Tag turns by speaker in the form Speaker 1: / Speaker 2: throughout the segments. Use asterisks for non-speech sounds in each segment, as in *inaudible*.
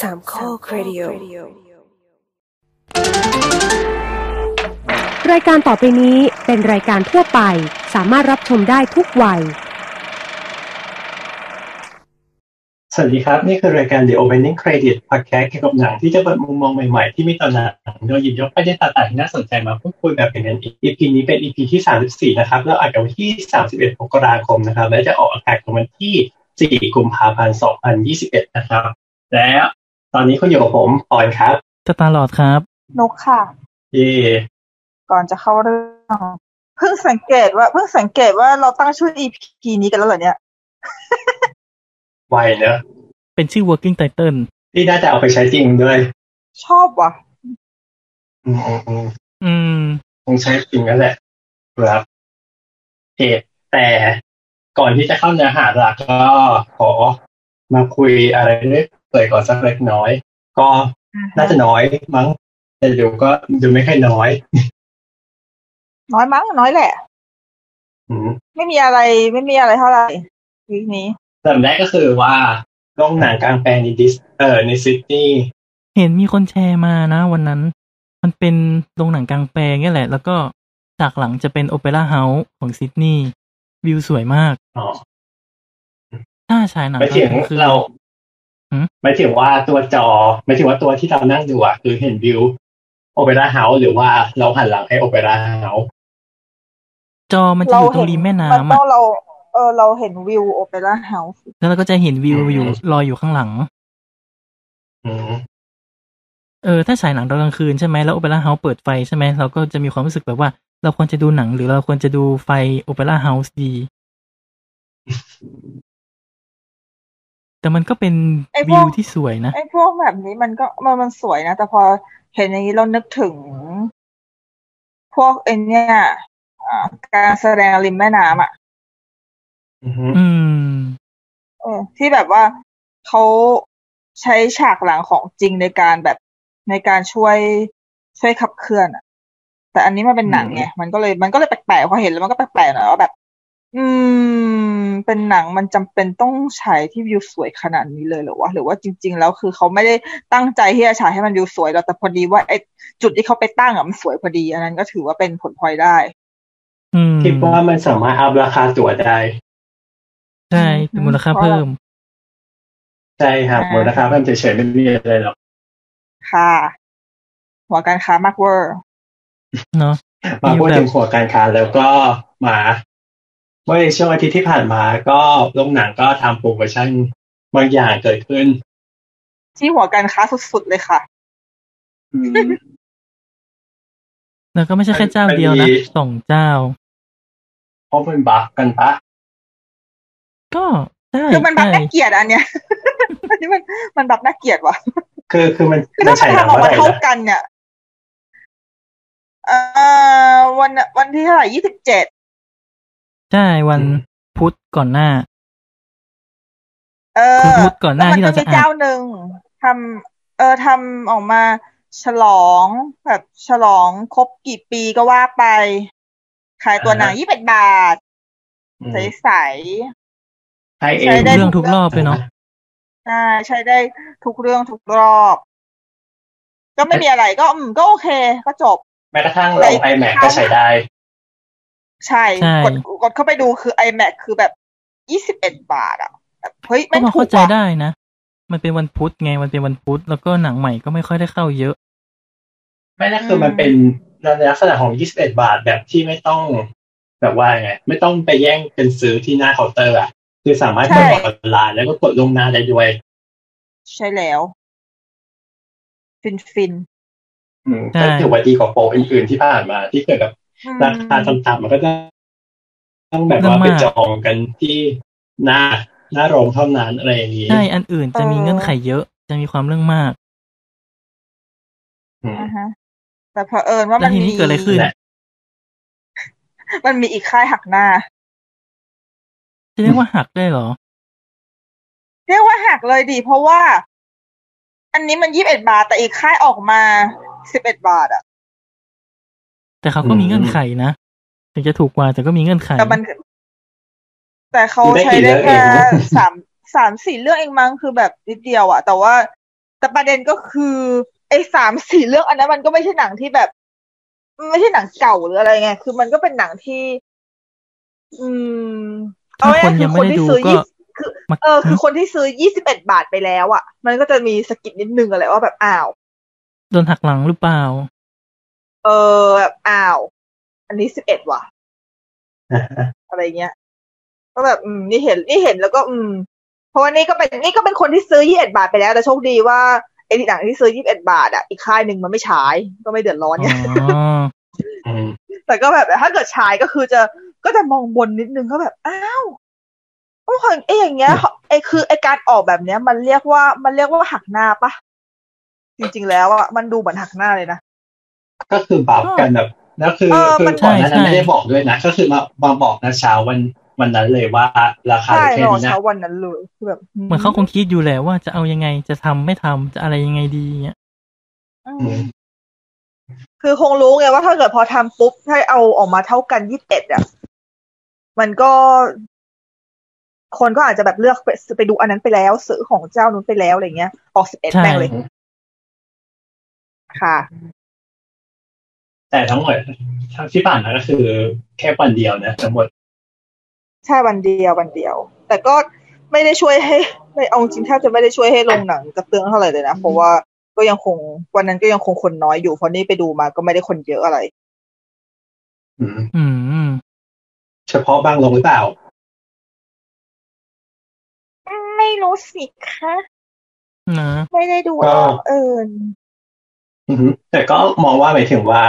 Speaker 1: สามข้อครดิโอ
Speaker 2: รายการต่อไปนี้เป็นรายการทั่วไป สามารถรับชมได้ทุกวัย
Speaker 3: สวัสดีครับ นี่คือรายการ The Opening Credit Podcast เกี่ยวกับหนังที่จะเปิดมุมมองใหม่ๆ ที่ไม่ต่อหนังโดยหยิบยกประเด็นต่างๆที่น่าสนใจมาพูดคุยแบบเป็นกัน EP นี้เป็น EP ที่ 34 นะครับ แล้วอัดกันวันที่ 31มกราคมนะครับ และจะออกอากาศกันวันที่ 4 กุมภาพันธ์ 2021 นะครับ และตอนนี้คุณอยู่กับผมปอนครับ
Speaker 4: สตาร์ลอดครับ
Speaker 5: นกค่ะ
Speaker 3: เย่
Speaker 5: ก่อนจะเข้าเรื่อง เพิ่งสังเกตว่าเพิ่งสังเกตว่าเราตั้งชื่อ EP นี้กันแล้วเหรอเนี่ย
Speaker 3: ไวเนอะ
Speaker 4: เป็นชื่อ working title
Speaker 3: นี่น่าจะเอาไปใช้จริงด้วย
Speaker 5: ชอบว่ะ
Speaker 3: อืมๆ
Speaker 4: อืม
Speaker 3: ๆคงใช้จริงนั่นแหละครับโอเคแต่ก่อนที่จะเข้าเนื้อหาหลักก็ขอมาคุยอะไรเล็กเปิดก่อนสักเล็กน้อย ก็ น่าจะน้อยมั้ง แต่ดูก็ดูไม่ค่อยน้อย
Speaker 5: น้อยมั้งน้อยแหละ
Speaker 3: อืม
Speaker 5: ไม่มีอะไรไม่มีอะไรเท่าไหร่วีคนี้
Speaker 3: แต่แรกก็คือว่าโรงหนังกลางแปลงในดิสเออในซิดนีย์
Speaker 4: เห็นมีคนแชร์มานะวันนั้น มันเป็นโรงหนังกลางแปลงเนี่ยแหละ แล้วก็ฉากหลังจะเป็นโอเปร่าเฮาส์ของซิดนีย์วิวสวยมาก
Speaker 3: อ๋อ
Speaker 4: ถ้าฉายหนัง
Speaker 3: ไม่ถึง
Speaker 4: กลางคืน
Speaker 3: เรา
Speaker 4: หืม
Speaker 3: ไม่ถึงว่าตัวจอ ไม่ถึงว่าตัวที่เรานั่งดูอ่ะ คือเห็นวิวโอเปร่าเฮาส์หรือว่าเราหันหลังให้โอเปร่าเฮาส์
Speaker 4: จอมันจะอยู่ตรงริมแม่น้ำ
Speaker 5: เรา
Speaker 4: อะ
Speaker 5: เรา เออเราเห็นวิวโอเปร่าเฮาส์
Speaker 4: แล้วเราก็จะเห็นวิวอยู่ลอยอยู่ข้างหลัง
Speaker 3: อืม
Speaker 4: เออถ้าฉายหนังตอนกลางคืนใช่ไหมแล้วโอเปร่าเฮาส์เปิดไฟใช่ไหมเราก็จะมีความรู้สึกแบบว่า เราควรจะดูหนังหรือเราควรจะดูไฟโอเปร่าเฮาส์ดี แต่มันก็เป็นวิวที่สวยนะ
Speaker 5: ไอ้พวกแบบนี้มันก็มันมันสวยนะ แต่พอเห็นอย่างนี้เรานึกถึง พวกไอเนี้ยอ่าการแสดงริมแม่น้ำอ่ะ
Speaker 3: อืม
Speaker 4: อืม
Speaker 5: เออที่แบบว่าเขาใช้ฉากหลังของจริงในการแบบในการช่วยช่วยขับเคลื่อนอะแต่อันนี้มันเป็นหนังไงมันก็เลยมันก็เลยแปลกๆพอเห็นแล้วมันก็แปลกๆหน่อยว่าแบบ อืม เป็นหนังมันจำเป็นต้องฉายที่วิวสวยขนาดนี้เลยเหรอวะหรือว่าจริง ๆ แล้วคือเขาไม่ได้ตั้งใจที่จะฉายให้มันวิวสวยหรอกแต่พอดีว่าไอ้จุดที่เขาไปตั้งอะมันสวยพอดี อันนั้นก็ถือว่าเป็นผลพลอยได้
Speaker 4: อืม
Speaker 3: คิดว่ามันสามารถอัพราคาตั๋วได้
Speaker 4: ใช่เป็นมูลค่าเพิ่ม
Speaker 3: ใช่ค่ะมูลค่ามันเฉยๆไม่มีอะไรหรอก
Speaker 5: ค่ะหัวการค้ามากเวอร์
Speaker 4: เนาะ
Speaker 3: มาพูดถึงหัวการค้าแล้วก็มาเมื่อในช่วงอาทิตย์ที่ผ่านมาก็โรงหนังก็ทำโปรโมชั่นบางอย่างเกิดขึ้น
Speaker 5: ที่หัวการค้าสุดๆเลยค่ะ
Speaker 4: แล้วก็ไม่ใช่แค่เจ้าเดียวนะ
Speaker 3: มันมี
Speaker 4: สองเจ้า
Speaker 3: เพราะมันบักกันปะ
Speaker 4: ก็ใช่
Speaker 5: คือมันบัก
Speaker 4: ใช่
Speaker 5: น่าเกลียดอันเนี้ย อันนี้มันมันบักน่าเกลียดว่ะ
Speaker 3: คือคือมัน
Speaker 5: คือ
Speaker 3: มั
Speaker 5: ถ้าน
Speaker 3: ฉายห
Speaker 5: มันทำออ
Speaker 3: นัง
Speaker 5: กมา
Speaker 3: เมื่อไหร่
Speaker 5: เท่า
Speaker 3: นะ
Speaker 5: กันเนี่ยเอ่อวันวันที่เท่าไหร่ยี่สิบเจ็ด
Speaker 4: ใช่วันพุธก่อนหน้า
Speaker 5: เอ
Speaker 4: คุณ
Speaker 5: อ
Speaker 4: พุธก่อนห
Speaker 5: แล้ว
Speaker 4: น้า
Speaker 5: มั
Speaker 4: ที่
Speaker 5: ก็
Speaker 4: เรา
Speaker 5: มี
Speaker 4: จะอ่า
Speaker 5: เจ้าน หนึ่งทำเออทำออกมาฉลองแบบฉลองครบกี่ปีก็ว่าไป ขายตัวหนังยี่สิบบาท ใส
Speaker 3: ใช่เอ
Speaker 5: ใช้
Speaker 3: ง
Speaker 5: ได้
Speaker 4: เรื่องทุกรอบเลยเนาะ
Speaker 5: ๆใช่ใช้ได้ทุกเรื่องทุกรอบ ก็ไม่มีอะไรก็อืมก็โอเค ก็จบ
Speaker 3: แม้กระทั่งโรงไอแม็กก็ใช้ได้
Speaker 5: ใช่
Speaker 4: ใช่
Speaker 5: กดกดเข้าไปดูคือ iMac คือแบบยี่สิบเอ็ดบาทอ่ะแบบเฮ้ย
Speaker 4: ก็
Speaker 5: ไม่ง
Speaker 4: พอ
Speaker 5: ถู
Speaker 4: เข้าก ใจ
Speaker 5: ว่ะ
Speaker 4: ได้นะ มันเป็นวันพุธไง มันเป็นวันพุธ แล้วก็หนังใหม่ก็ไม่ค่อยได้เข้าเยอะ
Speaker 3: ไม่นะคือมันเป็นในลักษณะของ 21 บาทแบบที่ไม่ต้อง แบบว่าไงไม่ต้องไปแย่งเป็นซื้อที่หน้าเคาน์เตอร์อ่ะ คือสามารถกดออนไลน์แล้วก็กดลวงหน้าได้ด้วย
Speaker 5: ใช่แล้ว ฟินฟิน
Speaker 3: อืม
Speaker 4: ใช่
Speaker 3: ก็ถือว่าดีกว่าโปรอื่นๆที่ผ่านมาที่เกิดกับ
Speaker 5: อืม
Speaker 3: ราคาต่ำๆมันก็จะต้องแบบว่าไปจองกันที่หน้าหน้าโรงเท่านั้นอะไรอย่างนี้
Speaker 4: ใช่อันอื่นจะมีเงื่อนไขเยอะ จะมีความเรื่องมาก
Speaker 3: อืม
Speaker 5: อ่าฮะแต่เผอิญว่า
Speaker 4: แล้
Speaker 5: มั
Speaker 4: วน ทีนี้
Speaker 5: มี
Speaker 4: เกิดอะไรขึ้น
Speaker 3: แหละ
Speaker 5: มันมีอีกค่ายหักหน้า
Speaker 4: จะเรียกว่าหักได้เหรอ
Speaker 5: เรียกว่าหักเลยดี เพราะว่า อันนี้มันยี่สิบเอ็ดบาท แต่อีกค่ายออกมาสิบเอ็ดบาทอ่ะ
Speaker 4: แต่เขาก็มีเงื่อนไขนะ ถึงจะถูกกว่าแต่ก็มีเงื่อนไข
Speaker 5: แต่มัน แต่เขา
Speaker 3: ได้
Speaker 5: ใช้
Speaker 3: กี่
Speaker 5: ได้
Speaker 3: เรื่องเอ
Speaker 5: แค่
Speaker 3: ง
Speaker 5: สามสามสี่เรื่องเองมั้งคือแบบนิดเดียวอะแต่ว่า แต่ประเด็นก็คือไอ้สามสี่เรื่องอันนั้นมันก็ไม่ใช่หนังที่แบบมันไม่ใช่หนังเก่าหรืออะไรไงคือมันก็เป็นหนังที่ อืม
Speaker 4: ถ้าคนยังไม่ได้ดูก็
Speaker 5: ยี่สิบคือ
Speaker 4: มา
Speaker 5: เออ คือคนที่ซื้อยี่สิบเอ็ดบาทไปแล้วอ่ะ มันก็จะมีสะกิดนิดนึงอะไรว่าแบบอ้าว
Speaker 4: โดนหักหลังหรือเปล่า
Speaker 5: เออแบบอ้าว อันนี้สิบเอ็ดว่ะ
Speaker 3: อ่าฮะ
Speaker 5: อะไรเงี้ย ก็แบบอืมนี่เห็นนี่เห็นแล้วก็อืม เพราะว่านี่ก็เป็นนี่ก็เป็นคนที่ซื้อยี่สิบบาทไปแล้ว แต่โชคดีว่าไอ้หนังที่ซื้อยี่สิบาทอ่ะอีกค่ายหนึ่งมันไม่ฉาย ก็ไม่เดือดร้อน
Speaker 4: อ๋
Speaker 5: ไง
Speaker 4: อ
Speaker 3: อืม
Speaker 5: แต่ก็แบบถ้าเกิดฉายก็คือจะก็จะมองบนนิดนึงก็แบบอ้าวโอ้โหไอ้อย่างเงี้ยไอ้คือไอ้การออกแบบเนี้ย มันเรียกว่ามันเรียกว่าหักหน้าปะจริงๆแล้วอ่ะมันดูเหมือนหักหน้าเลยนะ
Speaker 3: ก็คือบับกันแบบแล้วคือ
Speaker 5: เออ
Speaker 3: คือ
Speaker 5: มัน
Speaker 3: ก่อนหนั้านั้น
Speaker 4: ใช่ใช่
Speaker 3: ไม่ได้บอกด้วยนะ ก็คือมามาบอกนะเช้าวันวันนั้นเลยว่าราคา
Speaker 5: ใช่
Speaker 3: แค่
Speaker 5: รอ
Speaker 3: นี้นะ
Speaker 5: เช้าวันนั้นเลยคือแบบ
Speaker 4: เหมือนเขาคงคิดอยู่แหละว่าจะเอายังไงจะทำไม่ทำจะอะไรยังไงดีเงี้ย
Speaker 5: อื
Speaker 3: อื
Speaker 5: ม
Speaker 3: ม
Speaker 5: คือคงรู้ไงว่าถ้าเกิดพอทำปุ๊บถ้าเอาออกมาเท่ากันยี่สิบเอ็ดอ่ะมันก็ คนก็อาจจะแบบเลือกไปไปดูอันนั้นไปแล้วซื้อของเจ้านู้นไปแล้วอะไรเงี้ยออกสิบเอ็ด
Speaker 4: ใช่
Speaker 5: แม่งเลยค่ะ
Speaker 3: แต่ทั้งหมดทั้งที่ผ่านมาก็คือแค่วันเดียวนะทั้งหมด
Speaker 5: ใช่วันเดียววันเดียว แต่ก็ไม่ได้ช่วยให้ ไม่เอาจริงแทบจะไม่ได้ช่วยให้ลงหนังกระเตื้องเท่าไหร่เลยนะ เพราะว่าก็ยังคงวันนั้นก็ยังคงคนน้อยอยู่เพราะนี่ไปดูมาก็ไม่ได้คนเยอะอะไร
Speaker 3: อืม
Speaker 4: อืม
Speaker 3: เฉพาะบางลงหรือเปล่า
Speaker 5: ไม่รู้สิคะ
Speaker 4: นะ
Speaker 5: ไม่ได้ดู
Speaker 3: ก็
Speaker 5: เออ
Speaker 3: อือฮึแต่ก็มองว่าหมายถึงว่า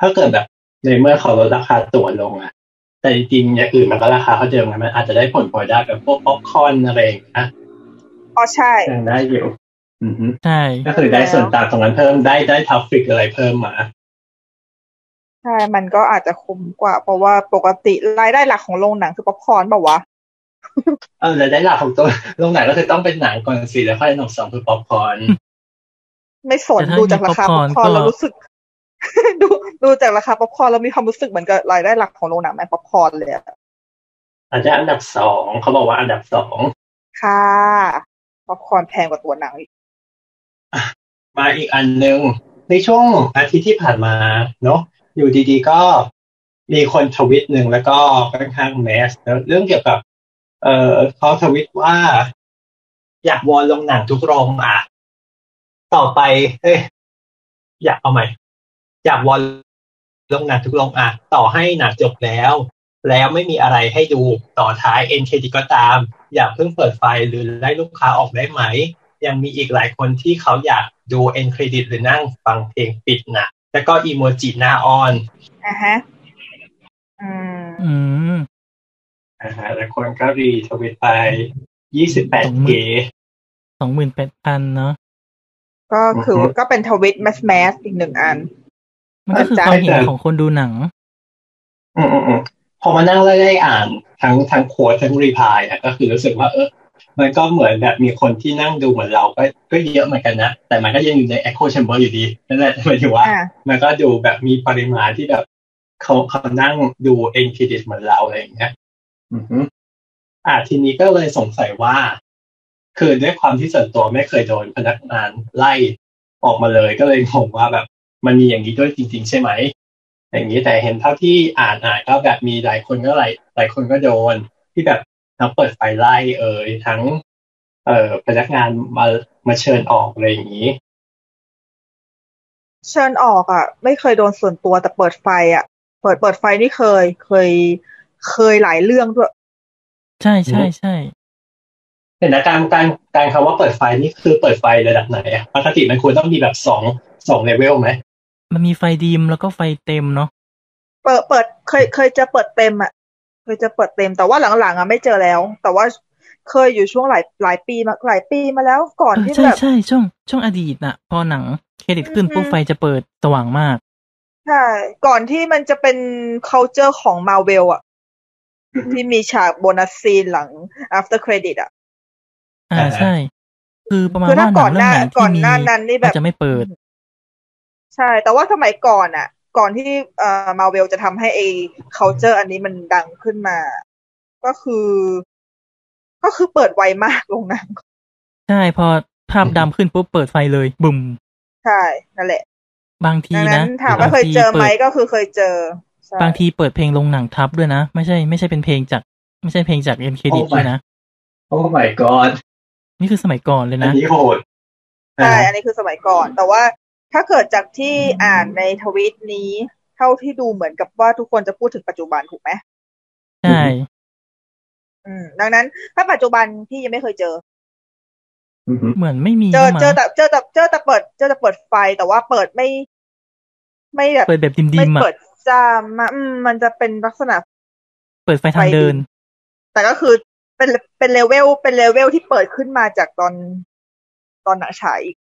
Speaker 3: ถ้าเกิดแบบในเมื่อเขาลดราคาตั๋วลงอะแต่จริงๆอย่างอื่นมันก็ราคาเท่าเดิมนะมันอาจจะได้ผลพลอยได้แบบพวกป๊อปคอร์นอะไรอย่างเงี้ย
Speaker 5: อ๋อใช่
Speaker 3: ยังได้อยู่อือฮึ
Speaker 4: ใช่
Speaker 3: ก็คือได้ส่วนต่างตรงนั้นเพิ่มได้ได้ทัฟฟิกอะไรเพิ่มมา
Speaker 5: ใช่ มันก็อาจจะคุ้มกว่า เพราะว่าปกติรายได้หลักของโรงหนังคือป๊อปคอร์นเปล่าวะ
Speaker 3: เออรายได้หลักของตัว *laughs* โรงหนังก็คือต้องเป็นหนังก่อนสิแล้วค่อยหนังสองคือป๊อปคอร์น
Speaker 5: ไม่สน
Speaker 4: แต่ถ้า
Speaker 5: ดูจากราคาป๊อปคอร์น
Speaker 4: มีป๊อปคอร์นก็
Speaker 5: เรารู้สึก *laughs* ดูดูจากราคาป๊อปคอร์นเรามีความรู้สึกเหมือนกับรายได้หลักของโรงหนังแม่งป๊อปคอร์นเลยอะ
Speaker 3: อาจจะอันดับสองเขาบอกว่าอันดับสอง
Speaker 5: ค่ะป๊อปคอร์นแพงกว่าตัวหนังอีก
Speaker 3: มาอีกอันหนึ่งในช่วงอาทิตย์ที่ผ่านมาเนาะอยู่ดีๆก็มีคนทวิตหนึ่งแล้วก็ค่อนข้างแมสเนอะเรื่องเกี่ยวกับ เออเขาทวิตว่า อยากวอนลงหนังทุกโรงอ่ะ ต่อไปเอ้ยอยากเอาใหม่ อยากวอนลงหนังทุกโรงอ่ะ ต่อให้หนังจบแล้ว แล้วไม่มีอะไรให้ดูต่อท้ายเอ็นเคดีก็ตาม อย่าเพิ่งเปิดไฟหรือไล่ลูกค้าออกได้ไหม ยังมีอีกหลายคนที่เขาอยากดูเอ็นเครดิตหรือนั่งฟังเพลงปิดนะแล้วก็อีโมจิหน้าออน
Speaker 5: อ่ะฮะ อืม
Speaker 4: อืม
Speaker 3: อ่าฮะแล้วคนก็รีทวิตไปยี่สิบแปดเก
Speaker 4: สองหมื่นแปดพันเนาะ
Speaker 5: ก็คือ
Speaker 3: อือฮึ
Speaker 5: ก็เป็นทวิตแมสแมสอีกหนึ่งอัน
Speaker 4: มันก็คือความเห็นของคนดูหนัง
Speaker 3: อืมอืมอืมพอมานั่งไล่ๆอ่านทั้งทั้งโค้ดทั้งรีพายอ่ะก็คือรู้สึกว่าเออมันก็เหมือนแบบมีคนที่นั่งดูเหมือนเราก็ก็เยอะเหมือนกันนะ แต่มันก็ยังอยู่ใน Echo Chamber อยู่ดีนั่นแหละหมายถึงว่า
Speaker 5: อ่ะ
Speaker 3: มันก็ดูแบบมีปริมาณที่แบบเขาเขานั่งดูเอ็นเครดิตเหมือนเราอะไรอย่างเงี้ย อือฮึอ่าทีนี้ก็เลยสงสัยว่า คือด้วยความที่ส่วนตัวไม่เคยโดนพนักงานไล่ออกมาเลย ก็เลยงงว่าแบบ มันมีอย่างนี้ด้วยจริง ๆ ใช่ไหม อย่างนี้แต่เห็นเท่าที่อ่านอ่านก็แบบมีหลายคนก็หลายหลายคนก็โดน ที่แบบทั้งเปิดไฟไล่เอ่ยทั้ง เอ่อพนักงานมามาเชิญออกอะไรอย่างนี้
Speaker 5: เชิญออกอ่ะ ไม่เคยโดนส่วนตัวแต่เปิดไฟอ่ะ เปิดเปิดไฟนี่เคย เคย เคยหลายเรื่องด้วย
Speaker 4: ใช่ใช่ใช่
Speaker 3: เห็นนะการการการคำว่าเปิดไฟนี่คือเปิดไฟระดับไหนอะปกติมันควรต้องมีแบบสองสองเลเวลไหม
Speaker 4: มันมีไฟดีมแล้วก็ไฟเต็มเนาะ
Speaker 5: เปิดเปิดเคยเคยจะเปิดเต็มอ่ะเคยจะเปิดเต็มแต่ว่าหลังๆอ่ะไม่เจอแล้ว แต่ว่าเคยอยู่ช่วงหลายหลายปีมาหลายปีมาแล้วก่อน
Speaker 4: เออ
Speaker 5: ที่
Speaker 4: ใช่
Speaker 5: แบบ
Speaker 4: ใช่ช่วงช่วงอดีตน่ะ พอหนังเครดิตขึ้นปุ๊บ
Speaker 5: อืม
Speaker 4: ไฟจะเปิดสว่างมาก
Speaker 5: ใช่ก่อนที่มันจะเป็น culture ของมาเวลอ่ะ ที่มีฉากโบนัสซีนหลัง after credit อ่ะ
Speaker 4: อ่าใช่ คือประมาณ
Speaker 5: คือ
Speaker 4: ว่า
Speaker 5: ถ้า
Speaker 4: หนั
Speaker 5: ก่อง น
Speaker 4: เรื่
Speaker 5: ห
Speaker 4: อง
Speaker 5: น้า
Speaker 4: ไหน
Speaker 5: ก่อ
Speaker 4: ที่
Speaker 5: น
Speaker 4: มี
Speaker 5: หน้านั้นนี่แบ
Speaker 4: ก็
Speaker 5: บ
Speaker 4: จะไม่เปิด
Speaker 5: ใช่ แต่ว่าสมัยก่อนอ่ะ ก่อนที่เอ่อมาเวลจะทำให้ไอ้ culture อันนี้มันดังขึ้นมา ก็คือ ก็คือเปิดไวมากลงหนัง
Speaker 4: ใช่พอ ภาพดำขึ้นปุ๊บเปิดไฟเลยบุ่ม
Speaker 5: ใช่นั่นแหละ
Speaker 4: บางที
Speaker 5: ดังนั้
Speaker 4: นะ
Speaker 5: นถามว่าเคยเจอไหม
Speaker 4: บางทีปิด
Speaker 5: ก็คือเคยเจอใช่
Speaker 4: บางทีเปิดเพลงลงหนังทับด้วยนะ ไม่ใช่ไม่ใช่เป็นเพลงจาก ไม่ใช่เพลงจากเอ็นเครดิต
Speaker 3: โอ้ my
Speaker 4: ด้วยนะ
Speaker 3: โอ้ my god
Speaker 4: นี่คือสมัยก่อนเล
Speaker 3: อั
Speaker 4: ย
Speaker 3: น
Speaker 4: นะ
Speaker 3: นี้โหด
Speaker 5: ใช่อันนี้คือสมัยก่อน แต่ว่าถ้าเกิดจากที่อ่านในทวิตนี้ เท่าที่ดูเหมือนกับว่าทุกคนจะพูดถึงปัจจุบันถูกไหม
Speaker 4: ใช่
Speaker 5: อืม ดังนั้น ถ้าปัจจุบันพี่ยังไม่เคยเจอ
Speaker 3: อือหือ
Speaker 4: เหมือนไม่มี
Speaker 5: เจอ
Speaker 4: มั้ง
Speaker 5: เจอแต่เจอแต่เจอแต่เปิด เจอแต่เปิดไฟแต่ว่าเปิดไม่ ไม่แบบ
Speaker 4: เปิดแบบดิม
Speaker 5: ไม่
Speaker 4: ๆอ่ะ
Speaker 5: เปิดจ้ามาอืมมันจะเป็นลักษณะ
Speaker 4: เปิดไฟทางเดิน
Speaker 5: แต่ก็คือเป็นเป็นเลเวลเป็นเลเวลที่เปิดขึ้นมาจากตอนตอนหนังฉายอีก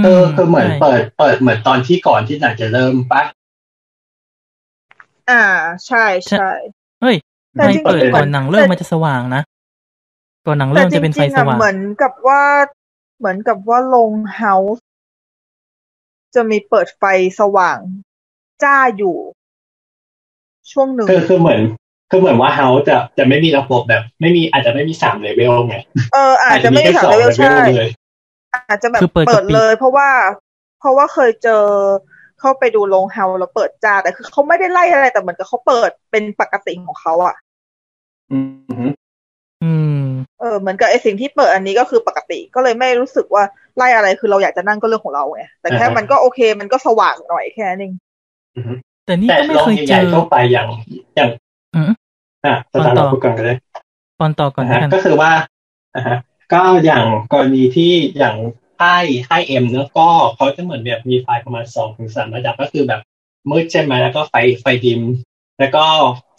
Speaker 4: ม
Speaker 3: เออคือเหมือน
Speaker 4: ใช่
Speaker 3: เปิดเปิดเหมือนตอนที่ก่อนที่หนังจะเริ่มปะ
Speaker 5: อ่า ใช่ใช่
Speaker 4: เฮ้ย
Speaker 5: แต่
Speaker 4: ไฟ
Speaker 5: จริงๆ
Speaker 4: เปิด
Speaker 5: ห
Speaker 4: ก่
Speaker 5: มื
Speaker 4: อนหนังเริ่มมันจะสว่างนะก่อนหนัง
Speaker 5: แต่
Speaker 4: เริ่ม
Speaker 5: จ
Speaker 4: จะเป็นไฟ
Speaker 5: ริงๆ
Speaker 4: ส
Speaker 5: อะ
Speaker 4: ว่าง
Speaker 5: เหมือนกับว่าเหมือนกับว่าลงเฮาส์จะมีเปิดไฟสว่างจ้าอยู่ ช่วงหนึ่ง
Speaker 3: คือคือเหมือนคือเหมือนว่าเฮาจะจะไม่มีระบบแบบ ไม่มีอาจจะไม่มีสามเลเวลไง
Speaker 5: เอออาจจะไม่ได้
Speaker 3: แค่
Speaker 5: สามเลเวลใช่
Speaker 3: เลย
Speaker 5: อาจจะแบบเปิดเลย เพราะว่า เพราะว่าเคยเจอเข้าไปดูโรงเฮาแล้วเปิดจ้าแต่คือเขาไม่ได้ไล่อะไรแต่เหมือนกับเขาเปิดเป็นปกติของเขาอ่ะ
Speaker 3: อืมอืม
Speaker 4: อืม
Speaker 5: เออเหมือนกับไอสิ่งที่เปิดอันนี้ก็คือปกติก็เลยไม่รู้สึกว่าไล่อะไรคือเราอยากจะนั่งก็เรื่องของเราไงแต่แค่มันก็โอเค มันก็สว่างหน่อยแค่นั้นเอง
Speaker 4: แต่นี่
Speaker 3: แต่
Speaker 4: ก็ไม่
Speaker 3: โรง
Speaker 4: เคยเจ
Speaker 3: ใหญ่
Speaker 4: อ
Speaker 3: ๆทั่วไปอย่างอย่าง
Speaker 4: อืม
Speaker 3: อ่ะสตาร์เราพูดก่อนก็ได้
Speaker 4: ตอนต่อก่อน
Speaker 3: นะ
Speaker 4: แล้ว
Speaker 3: ฮะ
Speaker 4: กัน
Speaker 3: ก็คือว่าอ่าฮะก็อย่างกรณีที่อย่างค่ายค่ายเอ็มเนอะก็เขาจะเหมือนแบบมีไฟประมาณสองถึงสามระดับก็คือแบบมืดใช่ไหมแล้วก็ไฟไฟดิม แล้วก็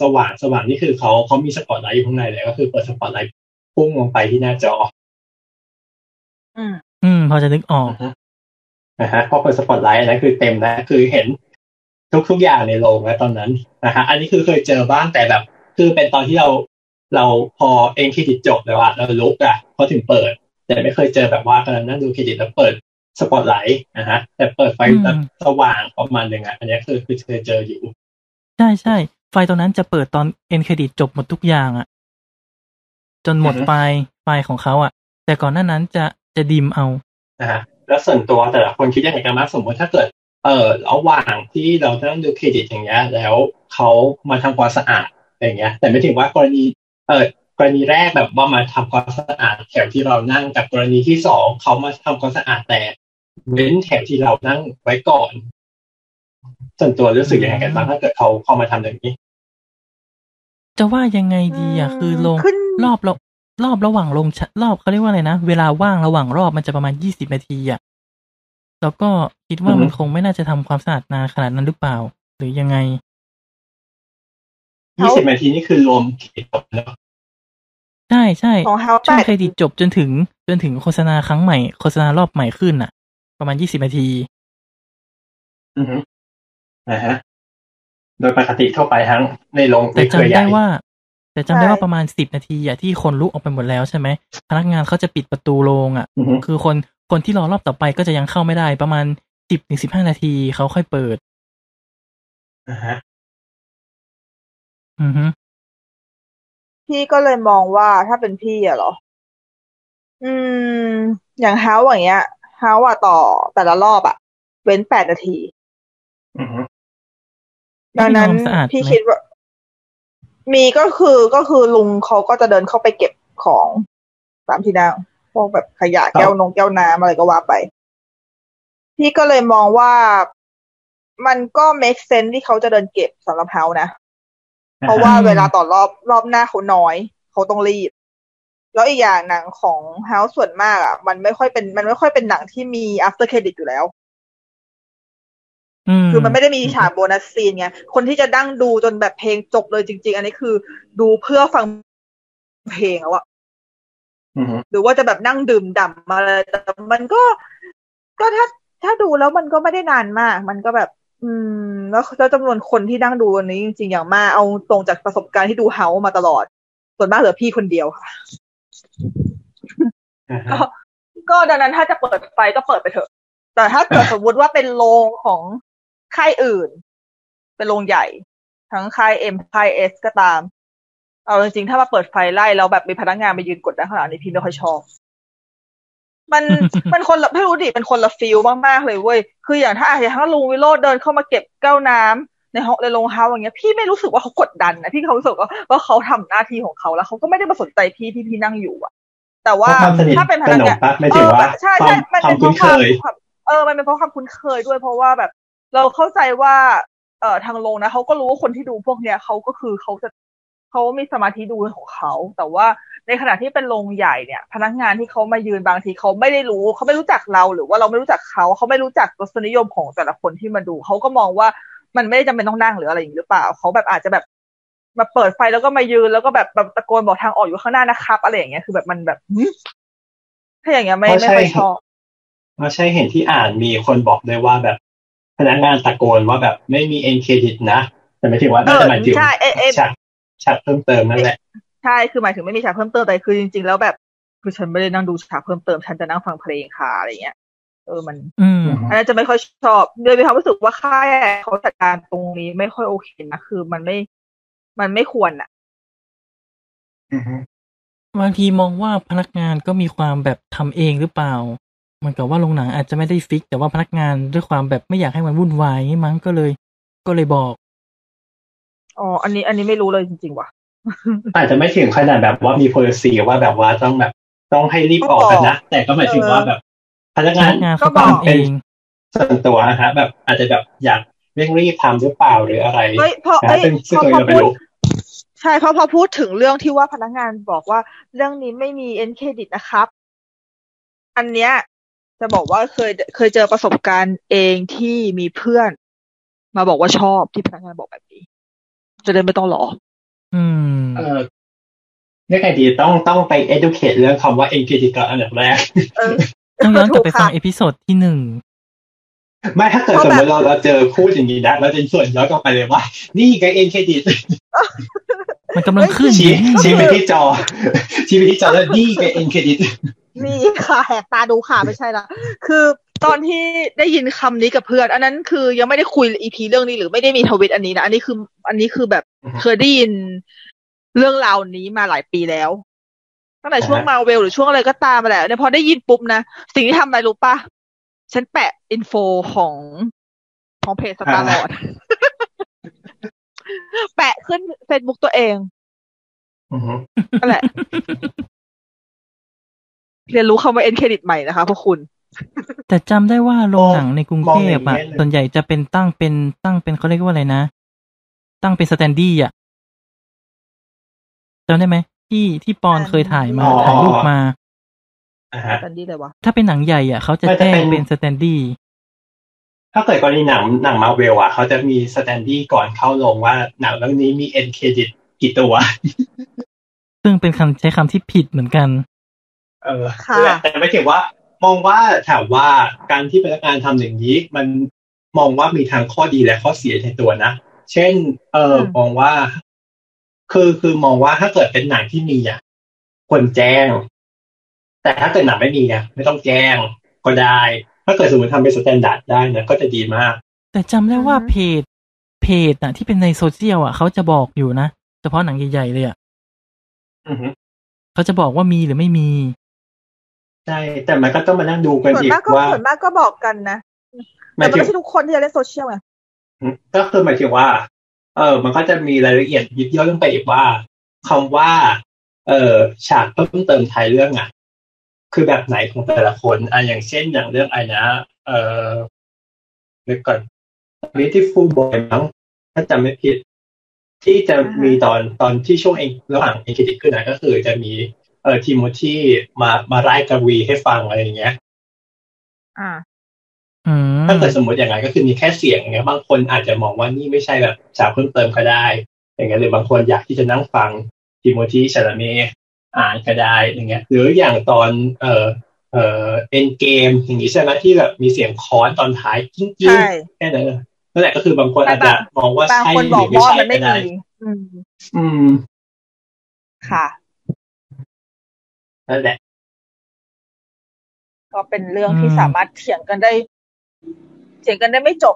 Speaker 3: สว่างสว่างนี่คือเขาเขามีสปอตไลท์อยู่ข้างในเลยก็คือเปิดสปอตไลท์พุ่งลงไปที่หน้าจอ
Speaker 5: อืม
Speaker 4: อืม พอจะนึกออก
Speaker 3: นะฮะพอเปิดสปอตไลท์อันนั้นคือเต็มแล้วคือเห็นทุกทุกอย่างในโรงแล้วตอนนั้นนะฮะอันนี้คือเคยเจอบ้างแต่แบบ คือเป็นตอนที่เราเราพอเองเครดิตจบแล้วอะเราลุกอะเขาถึงเปิด แต่ไม่เคยเจอแบบว่ากำลังนั่งดูเครดิตแล้วเปิดสปอตไลท์นะฮะแต่เปิดไฟ
Speaker 4: อืม
Speaker 3: แบบสว่างประมาณหนึ่งอะอันนี้คือคือเคยเจออยู่
Speaker 4: ใช่ใช่ไฟตอนนั้นจะเปิดตอนเอ็นเครดิตจบหมดทุกอย่างอะจนหมด
Speaker 3: อือฮึ
Speaker 4: ไฟล์ไฟล์ของเขาอะแต่ก่อนหน้านั้นจะจะดิมเอา
Speaker 3: นะฮะแล้วส่วนตัวแต่ละคนคิดยังไงกันบ้างสมมติถ้าเกิด เออระหว่างที่เรานั่งดูเครดิตอย่างเงี้ย แล้วเขามาทำความสะอาดอย่างเงี้ย แต่ไม่ถึงว่ากรณีเออกรณีแรกแบบว่ามาทำความสะอาดแถวที่เรานั่งกับกรณีที่สองเขามาทำความสะอาดแต่เว้นแถวที่เรานั่งไว้ก่อน ส่วนตัวรู้สึกยังไงกันบ้างถ้าเกิดเขาเขามาทำอย่างนี้
Speaker 4: จะว่ายังไงดีอะคือลง
Speaker 5: ขึ้น
Speaker 4: รอบละรอบระหว่างลงชะรอบเขาเรียกว่าอะไรนะ เวลาว่างระหว่างรอบมันจะประมาณยี่สิบนาทีอะแล้วก็คิดว่า
Speaker 3: อือฮึ
Speaker 4: มันคงไม่น่าจะทำความสะอาดนานขนาดนั้นหรือเปล่า หรือยังไง
Speaker 3: ยี่สิบนาทีนี่คือรวมเครดิตจบเนอะ
Speaker 4: ใช่ใช่
Speaker 5: ของเฮา
Speaker 4: ช่วงเค
Speaker 5: แป
Speaker 4: ร
Speaker 5: ด
Speaker 4: ดิตจบจนถึง จนถึงโฆษณาครั้งใหม่โฆษณารอบใหม่ขึ้นอะประมาณยี่สิบนาที
Speaker 3: อือฮึนะฮะ โดยปกติทั่วไปทั้งในโรง
Speaker 4: แต่
Speaker 3: ในเครือ
Speaker 4: จำ
Speaker 3: ให
Speaker 4: ได้
Speaker 3: ญ่
Speaker 4: ว่า แต่จำได้ว่าประมาณสิบนาทีอะที่คนลุกออกไปหมดแล้วใช่ไหมพนักงานเขาจะปิดประตูโรงอะ
Speaker 3: อือฮึ
Speaker 4: คือคนคนที่รอรอบต่อไปก็จะยังเข้าไม่ได้ประมาณสิบถึงสิบห้านาทีเขาค่อยเปิด
Speaker 3: นะฮะ
Speaker 4: อือฮึ
Speaker 5: พี่ก็เลยมองว่าถ้าเป็นพี่อะเหรอ อืม อย่างเฮาอย่างเงี้ยเฮาอะต่อแต่ละรอบอะเว้นแปดนาที
Speaker 3: อือฮึ
Speaker 5: ดังนั้น
Speaker 4: มีความสะอาด
Speaker 5: พี่
Speaker 4: ไหม
Speaker 5: คิดว่า มีก็คือก็คือลุงเขาก็จะเดินเข้าไปเก็บของตามที่นั่งพวกแบบขยะ
Speaker 3: ครับ
Speaker 5: แก้วนงแก้วน้ำอะไรก็ว่าไป พี่ก็เลยมองว่ามันก็ make sense ที่เขาจะเดินเก็บสำหรับเขานะ เพราะว่า
Speaker 4: อืม
Speaker 5: เวลาต่อรอบรอบหน้าเขาน้อย เขาต้องรีบ แล้วอีกอย่างหนังของ House ส่วนมากอ่ะ มันไม่ค่อยเป็นมันไม่ค่อยเป็นหนังที่มี after credit อยู่แล้ว
Speaker 4: อืม
Speaker 5: คือมันไม่ได้มีฉากโบนัสซีนไง คนที่จะดั้งดูจนแบบเพลงจบเลยจริง ๆ อันนี้คือดูเพื่อฟังเพลงแล้วอะ
Speaker 3: อือฮึ
Speaker 5: หรือว่าจะแบบนั่งดื่มด่ำมาเลยแต่มันก็ ก็ถ้าถ้าดูแล้วมันก็ไม่ได้นานมาก มันก็แบบ อืม แล้วแล้วจำนวนคนที่นั่งดูอันนี้จริง ๆ อย่างมากเอาตรงจากประสบการณ์ที่ดูเฮามาตลอด ส่วนมากเหลือพี่คนเดียวค่ะ
Speaker 3: อ่า
Speaker 5: ก็
Speaker 3: ฮะ
Speaker 5: ก็ดังนั้นถ้าจะเปิดไฟก็เปิดไปเถอะ แต่ถ้าเกิดสมมุติว่าเป็นโรงของค่ายอื่น เป็นโรงใหญ่ ทั้งค่ายเอ็มค่ายเอสก็ตาม เอาจริงๆถ้ามาเปิดไฟไล่แล้วแบบมีพนักงานไปยืนกดด้านข้างหลังนี่พี่ไม่ค่อยชอบ มัน *laughs* มันคนละไม่รู้ดิเป็นคนละฟิลมากๆเลยเว้ยคืออย่างถ้าอย่างถ้าลุงวิโรจน์เดินเข้ามาเก็บแก้วน้ำในห้องในโรงเฮาอย่างเงี้ยพี่ไม่รู้สึกว่าเขากดดันนะพี่เขารู้สึกว่าว่าเขาทำหน้าที่ของเขาแล้วเขาก็ไม่ได้มาสนใจพี่ที่พี่นั่งอยู่อะแต่ว่า
Speaker 3: ความสนิท
Speaker 5: ถ้าเป็นพ
Speaker 3: ส
Speaker 5: นัก
Speaker 3: นม
Speaker 5: งาน
Speaker 3: ปั๊บไม่ถือว่า
Speaker 5: เออใช่
Speaker 3: ควา
Speaker 5: ใช่
Speaker 3: ม
Speaker 5: มัน
Speaker 3: ควา
Speaker 5: เป็
Speaker 3: ม
Speaker 5: นเพ
Speaker 3: คุ้น
Speaker 5: ราะคค
Speaker 3: เความ ย
Speaker 5: วามเออ มันเป็นเพราะความคุ้นเคยด้วยเพราะว่าแบบ เราเข้าใจว่า เอ่อทางโรงนะเขาก็รู้ว่าคนที่ดูพวกเนี้ยเขาก็คือเขาจะเขามีสมาธิดูของเขาแต่ว่าในขณะที่เป็นโรงใหญ่เนี่ย พนักงานที่เขามายืนบางทีเขาไม่ได้รู้เขาไม่รู้จักเราหรือว่าเราไม่รู้จักเขาเขาไม่รู้จักรสนิยมของแต่ละคนที่มาดูเขาก็มองว่ามันไม่ได้จำเป็นต้องนั่งหรืออะไรอย่างนี้หรือเปล่าเขาแบบอาจจะแบบมาเปิดไฟแล้วก็มายืนแล้วก็แบบแบบตะโกนบอกทางออกอยู่ข้างหน้านะครับ อะไรอย่างเงี้ยคือแบบมันแบบหึถ้าอย่างเงี้ยไม่
Speaker 3: เพราะ
Speaker 5: ไม่ค่อย
Speaker 3: ใช่
Speaker 5: ชอบ
Speaker 3: ไม่ใช่เห็นที่อ่านมีคนบอกด้วยว่าแบบพนักงานตะโกนว่าแบบไม่มีเอ็นเครดิตนะ แต่ไม่ถึงว่า
Speaker 5: เอ
Speaker 3: น่า
Speaker 5: อ
Speaker 3: จะหมายถึง
Speaker 5: ใช่เอเอ
Speaker 3: ฉากฉากเพิ่มเติมนั่นแหละ
Speaker 5: ใช่คือหมายถึงไม่มีฉากเพิ่มเติมแต่คือจริงๆแล้วแบบคือฉันไม่ได้นั่งดูฉากเพิ่มเติมฉันจะนั่งฟังเพลงค่ะอะไรเงี้ยเออมัน
Speaker 4: อืม
Speaker 5: อันนั้นจะไม่ค่อยชอบเลยมีความรู้สึกว่าค่ายเขาจัดการตรงนี้ไม่ค่อยโอเคนะคือมันไม่มันไม่ควรอ่ะ
Speaker 4: บางทีมองว่าพนักงานก็มีความแบบทำเองหรือเปล่าเหมือนกับว่าโรงหนังอาจจะไม่ได้ฟิก แต่ว่าพนักงานด้วยความแบบไม่อยากให้มันวุ่นวายงี้มั้งก็เลย ก็เลยบอก
Speaker 5: อ๋อ อันนี้อันนี้ไม่รู้เลยจริงๆว่ะ
Speaker 3: อาจจะไม่ถึงขนาดแบบว่ามี policy ว่าแบบว่าต้องแบบต้องให้รีบออกกันนะ แต่ก็หมายถึงว่าแบบพนัก
Speaker 4: พ
Speaker 3: งาน
Speaker 4: นักงาน
Speaker 5: ก็
Speaker 4: เขา
Speaker 5: บ
Speaker 4: ก็
Speaker 5: อก
Speaker 4: ทำเอง
Speaker 3: ส่วนตัวนะฮะแบบอาจจะแบบอยากเร่งรีบทำหรือเปล่าหรืออะไร
Speaker 5: เฮ้ยพอ
Speaker 3: นะ
Speaker 5: เอ้ย
Speaker 3: ซึ่งซึ่ง
Speaker 5: พอพอ
Speaker 3: ตัวเราไม่
Speaker 5: พูด
Speaker 3: รู้
Speaker 5: ใช่เพราะพอพูดถึงเรื่องที่ว่าพนักงานบอกว่าเรื่องนี้ไม่มีเอ็นเครดิตนะครับ อันเนี้ยจะบอกว่าเคยเคยเจอประสบการณ์เองที่มีเพื่อน มาบอกว่าชอบที่พนักงานบอกแบบนี้ จะได้ไม่ต้องรอ
Speaker 4: อืม
Speaker 3: เออเรื่องไงดีต้องต้องไป educate เรื่องคำว่า n c r e d i t ก่อนอันดับแรก *laughs*
Speaker 5: เออ
Speaker 4: ต้องย้อนกลับไป
Speaker 5: ถูกค่ะ
Speaker 4: ฟังเอพิโซดที่หนึ่ง
Speaker 3: ไม่ถ้าเกิด
Speaker 5: เพ
Speaker 3: ส
Speaker 5: ราะ
Speaker 3: ม
Speaker 5: แบบ
Speaker 3: มติเราเราเจอพูดอย่างนี้นะเราจะส่วนย้อนกลับไปเลยว่า *laughs* นี่ไงเอ็นเครดิต
Speaker 4: มันกำลังขึ้นอ
Speaker 3: *laughs* ชี้
Speaker 4: ยู่นี่
Speaker 3: ชี้ไปที่จอ *laughs* ชี้ไปที่จอแล้วนี่ไงเอ็นเครดิต
Speaker 5: นี่ค่ะแหกตาดูค่ะไม่ใช่ละคือตอนที่ได้ยินคำนี้กับเพื่อน อันนั้นคือยังไม่ได้คุยอีพีเรื่องนี้หรือไม่ได้มีทวิตอันนี้นะ อันนี้คือ อันนี้คือแบบ
Speaker 3: อือฮึ
Speaker 5: เคยได้ยินเรื่องราวนี้มาหลายปีแล้วตั้งแต่ช่วง
Speaker 3: อ่าฮะ
Speaker 5: มาเวลหรือช่วงอะไรก็ตามมาแหละเนี่ยพอได้ยินปุ๊บนะ สิ่งที่ทำอะไรรู้ปะฉันแปะอินโฟของของเพจสตาร์ลอด *laughs* แปะขึ้นเฟซบุ๊กตัวเอง
Speaker 3: *laughs* อือฮึ
Speaker 5: นั่นแหละ เรียนรู้คำว่าเอ็นเครดิตใหม่นะคะพวกคุณ
Speaker 4: แต่จำได้ว่าโรงหนังในกรุงเทพอ่ะส่วนใหญ่จะเป็นตั้งเป็นตั้งเป็นเขาเรียกว่าอะไรนะ ตั้งเป็นสแตนดี้อ่ะจำได้ไหมที่ที่ปอนเคยถ่ายมาถ่ายรูปมา
Speaker 3: อ่าฮะ
Speaker 5: กันดีเลยวะ
Speaker 4: ถ้าเป็นหนังใหญ่อ่ะเขาจะ
Speaker 3: มันจะ
Speaker 4: แจ้ง
Speaker 3: เป็น
Speaker 4: เป็นสแตนดี้
Speaker 3: ถ้าเกิดกรณีหนังหนังมาเวลอ่ะ เขาจะมีสแตนดี้ก่อนเข้าลงว่าหนังเรื่องนี้มีเอ็นเครดิตกี่ตัว
Speaker 4: ซึ่งเป็นคำใช้คำที่ผิดเหมือนกัน
Speaker 3: เออ
Speaker 5: ค่ะ
Speaker 3: แต่ไม่เกี่ยวว่ามองว่าถามว่าการที่พนักงานทำอย่างนี้ มันมองว่ามีทางข้อดีและข้อเสียในตัวนะ เช่น เออ
Speaker 5: อืม
Speaker 3: มองว่า คือคือมองว่าถ้าเกิดเป็นหนังที่มีอ่ะควรแจ้ง แต่ถ้าเกิดหนังไม่มีอ่ะไม่ต้องแจ้งก็ได้ ถ้าเกิดสมมติทำเป็นสแตนดาร์ดได้นะก็จะดีมาก
Speaker 4: แต่จำได้ว่า
Speaker 5: อือฮึ
Speaker 4: เพจ เพจน่ะ ที่เป็นในโซเชียลอ่ะเขาจะบอกอยู่นะ เฉพาะหนังใหญ่ๆเลยอ่ะ
Speaker 3: อือฮึ
Speaker 4: เขาจะบอกว่ามีหรือไม่มี
Speaker 3: ใช่แต่มันก็ต้องมานั่งดูกัน
Speaker 5: ส่วน
Speaker 3: อีก
Speaker 5: มากก็
Speaker 3: ว่า
Speaker 5: ส่วนมากก็บอกกันนะ
Speaker 3: ห
Speaker 5: แต่มัน
Speaker 3: มายถึง
Speaker 5: ไม่ใช่ทุกคนที่จะเล่นโซเชียลไง
Speaker 3: ก็คือหมายถึงว่า เออ มันก็จะมีรายละเอียดยิบย่อยลงไปอีกว่าคำว่า เออฉากเพิ่มเติมท้ายเรื่องอ่ะ คือแบบไหนของแต่ละคนอ่ะอย่างเช่นอย่างเรื่องไอ้นะ เออเดี๋ยวก่อน Beautiful Boy มั้งถ้าจำไม่ผิด ที่จะ
Speaker 5: อ่าฮะ
Speaker 3: มีตอนตอนที่ช่วงเองระหว่างเองกิติขึ้นนะก็คือจะมีเออทีโมที่มามาไล่กวีให้ฟังอะไรอย่างเงี้ย
Speaker 5: อ่า
Speaker 4: อืม
Speaker 3: ถ้าเกิดสมมติอย่างนั้นก็คือมีแค่เสียงอย่างเงี้ยบางคนอาจจะมองว่านี่ไม่ใช่แบบฉากเพิ่มเติมก็ได้ อย่างเงี้ยหรือบางคนอยากที่จะนั่งฟังทิโมธีชาลาเมอ่านก็ได้อย่างเงี้ย หรืออย่างตอนเอ่อเอ่อเอ็นเกมอย่างนี้ใช่ไหมที่แบบมีเสียงค้อนตอนท้ายกิ้ง
Speaker 5: ใช่
Speaker 3: กิ้งแค่นั้นน่ะนั่นแหละก็คือบางคนอาจจะมองว่า
Speaker 5: บาง
Speaker 3: ใช่
Speaker 5: คน
Speaker 3: ห
Speaker 5: บอก
Speaker 3: รือไม่
Speaker 5: ว่า
Speaker 3: ใช่
Speaker 5: มัน
Speaker 3: ก็
Speaker 5: ไม่
Speaker 3: ได้
Speaker 5: มี อืม
Speaker 3: อืม
Speaker 5: ค่ะ
Speaker 3: นั่นแหละ
Speaker 5: ก็เป็นเรื่องที่สามารถเถียงกันได้ เถียงกันได้ไม่จบ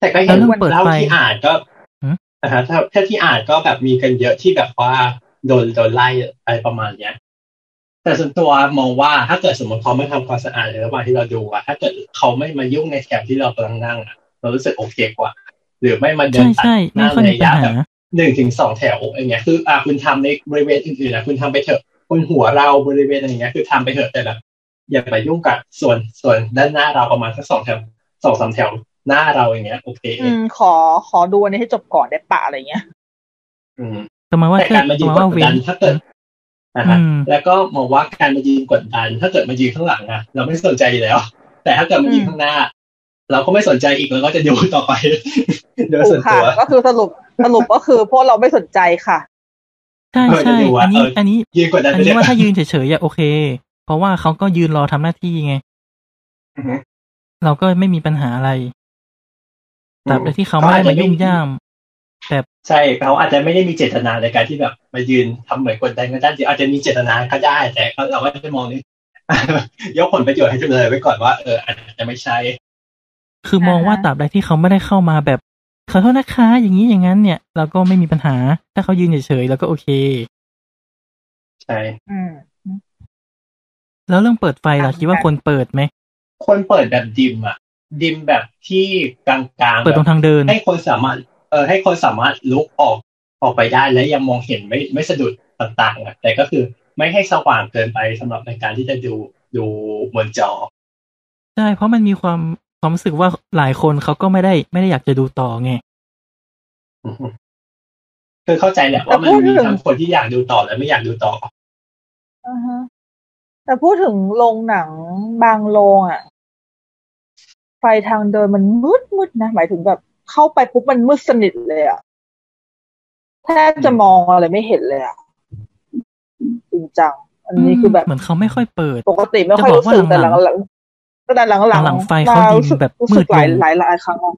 Speaker 3: แต่ก็
Speaker 4: แล้
Speaker 3: เห็
Speaker 4: วน เรื่อง
Speaker 3: น
Speaker 4: เปิด
Speaker 3: เล่า
Speaker 4: ไฟ
Speaker 3: ที่อ่านก็
Speaker 4: หืม
Speaker 3: นะฮะถ้าถ้าที่อ่านก็แบบมีกันเยอะที่แบบว่าโดนโดนไล่อะไรประมาณเนี้ย แต่ส่วนตัวมองว่าถ้าเกิดสมมติเขาไม่ทำความสะอาดในระหว่างที่เราดูอะถ้าเกิดเขาไม่มายุ่งในแถบที่เรากำลังนั่งอะเรารู้สึกโอเคกว่า หรือไม่มาเดิ
Speaker 4: ใช่
Speaker 3: นตัด
Speaker 4: ใช่
Speaker 3: ห
Speaker 4: ไม่
Speaker 3: น้า
Speaker 4: ค่อย
Speaker 3: ระ
Speaker 4: มีปัญ
Speaker 3: ยะแบบ
Speaker 4: หา
Speaker 3: หนึ่งถึงสองแถวอย่างเงี้ยคืออ่าคุณทำในบริเวณอื่นๆนะคุณทำไปเถอะบนหัวเราบริเวณอะไรเงี้ยคือทำไปเถอะแต่แบบอย่าไปยุ่งกับส่วนส่วนด้านหน้าเราประมาณสักสองแถวสองสามแถวหน้าเราอย่างเงี้ยโอเค
Speaker 5: อืมขอขอดูอันนี้ให้จบก่อนได้ปะอะไรเงี้ย
Speaker 3: อืม
Speaker 4: แต่หมายว่า
Speaker 3: แต่
Speaker 4: แค่
Speaker 3: การมา
Speaker 4: แต่
Speaker 3: ยืน
Speaker 4: หมาย
Speaker 3: กด
Speaker 4: ว่าเว้
Speaker 3: ดั
Speaker 4: น
Speaker 3: นถ้าเกิดนะฮะ
Speaker 4: อืม
Speaker 3: แล้วก็มองว่าการมายืนกดดัน ถ้าเกิดมายืนข้างหลังอะเราไม่สนใจอยู่แล้ว แต่ถ้าเกิดมายืนข้างหน้า เราก็ไม่สนใจอีกเราก็จะดูต่อไป *laughs* โดย
Speaker 5: ถู
Speaker 3: ส่
Speaker 5: ก
Speaker 3: วน
Speaker 5: ค่ะ
Speaker 3: ตัว
Speaker 5: ก็คือสรุปสรุปก็คือพวกเราไม่สนใจค่ะ
Speaker 4: ใช่ใช่
Speaker 3: เออเดี๋ยวดูว่า
Speaker 4: อันนี้
Speaker 3: เอออั
Speaker 4: อันนี้
Speaker 3: ยืนกดดัน
Speaker 4: อั
Speaker 3: ไป
Speaker 4: น
Speaker 3: เรื่
Speaker 4: นี้
Speaker 3: อย
Speaker 4: ว่าถ้ายืนเฉยๆอะโอเค เพราะว่าเขาก็ยืนรอทำหน้าที่ไง
Speaker 3: อือฮึ
Speaker 4: เราก็ไม่มีปัญหาอะไรตราบใดที่เขาไม่ได้มายุ่งย่าม
Speaker 3: ใช่เขาอาจจะไม่ได้มีเจตนาในการที่แบบมายืนทำเหมือนกดดันกันด้านเดียวอาจจะมีเจตนาก็ได้ แต่ก็เราก็จะมองนี่ *laughs* ยกผลประโยชน์ให้จำเลยไว้ก่อนว่าเอออาจจะไม่ใช่
Speaker 4: คือมองว่า
Speaker 5: อ่าฮะ
Speaker 4: ตราบใดที่เขาไม่ได้เข้ามาแบบขอโทษนะคะ อย่างนี้อย่างนั้นเนี่ย เราก็ไม่มีปัญหา ถ้าเขายืนเฉยๆเราก็โอเค
Speaker 3: ใช่
Speaker 5: อืม
Speaker 4: แล้วเรื่องเปิดไฟล่ะ
Speaker 5: ต่างกัน
Speaker 4: คิดว่าควรเปิดไหม
Speaker 3: คนเปิดแบบดิมอะดิมแบบที่กลางๆ
Speaker 4: เปิดตรง
Speaker 3: แบบ
Speaker 4: ทางเดิน
Speaker 3: ให้คนสามารถเออให้คนสามารถลุกออกออกไปได้และยังมองเห็นไม่ไม่สะดุดต่างๆอะแต่ก็คือไม่ให้สว่างเกินไปสำหรับในการที่จะดูดูบนจอ *laughs*
Speaker 4: ใช่ เพราะมันมีความความรู้สึกว่าหลายคนเขาก็ไม่ได้ไม่ได้อยากจะดูต่อไง
Speaker 3: คือเข้าใจแหละว่ามันมีทั้งคนที่อยากดูต่อและไม่อยากดูต่อ
Speaker 5: อ่าฮะแต่พูดถึงโรงหนังบางโรงอ่ะ ไฟทางเดินมันมืดมืดนะ หมายถึงแบบเข้าไปปุ๊บมันมืดสนิทเลยอ่ะแทบจะมองอะไรไม่เห็นเลยอ่ะจริงจัง อันนี้คือแบบ
Speaker 4: เหมือนเขาไม่ค่อยเปิด
Speaker 5: ปกติไม่ค่อยรู้สึกแต่
Speaker 4: จะ
Speaker 5: หลัง
Speaker 4: บอกว่า
Speaker 5: หลังๆแต่หลังหลัง
Speaker 4: หลังๆไฟเขายิงแบบมืดล
Speaker 5: หลา
Speaker 4: ง
Speaker 5: ยหลายหลายครั้งอะ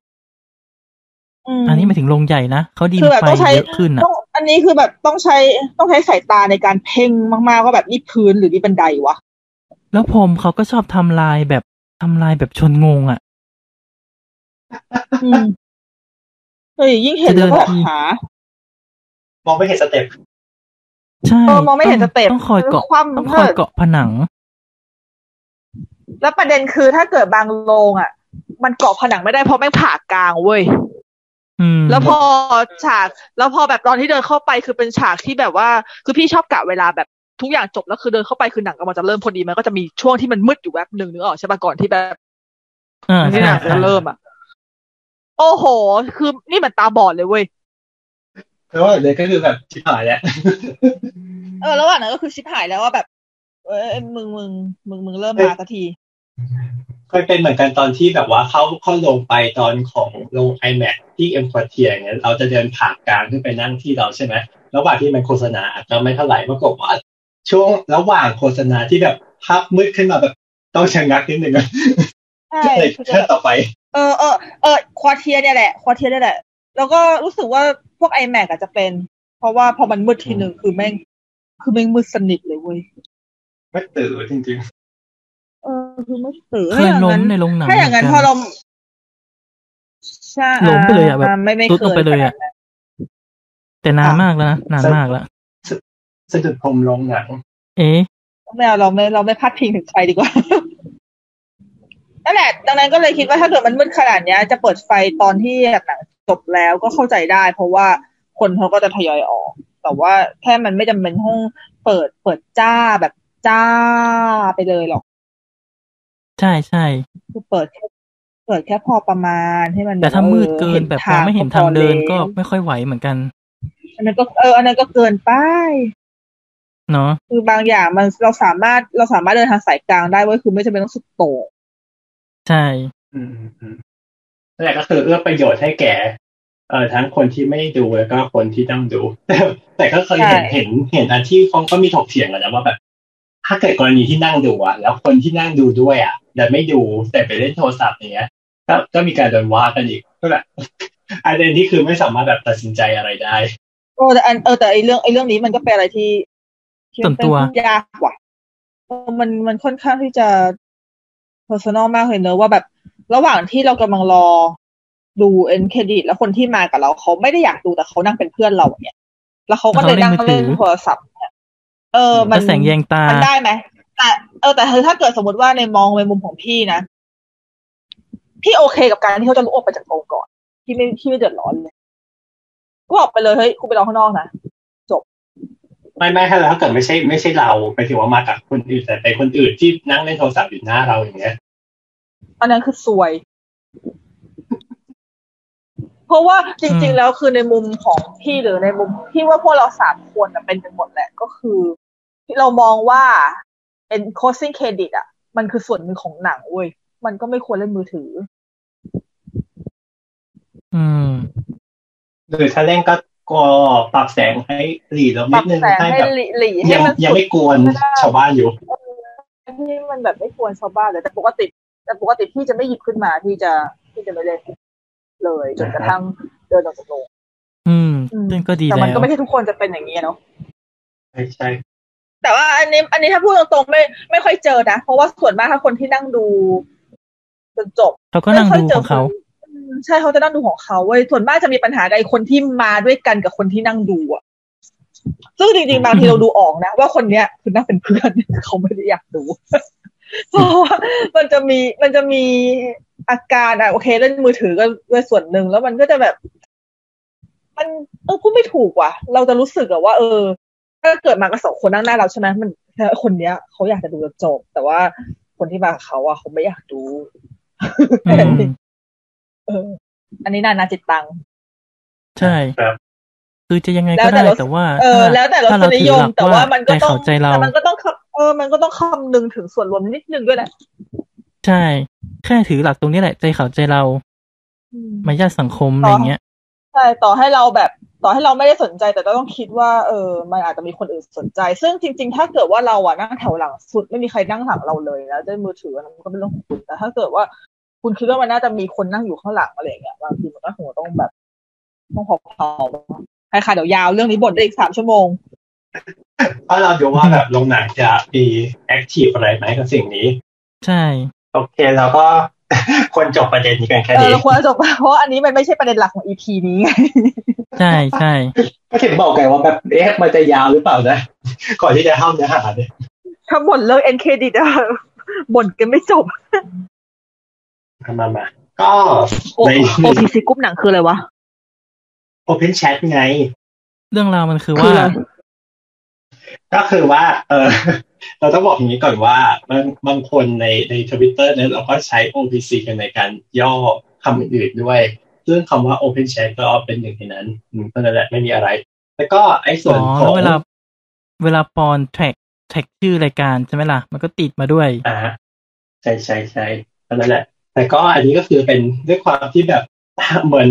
Speaker 5: ม
Speaker 4: อันนี้หมายถึงโรงใหญ่นะเขาดีน
Speaker 5: คือแบบ
Speaker 4: ไฟ
Speaker 5: ต้องใช้
Speaker 4: เยอะขึ้นอ่ะ
Speaker 5: ต้องอันนี้คือแบบต้องใช้ต้องใช้สายตาในการเพ่งมากๆว่าแบบนี่พื้นหรือนี่บันไดวะ
Speaker 4: แล้วผมเขาก็ชอบทำลายแบบทำลายแบบชนงงอ่ะ
Speaker 5: อืมเอ้ยยิ่งเห็นแล้วก็แบบหา
Speaker 3: มองไม่เห็นสเต็ป
Speaker 4: ใช่
Speaker 5: เออมองไม่เห็น
Speaker 4: ต้
Speaker 5: สเต็ป
Speaker 4: ต้องคอยเกาะ
Speaker 5: คว่ำ
Speaker 4: ต้องคอย
Speaker 5: เลิก
Speaker 4: เกาะผนัง
Speaker 5: แล้วประเด็นคือถ้าเกิดบางโรงอ่ะ มันเกาะผนังไม่ได้เพราะแม่งผ่ากลางเว้ย
Speaker 4: อืม
Speaker 5: แล้วพอฉาก แล้วพอแบบตอนที่เดินเข้าไปคือเป็นฉากที่แบบว่า คือพี่ชอบกะเวลาแบบทุกอย่างจบแล้วคือเดินเข้าไปคือหนังกำลังจะเริ่มพอดีมันก็จะมีช่วงที่มันมืดอยู่แวบหนึ่งนึกออกใช่ปะก่อนที่แบบ
Speaker 4: อ่า
Speaker 5: นี่
Speaker 4: ใช่
Speaker 5: หนัง
Speaker 4: ใช่
Speaker 5: จะเริ่มอ่ะ โอ้โห คือนี่เหมือนตาบอดเลยเว้ย
Speaker 3: แล้วแบบนี้ก็คือแบบชิบหายแล้ว
Speaker 5: เออ ระหว่างนั้นก็คือชิบหายแล้วว่าแบบ เอ้ยมึงมึงมึงมึงเริ่มมาสักที
Speaker 3: เคยเป็นเหมือนกันตอนที่แบบว่าเข้าเข้าลงไปตอนของลง iMac ที่เอ็มควอเทียเนี่ยเราจะเดินผ่านกลางขึ้นไปนั่งที่เราใช่ไหมระหว่างที่มันโฆษณาอาจจะไม่เท่าไหร่ปรากฏว่าช่วงระหว่างโฆษณาที่แบบภาพมืดขึ้นมาแบบต้องชะงักนิดนึงอะ
Speaker 5: ใช่
Speaker 3: *laughs* จะเลย
Speaker 5: คือจะ
Speaker 3: เชื่อ
Speaker 5: แบบ
Speaker 3: ต่อไป
Speaker 5: เออเออเออควอเทียเนี่ยแหละ ควอเทียเนี่ยแหละ แล้วก็รู้สึกว่าพวกไอแม็กอาจจะเป็น เพราะว่าพอมันมืดทีหนึ่งคือแม่ง คือแม่งมืดสนิทเลยเว้ย
Speaker 3: ไม่ตื่นจริง
Speaker 5: เออ คือไม่ตื่น
Speaker 4: เคยล้มในโรงหนัง
Speaker 5: ถ้าอย่างนั้น
Speaker 4: เหมื
Speaker 5: พอ
Speaker 4: กั
Speaker 5: เราใช่
Speaker 4: ล้มไปเลยอะแบบ
Speaker 5: ไม่ไม่
Speaker 4: ตุ๊ดลงไปเลยอะ
Speaker 5: คขนาดนั้น
Speaker 4: แต่นานมากแล้วนะนานมากแล้ว
Speaker 3: ๆสะดุดพรมลงหนัง
Speaker 4: เอ๊ะ
Speaker 5: ไม่เอาเราไม่เราไม่พาดพิงถึงใครดีกว่า
Speaker 4: *laughs*
Speaker 5: นั่นแหละ ดังนั้นก็เลยคิดว่าถ้าเกิดมันมืดขนาดเนี้ย จะเปิดไฟตอนที่หนังจบแล้วก็เข้าใจได้ เพราะว่าคนเขาก็จะทยอยออก แต่ว่าแค่มันไม่จำเป็นห้องเปิดเปิดจ้าแบบจ้าไปเลยหรอก
Speaker 4: ใช่ใช่
Speaker 5: คือเปิดแค่เปิดแค่พอประมาณให้มัน
Speaker 4: แต่ถ้า
Speaker 5: ออ
Speaker 4: มืดเกินแบบมองไม่เห็นทางเดินก็ไม่ค่อยไหวเหมือนกัน
Speaker 5: อันนั้นก็เอออันนั้นก็เกินไป
Speaker 4: เนาะ
Speaker 5: คือบางอย่างมันเราสามารถเราสามารถเดินทางสายกลางได้เว้ยคือไม่จำเป็นต้องสุดโต่ง
Speaker 4: ใช่
Speaker 3: อืมอืมนั่นแหละก็คือเอื้อประโยชน์ให้แก่เอ่อทั้งคนที่ไม่ดูแล้วก็คนที่ต้องดู *laughs* แต่แต่ก็เคยเห็น
Speaker 5: ใช่
Speaker 3: เห็นเห็นอันที่ฟองก็มีถกเถียงกันนะว่าแบบ ถ้าเกิดกรณีที่นั่งดูอ่ะ แล้วคนที่นั่งดูด้วยอ่ะแต่ไม่ดูแต่ไปเล่นโทรศัพท์อย่างเงี้ย ก็ก็มีการโดนว่ากันอีกก็แบบ *laughs* อันเดนที่คือไม่สามารถแบบตัดสินใจอะไรได้
Speaker 5: เออแต่อันเออแต่ไอเรื่องไอเรื่องนี้มันก็เป็นอะไรที่ที่มั
Speaker 4: ส่วนตัว
Speaker 5: เป็นยากกว่าเออมันมันค่อนข้างที่จะ personal มากเลยเนอะว่าแบบ ระหว่างที่เรากำลังรอดูเอ็นเครดิต แล้วคนที่มากับเราเขาไม่ได้อยากดูแต่เขานั่งเป็นเพื่อนเราเนี่ย แล้วเขาก็เลยนั่งเล่นโทรศัพท์เนี่ย เออ มั
Speaker 4: ก็
Speaker 5: น
Speaker 4: แสงแยงตา
Speaker 5: มันได้ไหมแต่เออแต่คือถ้าเกิดสมมติว่าในมองในมุมของพี่นะ พี่โอเคกับการที่เขาจะลุกออกไปจากโรงก่อน พี่ไม่พี่ไม่เดือดร้อนเลยก็ออกไปเลยเฮ้ยคุณไปรอข้างนอกนะ
Speaker 3: ไม่ไม่ถ้าเราถ้าเกิดไม่ใช่ไม่ใช่เราไปถือว่ามาจากคนอื่นแต่เป็นคนอื่นที่นั่งเล่นโทรศัพท์อยู่หน้าเราอย่างเงี้ย
Speaker 5: อันนั้นคือสวย เพราะว่าจริง
Speaker 4: อืม
Speaker 5: ๆ แล้วคือในมุมของพี่หรือในมุมพี่ว่าพวกเราสามคนน่ะเป็นกันหมดแหละ ก็คือเรามองว่า เป็นโคสซิ่งเครดิตอ่ะ มันคือส่วนหนึ่งของหนังเว้ย มันก็ไม่ควรเล่นมือถือ
Speaker 4: อืม
Speaker 3: หรือถ้าเล่นก็ก็ปรับแสงให้หลีแล้ว
Speaker 5: ป
Speaker 3: นิ
Speaker 5: รั
Speaker 3: ด
Speaker 5: บ
Speaker 3: นึง
Speaker 5: แสง
Speaker 3: ให้
Speaker 5: ให้
Speaker 3: แบบ
Speaker 5: หลีหลีให้
Speaker 3: ยัง
Speaker 5: มัน
Speaker 3: ยั
Speaker 5: สุด
Speaker 3: งไม่กวน
Speaker 5: ไม่ได้
Speaker 3: ชาวบ้านอยู่
Speaker 5: ที่มันแบบไม่ควรชาวบ้านเลยแต่ปกติ แต่ปกติพี่จะไม่หยิบขึ้นมาที่จะที่จะไม่เล่นเลยจนกระทั่งเดินออกจากโรง
Speaker 4: อืม ซึ่งก็ดี
Speaker 5: แต่
Speaker 4: แล้
Speaker 5: มัน
Speaker 4: ว
Speaker 5: ก็ไม่ใช่ทุกคนจะเป็นอย่างนี้เนาะ
Speaker 3: ใช่ใช่
Speaker 5: แต่ว่าอันนี้ อันนี้ถ้าพูดตรงๆไม่ไม่ค่อยเจอนะ เพราะว่าส่วนมากถ้าคนที่นั่งดูจนจบ
Speaker 4: เขาก็นั่งดูของเขา
Speaker 5: อืมใช่เขาจะนั่งดูของเขาเว้ยส่วนมากจะมีปัญหากับไอ้คนที่มาด้วยกันกับคนที่นั่งดูอะซึ่งจริงๆบางทีเราดูออกนะ ว่าคนเนี้ยคือนั่งเป็นเพื่อน *laughs* เขาไม่ได้อยากดู *laughs* เพราะว่ามันจะมีมันจะมีอาการอ่ะโอเคเล่นมือถือก็ด้วยส่วนหนึ่งแล้วมันก็จะแบบ มันเออพูดไม่ถูกว่ะ เราจะรู้สึกอะว่า เออ ถ้าเกิดมากับสองคนนั่งหน้าเราใช่ไหมมันคนเนี้ยเขาอยากจะดูจนจบ แต่ว่าคนที่มากับเขาอะเขาไม่อยากดู
Speaker 4: อืม
Speaker 5: เอออันนี้นานาจิตตัง
Speaker 4: ใช่
Speaker 3: ครับ
Speaker 4: คือจะยังไง
Speaker 5: แล้
Speaker 4: ก็
Speaker 5: วแต่
Speaker 4: ได้
Speaker 5: เรา
Speaker 4: แต่ว่า
Speaker 5: เออ แล้วแต่เราส
Speaker 4: ถ้าเรา
Speaker 5: นิ
Speaker 4: ถื
Speaker 5: ย
Speaker 4: อ
Speaker 5: ม
Speaker 4: หลัก
Speaker 5: แต่ว่า
Speaker 4: ว่า
Speaker 5: มัน
Speaker 4: ใจ
Speaker 5: ก็ต้อง
Speaker 4: เขาใจเรา
Speaker 5: แต่มันก็ต้องคำเออ มันก็ต้องคำนึงถึงส่วนรวมนิดนึงด้วยแหละ
Speaker 4: ใช่ แค่ถือหลักตรงนี้แหละ ใจเขาใจเรา
Speaker 5: อืม
Speaker 4: มารยาทสังคมอะไรเงี้ย
Speaker 5: ใช่ต่อให้เราแบบ ต่อให้เราไม่ได้สนใจแต่เราต้องคิดว่า เออ มันอาจจะมีคนอื่นสนใจ ซึ่งจริง ๆ ถ้าเกิดว่าเราอะนั่งแถวหลังสุดไม่มีใครนั่งหลังเราเลยแล้วด้วยมือถือมันก็เป็นเรื่องของคุณแต่ถ้าเกิดว่า คุณคิดว่ามันน่าจะมีคนนั่งอยู่ข้างหลังอะไรอย่างเงี้ยบางทีมันก็คงต้องแบบ ต้องพอเผาๆใช่ค่ะเดี๋ยวยาวเรื่องนี้บ่นได้อีกสามชั่วโมง
Speaker 3: ถ้าเราดูว่าแบบโรงหนังจะมีแอคทีฟอะไรไหมกับสิ่งนี้
Speaker 4: ใช่
Speaker 3: โอเคเราก็ *laughs* ควรจบประเด็นนี้กันแค่
Speaker 5: เออ
Speaker 3: นี้
Speaker 5: เราควรจะจบเพราะว่าอันนี้มันไม่ใช่ประเด็นหลักของ EP นี้ไง *laughs*
Speaker 4: ใช่ใช่
Speaker 3: ก็ถึงบอกไงว่าแบบเอ๊ะมันจะยาวหรือเปล่านะ *laughs* ก่อนที่จะเข้าเนื้อหาเนี่ย
Speaker 5: ถ้าบ่นเรื่องเอ็นเครดิตอะบ่นกันไม่จบ
Speaker 3: มามามาก็
Speaker 5: โอ
Speaker 3: ใน
Speaker 5: พีซีกรุ๊ปหนังคืออะไรวะ
Speaker 3: Open Chat ไง
Speaker 4: เรื่องราวมันคือ
Speaker 5: คือ
Speaker 4: ว่า
Speaker 5: อะไร
Speaker 3: ก็คือว่า เออ *laughs* เราต้องบอกอย่างนี้ก่อนว่าบางบางคนในในทวิตเตอร์เนี่ยเราก็ใช้ OPC กันในการย่อคำอื่นๆด้วย ซึ่งคำว่า Open Chat ก็เป็นหนึ่งในนั้นอืมเพราะฉะนั้นแหละไม่มีอะไร แล้วก็ไอ้ส่
Speaker 4: อ๋
Speaker 3: วน
Speaker 4: อ
Speaker 3: ของ
Speaker 4: แล้วเวลาเวลาปอนแท็กแท็กชื่อรายการใช่ไหมล่ะ มันก็ติดมาด้วย
Speaker 3: อ่าใช่ใช่ใช่เพราะฉะนั้นแหละ แต่ก็อันนี้ก็คือเป็นด้วยความที่แบบ *laughs* เหมือน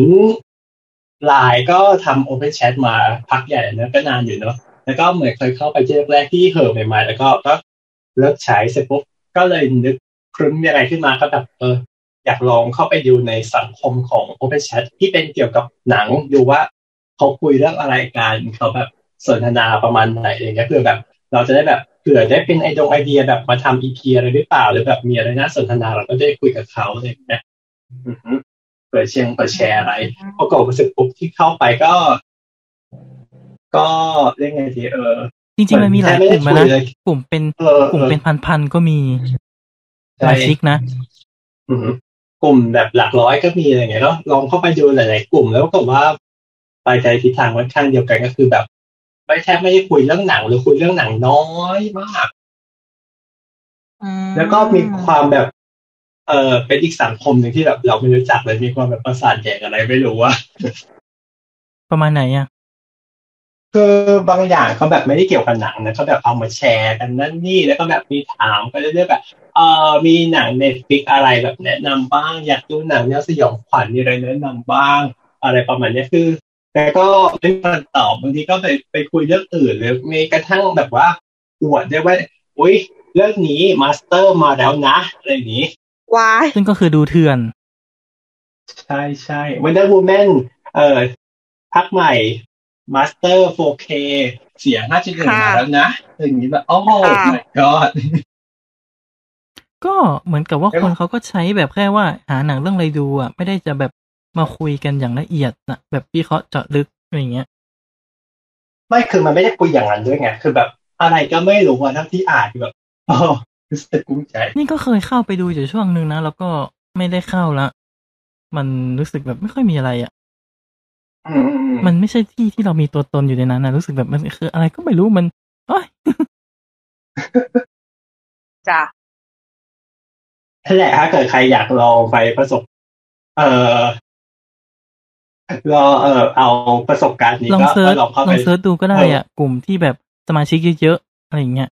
Speaker 3: ไลน์ก็ทำ Open Chat มาพักใหญ่นะก็นานอยู่เนอะแล้วก็เหมือนเคยเข้าไปที่แรกๆที่เหอะใหม่ๆแล้วก็ก็เลิกใช้เสร็จปุ๊บก็เลยนึกครึ้มมีอะไรขึ้นมาก็แบบเออ อยากลองเข้าไปดูในสังคมของ Open Chat ที่เป็นเกี่ยวกับหนังดูว่าเขาคุยเรื่องอะไรกันเขาแบบสนทนาประมาณไหนอย่างเงี้ยเพื่อแบบ เราจะได้แบบเผื่อได้เป็นไอดงไอเดียแบบมาทำ EP อะไรหรือเปล่า หรือแบบมีอะไรน่าสนทนาเราก็ได้คุยกับเขาอะไรอย่างเงี้ยอือฮึเปิดเชียงเปิดแชร์อะไร ปรากฏรู้สึกปุ๊บที่เข้าไปก็ ก็เรียกไงดีเออ
Speaker 4: จริงๆ มันมีหลายกลุ่ม
Speaker 3: ไได้
Speaker 4: นะ
Speaker 3: คุยเลย
Speaker 4: กลุ่มเป็น
Speaker 3: เออก
Speaker 4: ลุ่มเป็นพันๆก็มีส
Speaker 3: ใช่
Speaker 4: มาชิกนะ
Speaker 3: อือฮึกลุ่มแบบหลักร้อยก็มีอะไรอย่างเงี้ยเนาะลองเข้าไปดูหลาย ๆ กลุ่มแล้วปรากฏว่าไปใจทิศทางค่อนข้างเดียวกันก็คือแบบไม่แทบไม่ได้คุยเรื่องหนังหรือคุยเรื่องหนังน้อยมาก แล้วก็มีความแบบ เออเป็นอีกสังคมหนึ่งที่แบบเราไม่รู้จักเลยมีความแบบประสาทแยกอะไรไม่รู้ว่า
Speaker 4: ประมาณไหนอ่ะ
Speaker 3: คือบางอย่างเขาแบบไม่ได้เกี่ยวกับหนังนะเขาแบบเอามาแชร์กันนั่นนี่แล้วก็แบบมีถามก็เรื่อยๆแบบเออมีหนังเน็ตฟิกอะไรแบบแนะนำบ้าง อยากดูหนังแนวสยองขวัญมีอะไรแนะนำบ้าง อะไรประมาณเนี้ยคือแต่ก็ไม่มาตอบบางทีก็ไปไปคุยเรื่องอื่นหรือมีกระทั่งแบบว่าอวดได้วยว่าอุ้ยเรื่องนี้มาสเตอร์มาแล้วนะอะไรอย่างนี้
Speaker 5: วาย
Speaker 4: ซึ่งก็คือดูเถื่อน
Speaker 3: ใช่ใช่ Wonder Woman เอ่อพักใหม่ Master 4K เสีย5.1มาแล้วนะอย่างนี้แบบโอ้ my god
Speaker 4: ก็เหมือนกับว่า
Speaker 3: เอ้ย
Speaker 4: คนเขาก็ใช้แบบแค่ว่าหาหนังเรื่องอะไรดูอ่ะ ไม่ได้จะแบบมาคุยกันอย่างละเอียดนะแบบวิเคราะห์เจาะลึกอะไรอย่างเงี้ย
Speaker 3: ไม่คือมันไม่ได้คุยอย่างนั้นด้วยไง คือแบบ อะไรก็ไม่รู้อะทั้งที่อ่านแบบอ๋อรู้สึกกุ้มใจ
Speaker 4: นี่ก็เคยเข้าไปดูอยู่ช่วงหนึ่งนะ แล้วก็ไม่ได้เข้าละ มันรู้สึกแบบไม่ค่อยมีอะไรอ่ะ
Speaker 3: อืมอืม
Speaker 4: มันไม่ใช่ที่ที่เรามีตัวตนอยู่ในนั้นนะรู้สึกแบบมันคืออะไรก็ไม่รู้มันโอ้ย
Speaker 5: จ้ะ
Speaker 3: นั่นแหละถ้าเกิดใครอยากลองไปประสบ เอ่อรอเออเอาประสบการณ์นี้
Speaker 4: ลอง
Speaker 3: ก็
Speaker 4: เซิร์ช
Speaker 3: ลองเข้า
Speaker 4: ล
Speaker 3: ไป
Speaker 4: องเซิร์ชดูก็ได้อ่ะ กลุ่มที่แบบสมาชิกเยอะๆอะไรอย่างเงี้ย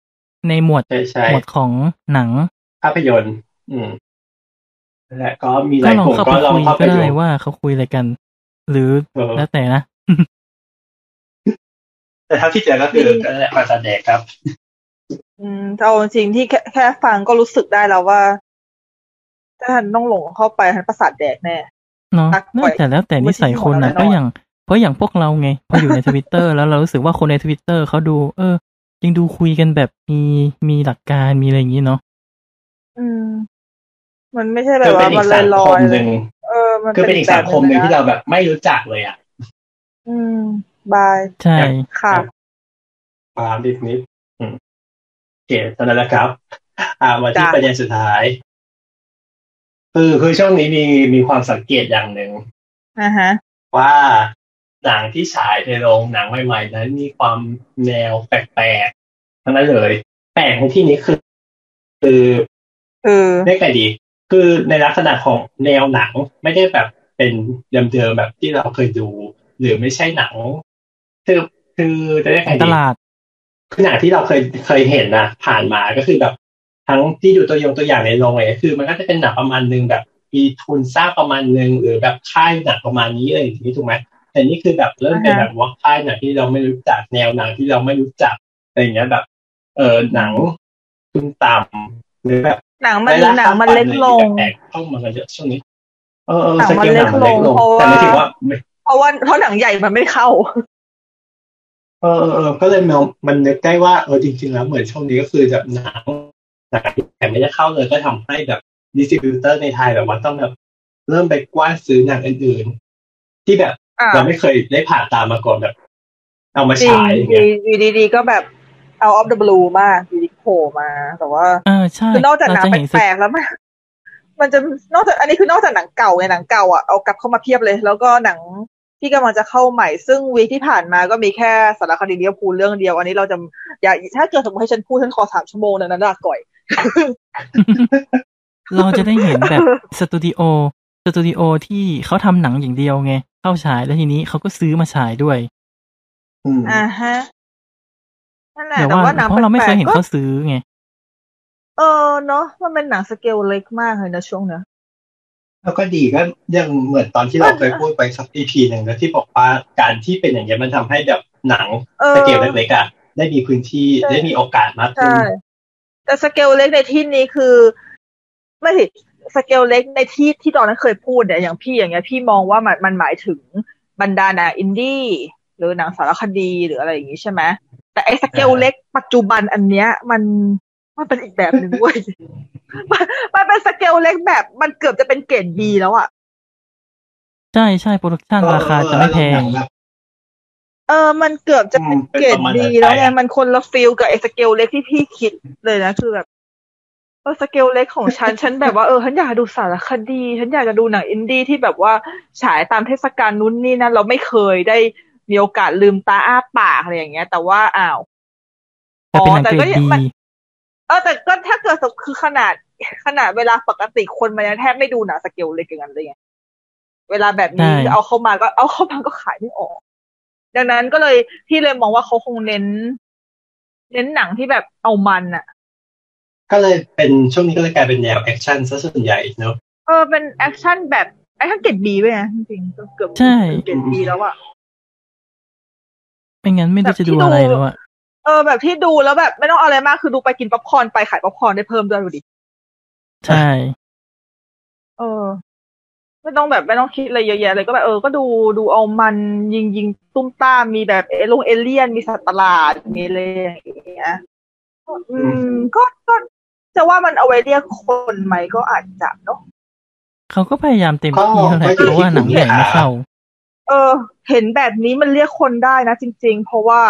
Speaker 4: ในหมวด
Speaker 3: ใช่ใช่
Speaker 4: หมวดของหนัง
Speaker 3: ภาพยนตร์ อืมและก็มีห
Speaker 4: ก็
Speaker 3: ลาย
Speaker 4: ลอง
Speaker 3: กลุ่ม
Speaker 4: เข้าไป
Speaker 3: ก็ลอง
Speaker 4: คุย
Speaker 3: เข้าไป
Speaker 4: ก็
Speaker 3: ดู
Speaker 4: ได้ว่าเขาคุยอะไรกัน หรือ
Speaker 3: เออ
Speaker 4: แล้วแต่นะ
Speaker 3: แต่ถ้าที่เจอก็คือนั่นแหละมาแสดงครับ
Speaker 5: อืมแต่เอาจริงๆที่แค่แค่ฟังก็รู้สึกได้แล้วว่า ถ้าท่านต้องหลงเข้าไปท่านประสาทแดกแน่
Speaker 4: เนาะ
Speaker 5: ตักปล่อย
Speaker 4: แต่แล้วแต่นิสัยคนนะ
Speaker 5: ไม่ใช่หัว
Speaker 4: ก็
Speaker 5: เราะ
Speaker 4: อย่างเพราะอย่างพวกเราไง พออยู่ใน
Speaker 5: *laughs*
Speaker 4: ทวิตเตอร์แล้วเรารู้สึกว่าคนในทวิตเตอร์เขาดู เออ ยังดูคุยกันแบบมีมีหลักการมีอะไรอย่างนี้เนาะ
Speaker 5: อืม มันไม่ใช่แบ
Speaker 3: คื
Speaker 5: บ
Speaker 3: อเป็
Speaker 5: ว่าน
Speaker 3: อี
Speaker 5: มันล
Speaker 3: กสั
Speaker 5: อย
Speaker 3: ง
Speaker 5: ล
Speaker 3: ค
Speaker 5: อย
Speaker 3: มหนึ่ง
Speaker 5: เออ มัน
Speaker 3: คือเป็นอีกสังคมหนึ่ง
Speaker 5: แบบ
Speaker 3: ที่เราแบบไม่รู้จักเลยอ่ะ
Speaker 5: อืม บาย
Speaker 4: ใช่
Speaker 5: ค่ะ
Speaker 3: ความนิดนิดอืมโอเคตอนนั้นแหละครับ อ่ามาที่
Speaker 5: จ้ะ
Speaker 3: ประเด็นสุดท้ายคือคือช่วงนี้มีมีความสังเกตอย่างหนึ่ง
Speaker 5: นะฮะ
Speaker 3: ว่าหนังที่ฉายในโรงหนังใหม่ๆนั้นมีความแนวแปลกๆทั้งนั้นเลย แปลกในที่นี้คือ คือ
Speaker 5: คือ
Speaker 3: เรียกไงดี คือในลักษณะของแนวหนังไม่ได้แบบเป็นเดิมๆแบบที่เราเคยดู หรือไม่ใช่หนัง คือคือจะเรียก
Speaker 4: ข
Speaker 3: ไง
Speaker 4: องต
Speaker 3: ดี
Speaker 4: ลาด
Speaker 3: คือหนังที่เราเคยเคยเห็นนะผ่านมาก็คือแบบ ทั้งที่ดูตัวยงตัวอย่างในโรงเลยคือ มันก็จะเป็นหนังประมาณนึงแบบมีทุนสร้างประมาณนึงหรือแบบค่ายหนังประมาณนี้อะไรอย่างนี้ถูกไหมแต่นี่คือแบบเริ่มเป็นแบบว่าค่ายหนังที่เราไม่รู้จักแนวหนังที่เราไม่รู้จักอะไรอย่างเงี้ยแบบ เออหนังทุนต่ำหรือแบบ
Speaker 5: หนังมัน
Speaker 3: ไร้
Speaker 5: หนังมัน
Speaker 3: ค่า
Speaker 5: เล็กลง
Speaker 3: แปกๆเข้ามากันเยอะช่วงนี้เออเออ
Speaker 5: หนัง
Speaker 3: ส
Speaker 5: มัน
Speaker 3: เกลหนังมันเล็กลง
Speaker 5: เล็กลง
Speaker 3: แต่ไม่
Speaker 5: เพ
Speaker 3: ถื
Speaker 5: ราะว่าเพ
Speaker 3: อว่า
Speaker 5: ราะว่าเพราะหนังใหญ่มันไม่เข้า
Speaker 3: เออเออเออก็เลยมองมันนึกได้ว่าเออจริงๆแล้วเหมือนช่วงนี้ก็คือแบบหนังหนังแต่ไม่ได้เข้าเลยก็ทำให้แบบดิสติบิวเตอร์ในไทยแบบว่าต้องแบบเริ่มไปกว้านซื้อหนังอื่นๆ ที่แบบ
Speaker 5: อ่า
Speaker 3: เราไม่เคยได้ผ่านตามมาก่อนแบบ เอามา
Speaker 5: จริง
Speaker 3: ฉายอย่าง
Speaker 5: ดี
Speaker 3: เงี้ย
Speaker 5: อยู่ดีๆก็แบบเอาออฟเดอะบลูมากอยู่ดีโผล่มา แต่ว่า
Speaker 4: อ่าใช่
Speaker 5: คือนอกจากหนังแ
Speaker 4: จะเห็นส
Speaker 5: ปลกๆแล้วมันมันจะนอกจากอันนี้คือนอกจากหนังเก่าไงหนังเก่าอ่ะเอากลับเข้ามาเพียบเลย แล้วก็หนังที่กำลังจะเข้าใหม่ ซึ่งวีคที่ผ่านมาก็มีแค่สารคดีเลี้ยวภูลเรื่องเดียว อันนี้เราจะอย่าถ้าเกิดสมมติให้ฉันพูดฉันขอสามชั่วโมงนะนั้นลาก่อย
Speaker 4: เราจะได้เห็น
Speaker 5: *laughs*
Speaker 4: แบบสตูดิโอสตูดิโอที่เขาทำหนังอย่างเดียวไงเข้าฉายแล้วทีนี้เขาก็ซื้อมาฉายด้วย
Speaker 3: อืม
Speaker 5: อ่าฮะนั่นแหละ
Speaker 4: แต่
Speaker 5: แต่
Speaker 4: ว่า
Speaker 5: ว่าหนัง
Speaker 4: เพราะเราไม่เคยเห็น
Speaker 5: แปลกๆก็
Speaker 4: เขาซื้อไง
Speaker 5: เออเนาะมันเป็นหนังสเกลเล็กมากเลยนะช่วงเนี้ย
Speaker 3: แล้วก็ดีก็ยังเหมือนตอนที่เราเคยพูดไปสักอีพีหนึ่งแล้วที่บอกว่าการที่เป็นอย่างเงี้ยมันทำให้แบบหนัง
Speaker 5: เออ
Speaker 3: สเกลเล็กๆอ่ะได้มีพื้นที่
Speaker 5: ใช่
Speaker 3: ได้มีโอกาสมากขึ้น
Speaker 5: ใช่ แต่สเกลเล็กในที่นี้คือ ไม่ผิดสเกลเล็กในที่ที่ตอนนั้นเคยพูดเนี่ยอย่างพี่อย่างเงี้ยพี่มองว่ามันมันหมายถึงบรรดาหนังอินดี้หรือหนังสารคดีหรืออะไรอย่างงี้ใช่ไหมแต่ไอ้สเกลเล็กปัจจุบันอันเนี้ย มันมันเป็นอีกแบบหนึ่งเว้ย *laughs* มันมันเป็นสเกลเล็กแบบ มันเกือบจะเป็นเกรดบีแล้วอะ
Speaker 4: ใช่ใช่โปรดักชันราคาจะไม่แพ
Speaker 3: เออเออหนั
Speaker 4: ง
Speaker 3: แบบ
Speaker 5: เออ มันเกือบจะเป็นเกรดบีแล้วไงมันคนละฟิลกับไอ้สเกลเล็กที่พี่คิดเลยนะคือแบบ เออสเกลเล็กของฉัน *laughs* ฉันแบบว่าเออฉันอยากดูสารคดี ฉันอยากจะดูหนังอินดี้ที่แบบว่าฉายตามเทศกาลนู้นนี่นั่นเราไม่เคยได้มีโอกาสลืมตาอ้าปากอะไรอย่างเงี้ย แต่ว่าอ้าว
Speaker 4: แต่เป็นหนังเกร
Speaker 5: อ๋อแต่ก็
Speaker 4: ด
Speaker 5: ยัง
Speaker 4: ดี
Speaker 5: มัน เออแต่ก็ถ้าเกิดสมคือขนาดขนาดเวลาปกติคนมันยังแทบไม่ดูหนังสเกลเล็กอย่างนั้นเลยไงเวลาแบบนี้เอาเข้ามาก็เอาเข้ามาก็ขายไม่ออก ดังนั้นก็เลยพี่เลยมองว่าเขาคงเน้น เน้นหนังที่แบบเอามันอะ
Speaker 3: ก็เลยเป็นช่วงนี้ก็เลยกลายเป็นแนวแอคชั่นซะส่วนใหญ่เนอะ
Speaker 5: เออเป็นแอคชั่นแบบแอคชั่นเกรดบีไปนะจริงๆเกือบ
Speaker 4: ใช่
Speaker 5: เกรดบีแล้วอะ
Speaker 4: ไม่งั้นไม่รู้จะดูอะไรแล้วอะ
Speaker 5: เออแบบที่ดูแล้วแบบไม่ต้องเอาอะไรมากคือดูไปกินป๊อปคอร์นไปขายป๊อปคอร์นได้เพิ่มด้วยดูดิ
Speaker 4: ใช่
Speaker 5: เออ ไม่ต้องแบบไม่ต้องคิดอะไรเยอะแยะเลยก็แบบเออก็ดูดูเอามันยิงยิงตุ้มต้ามมีแบบเอลงเอเลี่ยนมีสัตว์ประหลาดมีอะไรอย่างเงี้ยอืมก็ก็จะว่ามันเอาไว้เรียกคนไหมก็อาจจะเนาะ
Speaker 4: เขาก็พยายามเต็มที่เท่าไหร่เพราะว่าหนังใหญ่ไม่เข้า
Speaker 5: เออ เห็นแบบนี้มันเรียกคนได้นะจริง ๆ เพราะว่า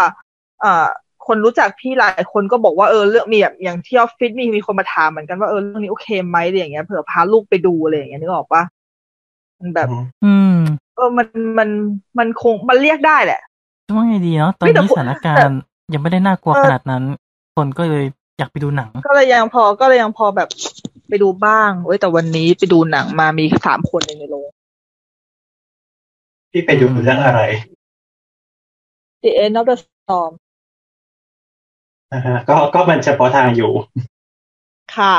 Speaker 5: เอ่อค คนรู้จักพี่หลายคนก็บอกว่าเออเรื่องมีแบบอย่างที่ออฟฟิศมีมีคนมาถามเหมือนกันว่าเออเรื่องนี้โอเคไหมอะไรอย่างเงี้ยเผื่อพาลูกไปดูอะไรอย่างเงี้ยนึกออกปะมันแบบ
Speaker 4: อืม
Speaker 5: เออมันมันมันคงมันเรียกได้แหละ
Speaker 4: จะว่าไงดีเนาะตอน
Speaker 5: ไม่แต่
Speaker 4: นี้
Speaker 5: ผม
Speaker 4: สถานการณ์ยังไม่ได้น่ากลัว
Speaker 5: เออ
Speaker 4: ขนาดนั้น คนก็เลยอยากไปดูหนัง
Speaker 5: ก็เลยยังพอก็เลยยังพอแบบไปดูบ้างเว้ยแต่วันนี้ไปดูหนังมามีสามคนเองในโรง
Speaker 3: ที่ไปดูเรื่องอะไร
Speaker 5: The End of the Storm
Speaker 3: นะฮะก็ก็มันเฉพาะทางอยู่
Speaker 5: ค่ะ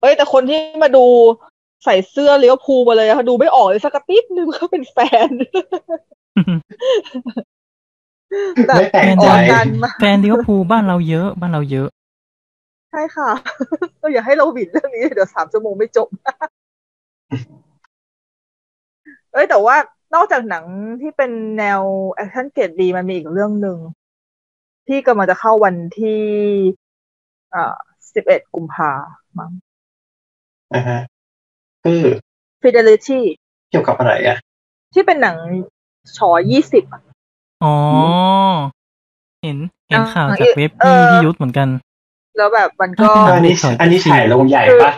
Speaker 5: เอ้ยแต่คนที่มาดูใส่เสื้อเลี้ยวภูลมาเลยอะเขาดูไม่ออกเลยสักกระติ๊บนึงเขาเป็นแฟน *laughs* แต่
Speaker 3: ไม่แปลก
Speaker 5: อ
Speaker 3: ใจ
Speaker 5: อกกันมา
Speaker 4: แฟนลิเวอร์พูลบ้านเราเยอะ บ้านเราเยอะ
Speaker 5: ใช่ค่ะ *laughs* ก็อย่าให้เราหวินเรื่องนี้ เดี๋ยวสามชั่วโมงไม่จบ *laughs* เอ้ยแต่ว่านอกจากหนังที่เป็นแนวแอคชั่นเกรดดีมันมีอีกเรื่องหนึ่ง ที่กำลังจะเข้าวันที่เอ่อสิบเอ็ดกุมภามั้ง
Speaker 3: นะฮะคือ
Speaker 5: Fidelity
Speaker 3: เกี่ยวกับอะไรอ่ะ
Speaker 5: ที่เป็นหนังชอยี่สิบ
Speaker 4: อ๋อ เห็นเห็น
Speaker 5: อ่า
Speaker 4: ข่าวจากเว็บ
Speaker 5: เออ
Speaker 4: พี่พี่ยุทธเหมือนกัน
Speaker 5: แล้วแบบมันก็
Speaker 4: อ่า
Speaker 3: อันนี้อันนี้ฉายลงใหญ่ปะ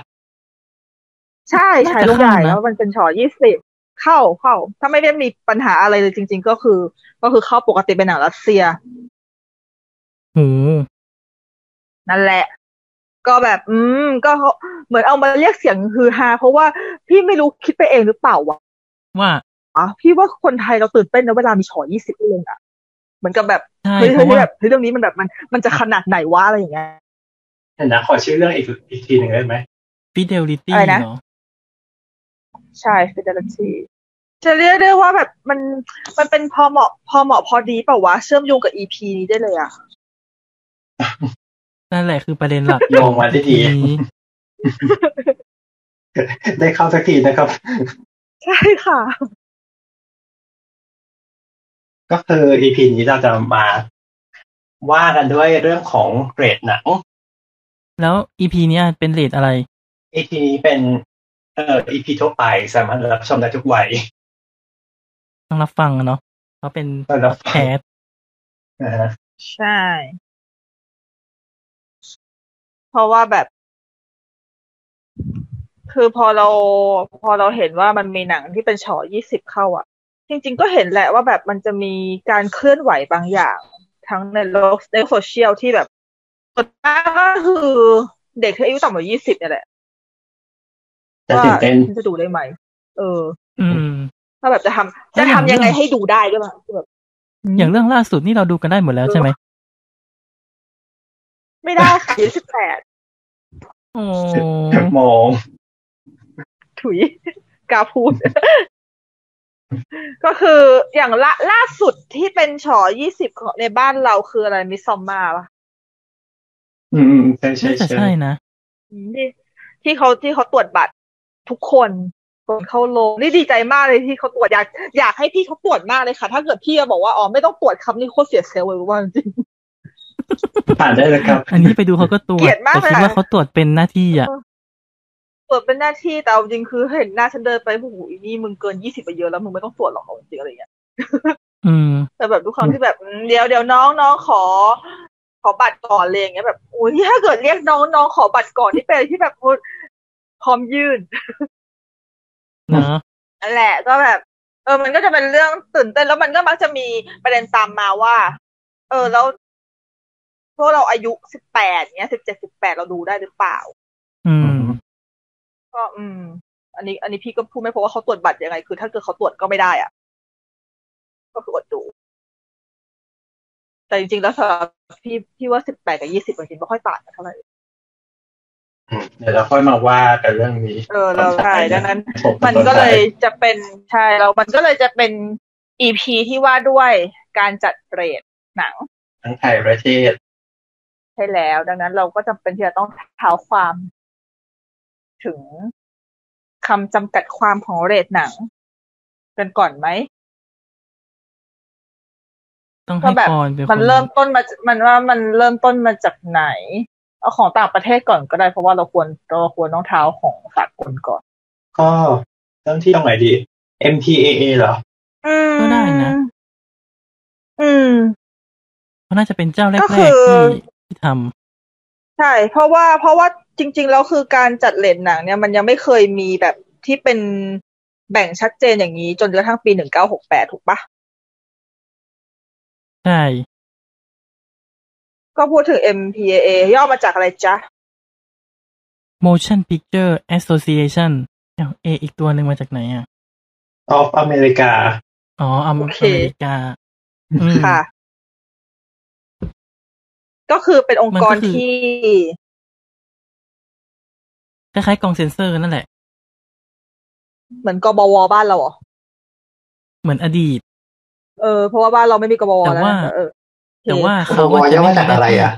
Speaker 5: ใช่
Speaker 4: น่า
Speaker 5: ฉายล
Speaker 4: จะ
Speaker 5: งใหญ่
Speaker 4: เข้านะ
Speaker 5: แล้วมันเป็นชอยี่สิบเข้าเข้า ถ้าไม่ได้มีปัญหาอะไรเลยจริง ๆ ก็คือ ก็คือเข้าปกติเป็นหนังรัสเซีย
Speaker 4: โหู
Speaker 5: นั่นแหละ ก็แบบ อืม ก็เขาเหมือนเอามาเรียกเสียงฮือฮาเพราะว่าพี่ไม่รู้คิดไปเองหรือเปล่าวะ
Speaker 4: ว่า
Speaker 5: พี่ว่าคนไทยเราตื่นเต้นนะเวลามีชอยี่สิบเรื่องอะเหมือนกับแบบ
Speaker 4: ใช่
Speaker 5: เฮ้ย
Speaker 4: เพ
Speaker 5: เฮ้ย
Speaker 4: ราะว่า
Speaker 5: แบบเฮ้ยเรื่องนี้มันแบบมันมันจะขนาดไหนวะอะไรอย่างเงี้ย
Speaker 3: เดี๋ยวนะขอชื่อเรื่องอีกอีกทีหนึ่งได้ไหม
Speaker 4: ฟิเดลิตี้
Speaker 5: อะไรนะ
Speaker 4: เนาะ
Speaker 5: ใช่ฟิเดลิตี้จะเรียกได้ว่าแบบมันมันเป็นพอเหมาะพอเหมาะพอดีเปล่าวะเชื่อมโยงกับ EP นี้ได้เลยอะ
Speaker 4: นั่นแหละคือประเด็นหลัก
Speaker 3: โยงมาที่ดี
Speaker 4: ทีนี้
Speaker 3: *laughs* ได้เข้าสักทีนะครับ
Speaker 5: ใช่ค่ะ
Speaker 3: ก็คือ EP นี้เราจะมาว่ากันด้วยเรื่องของเกรดหนัง
Speaker 4: แล้วอีพีเนี้ยเป็นเลทอะไร
Speaker 3: EP นี้เป็นเอ่อ EP ทั่วไปสามารถรับชมได้ทุกวัย
Speaker 4: ต้องรับฟังอะเนาะเขาะเป็น
Speaker 3: ต้องรับฟัง
Speaker 4: แคส
Speaker 3: นะฮะ
Speaker 5: ใช่ เพราะว่าแบบ คือพอเรา พอเราเห็นว่ามันมีหนังที่เป็นฉอยี่สิบเข้าอ่ะ จริง ๆ ก็เห็นแหละว่าแบบมันจะมีการเคลื่อนไหวบางอย่าง ทั้งในโลกในโซเชียลที่แบบส่วนมากก็คือเด็กที่อายุต่ำกว่ายี่สิบเนี่ยแหละ
Speaker 3: จะ
Speaker 5: ว่า
Speaker 3: ตื่นเต้น
Speaker 5: จะดูได้ไหมเออ
Speaker 4: อืม
Speaker 5: ถ้าแบบจะทำจะทำยังไงให้ดูได้ด้วยมั้ยคือแบบ
Speaker 4: อย่างเรื่องล่าสุดนี่เราดูกันได้หมดแล้วใช่ไหม
Speaker 5: ไม่ได้ค่ะยี่สิบแปด
Speaker 4: โอ้
Speaker 3: มอง
Speaker 5: ถุย *laughs* กาพูด *laughs* ก็คืออย่างละล่าสุดที่เป็นฉอยี่สิบของในบ้านเราคืออะไรมิซอมมาปะ
Speaker 3: อืมอืมใช่ใช่
Speaker 4: น่าจะ
Speaker 3: ใช่
Speaker 4: ใช่นะ
Speaker 5: ที่ที่เขาที่เขาตรวจบัตรทุกคนก่อนเข้าโรงนี่ดีใจมากเลยที่เขาตรวจอยากอยากให้พี่เขาตรวจมากเลยค่ะ ถ้าเกิดพี่จะบอกว่าอ๋อไม่ต้องตรวจคำนี้โคตรเสียเซลล์เลยว่าจริง
Speaker 3: ผ่านได้เลยครับ
Speaker 4: อันนี้ไปดูเขาก็ตรวจ
Speaker 5: เกลียดมาก
Speaker 4: แต่คิด
Speaker 5: เลยอะ
Speaker 4: ว่าเขาตรวจเป็นหน้าที่อ่ะ
Speaker 5: ตรวจเป็นหน้าที่แต่เอาจริงคือเห็นหน้าฉันเดินไปโอ้โหอีนี่มึงเกินยี่สิบไปเยอะแล้วมึงไม่ต้องตรวจหรอกเอาจริงๆอะไรอย่างเงี้ย
Speaker 4: อืม
Speaker 5: แต่แบบทุกครั้งที่แบบอืมเดี๋ยวเดี๋ยวน้องน้องขอ ขอบัตรก่อนเลยอย่างเงี้ยแบบอุ้ยถ้าเกิดเรียกน้องน้องขอบัตรก่อนที่เป็นอะไรที่แบบโอ้ยพร้อมยื่น
Speaker 4: เนาะ
Speaker 5: นั่นแหละก็แบบ เออ มันก็จะเป็นเรื่องตื่นเต้นแล้วมันก็มักจะมีประเด็นตามมาว่า เออแล้วพวกเราอายุสิบแปดเนี้ยสิบเจ็ดสิบแปดเราดูได้หรือเปล่า
Speaker 4: อืม
Speaker 5: ก็ อืม อันนี้ อันนี้พี่ก็พูดไม่เพราะว่าเขาตรวจบัตรยังไง คือ ถ้าเกิดเขาตรวจก็ไม่ได้อะก็คืออดดู แต่จริงๆแล้วสำหรับพี่พี่ว่าสิบแปดกับยี่สิบจริงๆไม่ค่อยต่างกันเท่าไหร่
Speaker 3: เดี๋ยวเราค่อยมาว่ากันเรื่องนี้
Speaker 5: เออเราใช่ดังนั้น
Speaker 3: ผม
Speaker 5: มันก็เลยจะเป็นใช่เรามันก็เลยจะเป็นอีพีที่ว่าด้วยการจัดเรทหนัง
Speaker 3: ทั้งไทยประเทศ
Speaker 5: ใช่แล้ว ดังนั้นเราก็จำเป็นที่จะต้องเท้าความ ถึงคำจำกัดความของเรทหนัง กันก่อนไหม
Speaker 4: ต้องให้พรเป็นคน
Speaker 5: มันเริ่มต้นมาจากมันว่ามันเริ่มต้นมาจากไหน เอาของต่างประเทศก่อนก็ได้ เพราะว่าเราควรเราควรต้องเท้าของสากลก่อน
Speaker 3: ก็เริ่มที่ตรงไหนดี MTAA เหรอ
Speaker 5: อืม
Speaker 4: ก็ได้นะ
Speaker 5: อืม
Speaker 4: เขาน่าจะเป็นเจ้าแร
Speaker 5: ก็คื
Speaker 4: ก
Speaker 5: อ
Speaker 4: ๆที่ที่ท
Speaker 5: ใช่ เพราะว่าเพราะว่าจริง ๆ แล้วคือการจัดเลนหนังเนี่ยมันยังไม่เคยมีแบบที่เป็นแบ่งชัดเจนอย่างนี้ จนกระทั่งปีหนึ่งเก้าหกแปดถูกปะ
Speaker 4: ำใช่
Speaker 5: ก็พูดถึง MPAA ย่อมาจากอะไรจ๊ะ
Speaker 4: ๆ Motion Picture Association เอ้า A อีกตัวหนึ่งมาจากไหนอ่ะ
Speaker 3: ออฟอเมริกา
Speaker 4: อ๋ออเม
Speaker 5: โอเค
Speaker 4: อเมริกาอืม
Speaker 5: ค่ะ ก็คือเป็นองค์กร
Speaker 4: มันก็คือ
Speaker 5: ที่
Speaker 4: คล้ายๆกองเซ็นเซอร์นั่นแหละ
Speaker 5: เหมือนกบวบ้านเราเหรอ
Speaker 4: เหมือนอดีต
Speaker 5: เออเพราะว่าบ้านเราไม่มีกบว
Speaker 4: แต่
Speaker 5: แล้ว
Speaker 4: ว่า
Speaker 5: นะเออโอเค
Speaker 4: แต่ว่าเขา
Speaker 1: กบวย่อมาจากอะไรอะ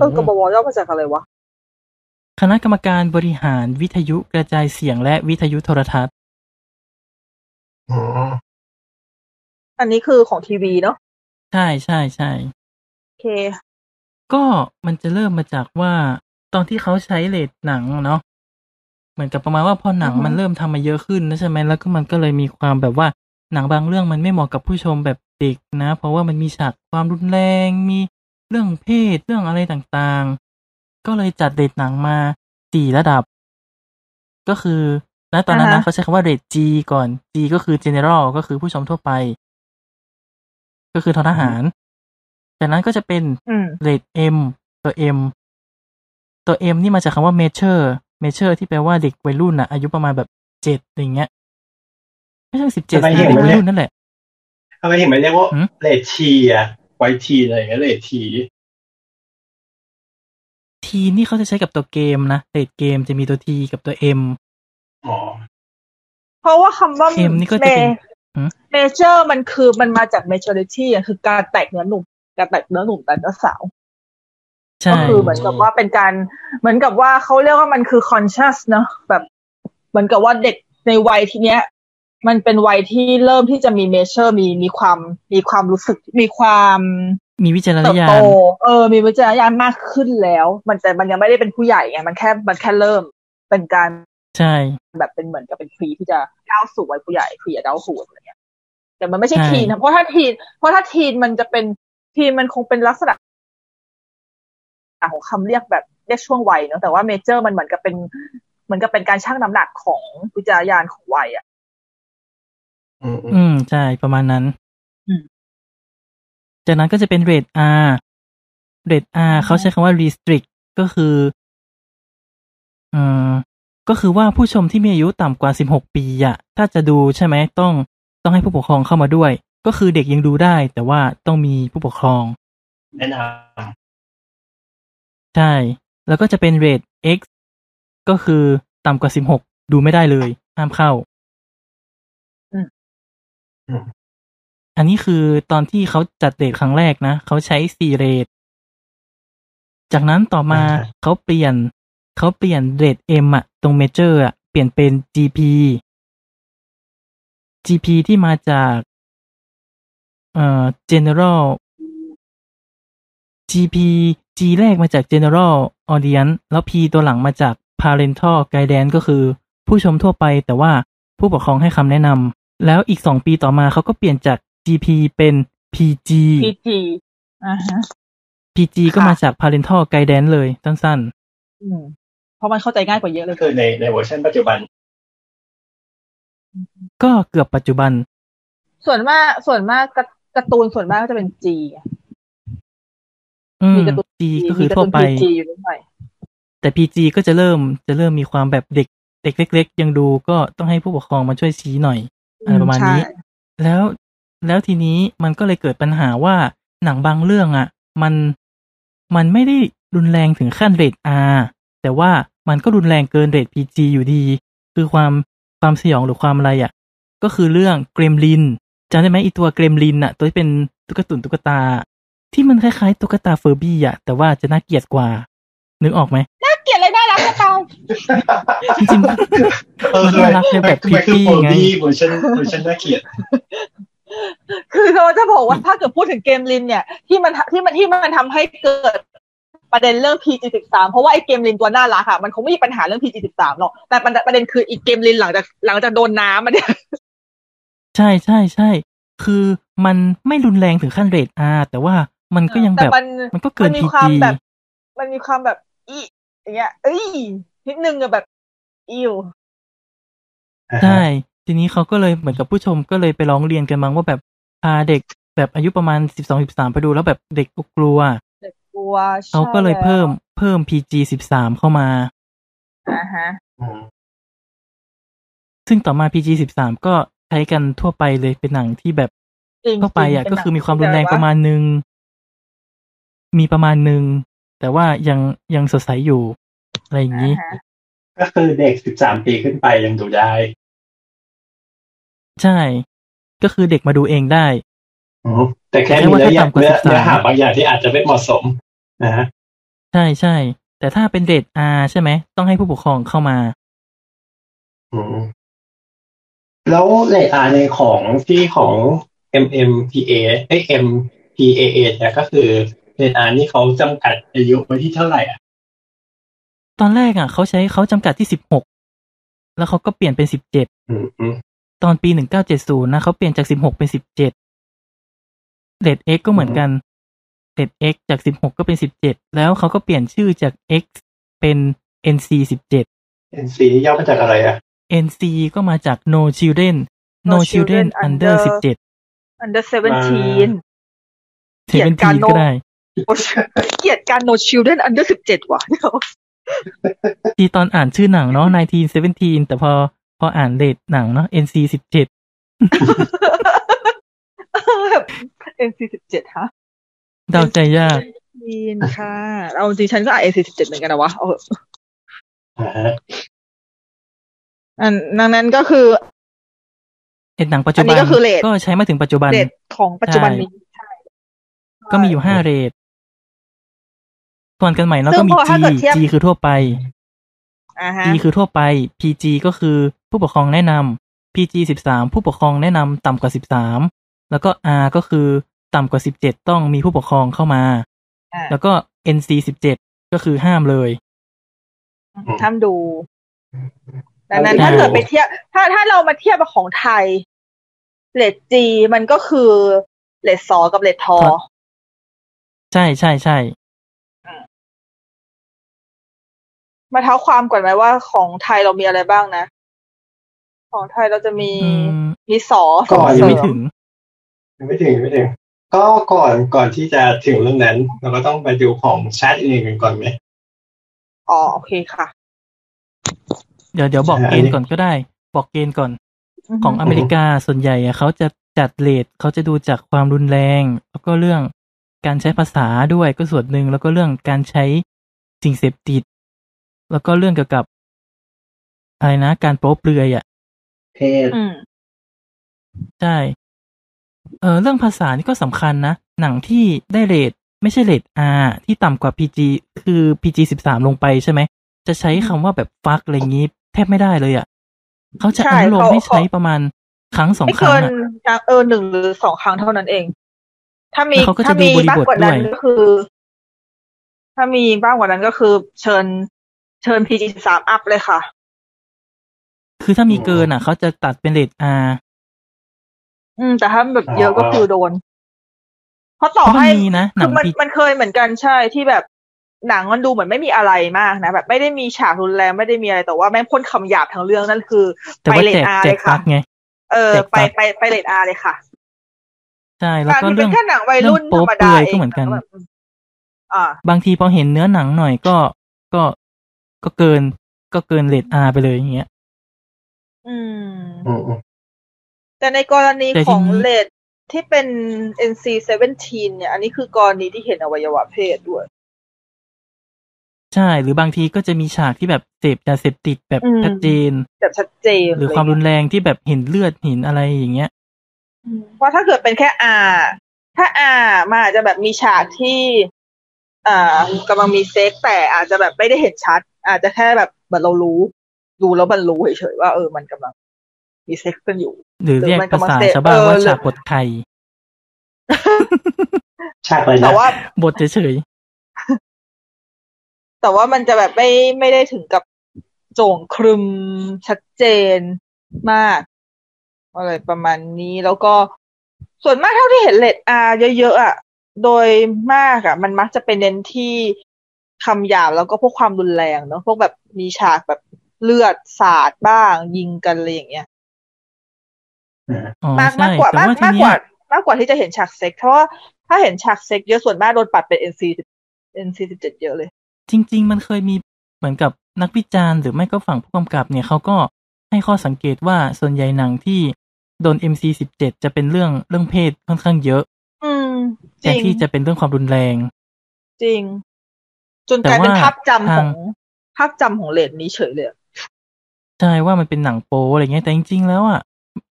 Speaker 5: เออกบวย่อมาจากอะไรวะ
Speaker 4: คณะกรรมการบริหารวิทยุกระจายเสียงและวิทยุโทรทัศน์
Speaker 1: อืม
Speaker 5: อันนี้คือของทีวีเนาะ
Speaker 4: ใช่ใช่ใช่
Speaker 5: โอเค
Speaker 4: ก็มันจะเริ่มมาจากว่าตอนที่เขาใช้เลทหนังเนาะเหมือนกับประมาณว่าพอหนัง
Speaker 5: อือฮึ
Speaker 4: มันเริ่มทำมาเยอะขึ้นนะใช่ไหมแล้วก็มันก็เลยมีความแบบว่าหนังบางเรื่องมันไม่เหมาะกับผู้ชมแบบเด็กนะ เพราะว่ามันมีฉากความรุนแรง มีเรื่องเพศเรื่องอะไรต่างๆ ก็เลยจัดเรทหนังมาสี่ระดับ ก็คือณตอนนั้นนะเขาใช้คำว่าเรท G ก่อน G ก็คือ general ก็คือผู้ชมทั่วไป ก็คือทหาร จากนั้นก็จะเป็น
Speaker 5: อืม
Speaker 4: เรท M ตัว M ตัว M นี่มาจากคำว่า mature mature ที่แปลว่าเด็กวัยรุ่นนะอายุประมาณแบบเจ็ดอย่างเงี้ย ไม่ใช่สิบเจ็ด
Speaker 3: ทำไมเห็น
Speaker 4: เด็ก
Speaker 3: มัน
Speaker 4: วั
Speaker 3: เนี่ย ย
Speaker 4: รุ่นนั่นแหละ
Speaker 3: ทำไมเห็นมันเรียกว่า
Speaker 4: หืม
Speaker 3: เลดทีอะไวทีอะไรอย่างเงี้ยเลดที
Speaker 4: T นี่เขาจะใช้กับตัวเกมนะเรทเกมจะมีตัว T กับตัว M
Speaker 3: อ๋อ
Speaker 5: เพราะว่าคำว่า
Speaker 4: เข็มนี่ก็จะเป็นหืม
Speaker 5: เมเจอร์มันคือมันมาจาก maturity อะคือการแตกเนื้อหนุ่มการแตกเนื้อหนุ่มแต่เนื้อสาว
Speaker 4: ใช่
Speaker 5: ก็คือเหมือนกับว่าเป็นการเหมือนกับว่าเขาเรียกว่ามันคือ conscious เนอะแบบเหมือนกับว่าเด็กในวัยที่เนี้ย มันเป็นวัยที่เริ่มที่จะมี measure มีมีความมีความรู้สึกมีความ
Speaker 4: มีวิจารณ
Speaker 5: เติบ
Speaker 4: ญา
Speaker 5: โต
Speaker 4: ณ
Speaker 5: เออ มีวิจารณญาณมากขึ้นแล้ว มันแต่มันยังไม่ได้เป็นผู้ใหญ่ไงมันแค่มันแค่เริ่มเป็นการ
Speaker 4: ใช่
Speaker 5: แบบเป็นเหมือนกับเป็นทีที่จะก้าวสู่วัยผู้ใหญ่ทีจะก้าวสู่อะไรเงี้ยแต่มันไม่ใช่
Speaker 4: ใช่
Speaker 5: ทีนะเพราะถ้าทีนเพราะถ้าทีนมันจะเป็นทีนมันคงเป็นลักษณะ อ่ะของคำเรียกแบบเรียกช่วงวัยเนอะแต่ว่าเมเจอร์มันเหมือนกับเป็นเหมือนกับเป็นการชั่งน้ำหนักของวิจารณญาณของวัยอ่ะ
Speaker 1: อืมอืม
Speaker 4: อืม ใช่ประมาณนั้น
Speaker 5: อืม
Speaker 4: จากนั้นก็จะเป็นเรท R เรท R เขาใช้คำว่า restrict ก็คือเอ่อก็คือว่าผู้ชมที่มีอายุต่ำกว่า 16 ปีอะถ้าจะดูใช่ไหมต้องต้องให้ผู้ปกครองเข้ามาด้วย ก็คือเด็กยังดูได้ แต่ว่าต้องมีผู้ปกครอง
Speaker 3: แนะน
Speaker 4: ใช่ แล้วก็จะเป็นเรท X ก็คือต่ำกว่า 16 ดูไม่ได้เลยห้ามเข้า
Speaker 5: อืม
Speaker 1: อืม
Speaker 4: อันนี้คือตอนที่เขาจัดเรทครั้งแรกนะ เขาใช้สี่เรท จากนั้นต่อมา
Speaker 3: อ่าฮะ
Speaker 4: เขาเปลี่ยนเขาเปลี่ยนเรทเอ็มอะตรงเมเจอร์อะเปลี่ยนเป็น GP GP ที่มาจากเอ่อ general GP G แรกมาจาก general audience แล้ว P ตัวหลังมาจาก parental guidance ก็คือผู้ชมทั่วไปแต่ว่าผู้ปกครองให้คำแนะนำแล้วอีก 2 ปีต่อมาเขาก็เปลี่ยนจาก GP เป็น PG
Speaker 5: PG อ่าฮะ
Speaker 4: PG ก็
Speaker 5: ค่ะ
Speaker 4: มาจาก parental guidance เลยสั้น
Speaker 5: อืมเพราะมันเข้าใจง่ายกว่าเยอะ
Speaker 3: ำ
Speaker 5: เล
Speaker 3: ก็
Speaker 5: ย
Speaker 3: คือในในเวอร์ชันปัจจุบัน
Speaker 4: ๆ ก็เกือบปัจจุบัน
Speaker 5: ส่วนมากส่วนมากการการ์ตูนส่วนมากก็จะเป็น G อะ
Speaker 4: อืม
Speaker 5: มีการ์ตูน
Speaker 4: G
Speaker 5: G
Speaker 4: ก็คือ
Speaker 5: มีการ์
Speaker 4: ทั่
Speaker 5: ตู
Speaker 4: วน ไป
Speaker 5: PG อยู่นิดหน่อย
Speaker 4: แต่ PG ก็จะเริ่มจะเริ่มมีความแบบเด็กเด็กเล็ก ๆ ยังดูก็ต้องให้ผู้ปกครองมาช่วยชี้หน่อย อะไรประมาณนี้
Speaker 5: ใช่
Speaker 4: แล้วแล้วทีนี้มันก็เลยเกิดปัญหาว่าหนังบางเรื่องอะ่ะ มันมันไม่ได้รุนแรงถึงขั้นเรท R แต่ว่ามันก็รุนแรงเกินเรท PG อยู่ดี คือความความสยองหรือความอะไรอะ่ะ ก็คือเรื่องเกรมลินจำได้ไหมไอีตัวเกรมลินอ่ะ ตัวที่เป็นตุ๊กตุนตุ๊กตา ที่มันคล้ายๆตุ๊กตาเฟอร์บี้อ่ะ แต่ว่าจะน่าเกลียดกว่า นึกออกไหม
Speaker 5: เกลียดเลยได้รักจะ
Speaker 4: *laughs*
Speaker 5: ตาย
Speaker 4: จริง
Speaker 3: เออ
Speaker 4: มันน่ารักในแบบ
Speaker 3: มันคือ
Speaker 4: creepy
Speaker 3: โฟ
Speaker 4: ไง
Speaker 3: บี้เวอร์ชันเวอร์ชันน่าเกลียด
Speaker 5: คือเราจะบอกว่าถ้าเกิดพูดถึงเกมลินเนี่ยที่มันที่มันที่มันทำให้เกิดประเด็นเรื่อง PG 13เพราะว่าไอ้เกมลินตัวน่ารักอะมันคงไม่มีปัญหาเรื่อง PG 13หรอกแต่ประเด็นประเด็นคืออีกเกมลินหลังจากหลังจากโดนน้ำมันเนี่ย
Speaker 4: ใช่ใช่ใช่ คือมันไม่รุนแรงถึงขั้นเรท R แต่ว่า มันก็ยัง
Speaker 5: แต่
Speaker 4: แบบ
Speaker 5: มัน
Speaker 4: มันก็เกิน
Speaker 5: มี
Speaker 4: พี
Speaker 5: ความ
Speaker 4: จี
Speaker 5: แบบ มันมีความแบบอีอย่างเงี้ย เอ้ยนิดนึงอะแบบอิว
Speaker 4: ใช่ทีนี้เขาก็เลยเหมือนกับผู้ชมก็เลยไปร้องเรียนกันมั้งว่าแบบพาเด็กแบบอายุประมาณสิบสองสิบสามไปดูแล้วแบบเด็กก็กลัว
Speaker 5: เด็กกลัวใช่
Speaker 4: เขาก็เลยเพิ่ม
Speaker 5: แ
Speaker 4: เพิ่มพีจีสิบสามเข้ามา
Speaker 5: วอ่าฮะ
Speaker 4: ซึ่งต่อมา PG 13 ก็ใช้กันทั่วไปเลยเป็นหนังที่แบบ
Speaker 5: จริงๆ
Speaker 4: ทั่วไปอ่ะ
Speaker 5: เป็นหนัง
Speaker 4: ก็คือมีความรุนแรงประมาณนึง มีประมาณนึง แต่ว่ายังยังสดใสอยู่ อะไรอย่างนี้
Speaker 5: อ่าฮะ
Speaker 3: ก็คือเด็กสิบสามปีขึ้นไปยังดูได้
Speaker 4: ใช่ ก็คือเด็กมาดูเองได้
Speaker 3: อืมแต่แค่มีเนื้อหาเนื้อเนื้อหาบางอย่างที่อาจจะไม่เหมาะสมนะฮะ
Speaker 4: ใช่ใช่ แต่ถ้าเป็นเดทอาใช่ไหม ต้องให้ผู้ปกครองเข้ามา
Speaker 3: อืมแล้วเลอาในของที่ของ MMPA เอ้ย MPAA เนี่ยก็คือเลอานี่เขาจำกัดอายุไว้ที่เท่าไหร่อ่ะ
Speaker 4: ตอนแรกอ่ะเขาใช้เขาจำกัดที่ 16 แล้วเขาก็เปลี่ยนเป็น 17
Speaker 3: อืมอืม
Speaker 4: ตอนปี 1970 นะเขาเปลี่ยนจาก 16 เป็น 17เดท X ก็เหมือนกันเดท X จาก 16 ก็เป็น 17 แล้วเขาก็เปลี่ยนชื่อจาก X เป็น NC 17
Speaker 3: เป็นสีนี่ย่อมาจากอะไรอ่ะ
Speaker 4: NC ก็มาจาก No Children
Speaker 5: No
Speaker 4: No Children
Speaker 5: Children
Speaker 4: Under
Speaker 5: Under
Speaker 4: 17
Speaker 5: under seventeen
Speaker 4: เทเวนทีก็ได้
Speaker 5: โอ้ยเกลียดการ no children under สิบเจ็ดว่ะเดี๋ยว
Speaker 4: ที่ตอนอ่านชื่อหนังเนาะ1917 แต่พอพออ่านเดทหนังเนาะ NC 17
Speaker 5: แบบ NC สิบเจ็ดฮะ
Speaker 4: เดาใจยาก
Speaker 5: ยีนค่ะ เอาจริงๆฉันก็อ่าน NC สิบเจ็ดเหมือนกันนะวะ เอาเถอะ
Speaker 3: อ่าฮะ
Speaker 5: อันดังนั้นก็คือ
Speaker 4: เดทหนังปัจจุ
Speaker 5: อั
Speaker 4: บั
Speaker 5: นนี้ก็คือเรท
Speaker 4: ก็ใช้มาถึงปัจจุบัน
Speaker 5: เด็ดของปัจจุบันนี้
Speaker 4: ก็มีอยู่ห้าเรทส่วนกันใหม่เนาะก็มี G G คือทั่วไป
Speaker 5: อ่าฮะ
Speaker 4: G คือทั่วไป PG ก็คือผู้ปกครองแนะนำ PG สิบสามผู้ปกครองแนะนำต่ำกว่าสิบสามแล้วก็ R ก็คือต่ำกว่าสิบเจ็ดต้องมีผู้ปกครองเข้ามา
Speaker 5: อ่า
Speaker 4: แล้วก็ NC สิบเจ็ดก็คือห้ามเลย
Speaker 5: ห้ามดู ดังนั้นถ้าเกิดไปเทียบ ถ้าถ้าเรามาเทียบกับของไทย เลดจีมันก็คือเลดสอกับเลดทอ
Speaker 4: ใช่ใช่ใช่
Speaker 5: มาเท้าความก่อนไหมว่าของไทยเรามีอะไรบ้างนะ ของไทยเราจะมี
Speaker 4: อืม
Speaker 5: มีสอส
Speaker 4: ก่
Speaker 5: อ
Speaker 4: อนยั
Speaker 5: เสริม
Speaker 4: งไม่ถึง
Speaker 3: ยังไม่ถึงยังไม่ถึง ก็ก่อนก่อนที่จะถึงเรื่องนั้น เราก็ต้องไปดูของชาติอื่นกันก่อนไหม
Speaker 5: อ๋อโอเคค่ะ
Speaker 4: เดี๋ยวเดี๋ยวบอก
Speaker 3: ใช่
Speaker 4: เกณฑ์ก่อนก็ได้ บอกเกณฑ์ก่อน ของอเมริกาส่วนใหญ่อะเขาจะจัดเลทเขาจะดูจากความรุนแรง แล้วก็เรื่องการใช้ภาษาด้วยก็ส่วนหนึ่งแล้วก็เรื่องการใช้สิ่งเสพติด แล้วก็เรื่องเกี่ยวกับอะไรนะการโป๊เปลือยอ่ะ
Speaker 3: เพศ
Speaker 5: อืม
Speaker 4: ใช่เออเรื่องภาษานี่ก็สำคัญนะ หนังที่ได้เลทไม่ใช่เลท R ที่ต่ำกว่า PG คือ PG สิบสามลงไปใช่ไหม จะใช้คำว่าแบบฟักอะไรอย่างงี้ แทบไม่ได้เลยอ่ะเขาจะอนุโลมให้ใช้ประมาณครั้งสอง
Speaker 5: ไม่
Speaker 4: ครั้
Speaker 5: เกิ
Speaker 4: ง
Speaker 5: น
Speaker 4: อะ
Speaker 5: เออหนึ่งหรือสองครั้งเท่านั้นเอง ถ้ามี
Speaker 4: แล้วเขาก็จะ
Speaker 5: ถ้ามี
Speaker 4: ดูบริบท
Speaker 5: มากกว่านั้น
Speaker 4: ด้วย
Speaker 5: ก็คือ ถ้ามีมากกว่านั้นก็คือ เชิญ เชิญพีจีสามอัพเลยค่ะ
Speaker 4: คือถ้ามีเกินอ่ะเขาจะตัดเป็นเลท R
Speaker 5: อืม แต่ถ้าแบบเยอะก็คือโดน เพราะต่อ
Speaker 4: เพราะมั
Speaker 5: ให้
Speaker 4: นมีนะ
Speaker 5: คื
Speaker 4: หนั
Speaker 5: อง มัน
Speaker 4: ปี
Speaker 5: มันเคยเหมือนกันใช่ที่แบบหนังมันดูเหมือนไม่มีอะไรมากนะ แบบไม่ได้มีฉากรุนแรงไม่ได้มีอะไรแต่ว่าแม่งพ่นคำหยาบทั้งเรื่องนั่นคือ
Speaker 4: แต่ว่า
Speaker 5: ไปเลท
Speaker 4: แจก
Speaker 5: R
Speaker 4: แจ
Speaker 5: เล
Speaker 4: ก
Speaker 5: ยค่ะ
Speaker 4: ฟักไง
Speaker 5: เออ
Speaker 4: แจก
Speaker 5: ไป
Speaker 4: ปั๊บ
Speaker 5: ไปไปเลดอาร์เลยค่ะ
Speaker 4: ใช่แล้ว
Speaker 5: การ
Speaker 4: ก็
Speaker 5: ที่เป็
Speaker 4: เรื่อน ง
Speaker 5: แค่หนังวัยรุ่นธรง รม
Speaker 4: เรื่อโป๊เปลื
Speaker 5: ดา
Speaker 4: อย
Speaker 5: เอ
Speaker 4: ก็
Speaker 5: ง
Speaker 4: เหมือนกัน
Speaker 5: แบบอ่า
Speaker 4: บางทีพอเห็นเนื้อหนังหน่อยก็ก็ก็เกินก็เกินเลท R ไปเลยอย่างเงี้ย
Speaker 5: อืม
Speaker 3: อืมอืม
Speaker 5: แต่ในกรณี
Speaker 4: แต่ทีนี้
Speaker 5: ของเลดที่เป็น NC 17เนี่ย อันนี้คือกรณีที่เห็นอวัยวะเพศด้วย
Speaker 4: ใช่หรือบางทีก็จะมีฉากที่แบบเสพยาเสพติดแบบ
Speaker 5: อืม
Speaker 4: ชัดเจน
Speaker 5: แบบชัดเจน
Speaker 4: หรือความรุนแรงที่แบบเห็นเลือดเห็นอะไรอย่างเงี้ย
Speaker 5: อืมเพราะถ้าเกิดเป็นแค่อาถ้าอามันอาจจะแบบมีฉากที่อ่ากำลังมีเซ็กแต่อาจจะแบบไม่ได้เห็นชัด อาจจะแค่แบบเหมือนเรารู้ ดูแล้วมันรู้เฉยๆว่าเออมันกำลังมีเซ็กกันอยู่
Speaker 4: หรือเรียก
Speaker 5: หรือมัน
Speaker 4: ภาษา
Speaker 5: ก็มาเสพ
Speaker 4: ชาวบ้าน
Speaker 5: เออ
Speaker 4: ว่า
Speaker 5: หรือ
Speaker 4: ฉากบทไข่
Speaker 3: ฉากอะไร
Speaker 5: แต่
Speaker 3: นะ
Speaker 5: ว่า
Speaker 4: บทเฉย
Speaker 5: แต่ว่ามันจะแบบไม่ไม่ได้ถึงกับโจ่งครึมชัดเจนมากอะไรประมาณนี้แล้วก็ส่วนมากเท่าที่เห็นเลดอาเยอะๆอ่ะ โดยมากอะมันมักจะไปเน้นที่คำหยาบแล้วก็พวกความรุนแรงเนอะพวกแบบมีฉากแบบเลือดสาดบ้าง ยิงกันอะไรอย่างเงี้ย
Speaker 4: อ๋อ
Speaker 5: มาก
Speaker 4: ใช่
Speaker 5: มากกว่า
Speaker 4: แต่
Speaker 5: มาก
Speaker 4: ว่าที
Speaker 5: มากก
Speaker 4: เนี้ย
Speaker 5: ว่ามากกว่าที่จะเห็นฉากเซ็กเพราะว่าถ้าเห็นฉากเซ็กเยอะส่วนมากโดนปัดเป็น NC 10 NC สิบเจ็ดเยอะเลย
Speaker 4: จริง ๆ มันเคยมีเหมือนกับนักวิจารณ์หรือไม่ก็ฝั่งผู้กำกับเนี่ยเขาก็ให้ข้อสังเกตว่าส่วนใหญ่หนังที่โดน MC17 จะเป็นเรื่องเรื่องเพศค่อนข้างเยอะ
Speaker 5: อืม จ
Speaker 4: แต่
Speaker 5: ริง
Speaker 4: ที่จะเป็นเรื่องความรุนแรง
Speaker 5: จริง จนกลายเป็น
Speaker 4: แต่ว่า
Speaker 5: ภาพจำ
Speaker 4: ทา
Speaker 5: ขอ
Speaker 4: ง
Speaker 5: งภาพจำของเลนนี้เฉยเลยอะ
Speaker 4: ใช่ว่ามันเป็นหนังโป๊อะไรเงี้ยแต่จริง ๆ แล้วอ่ะ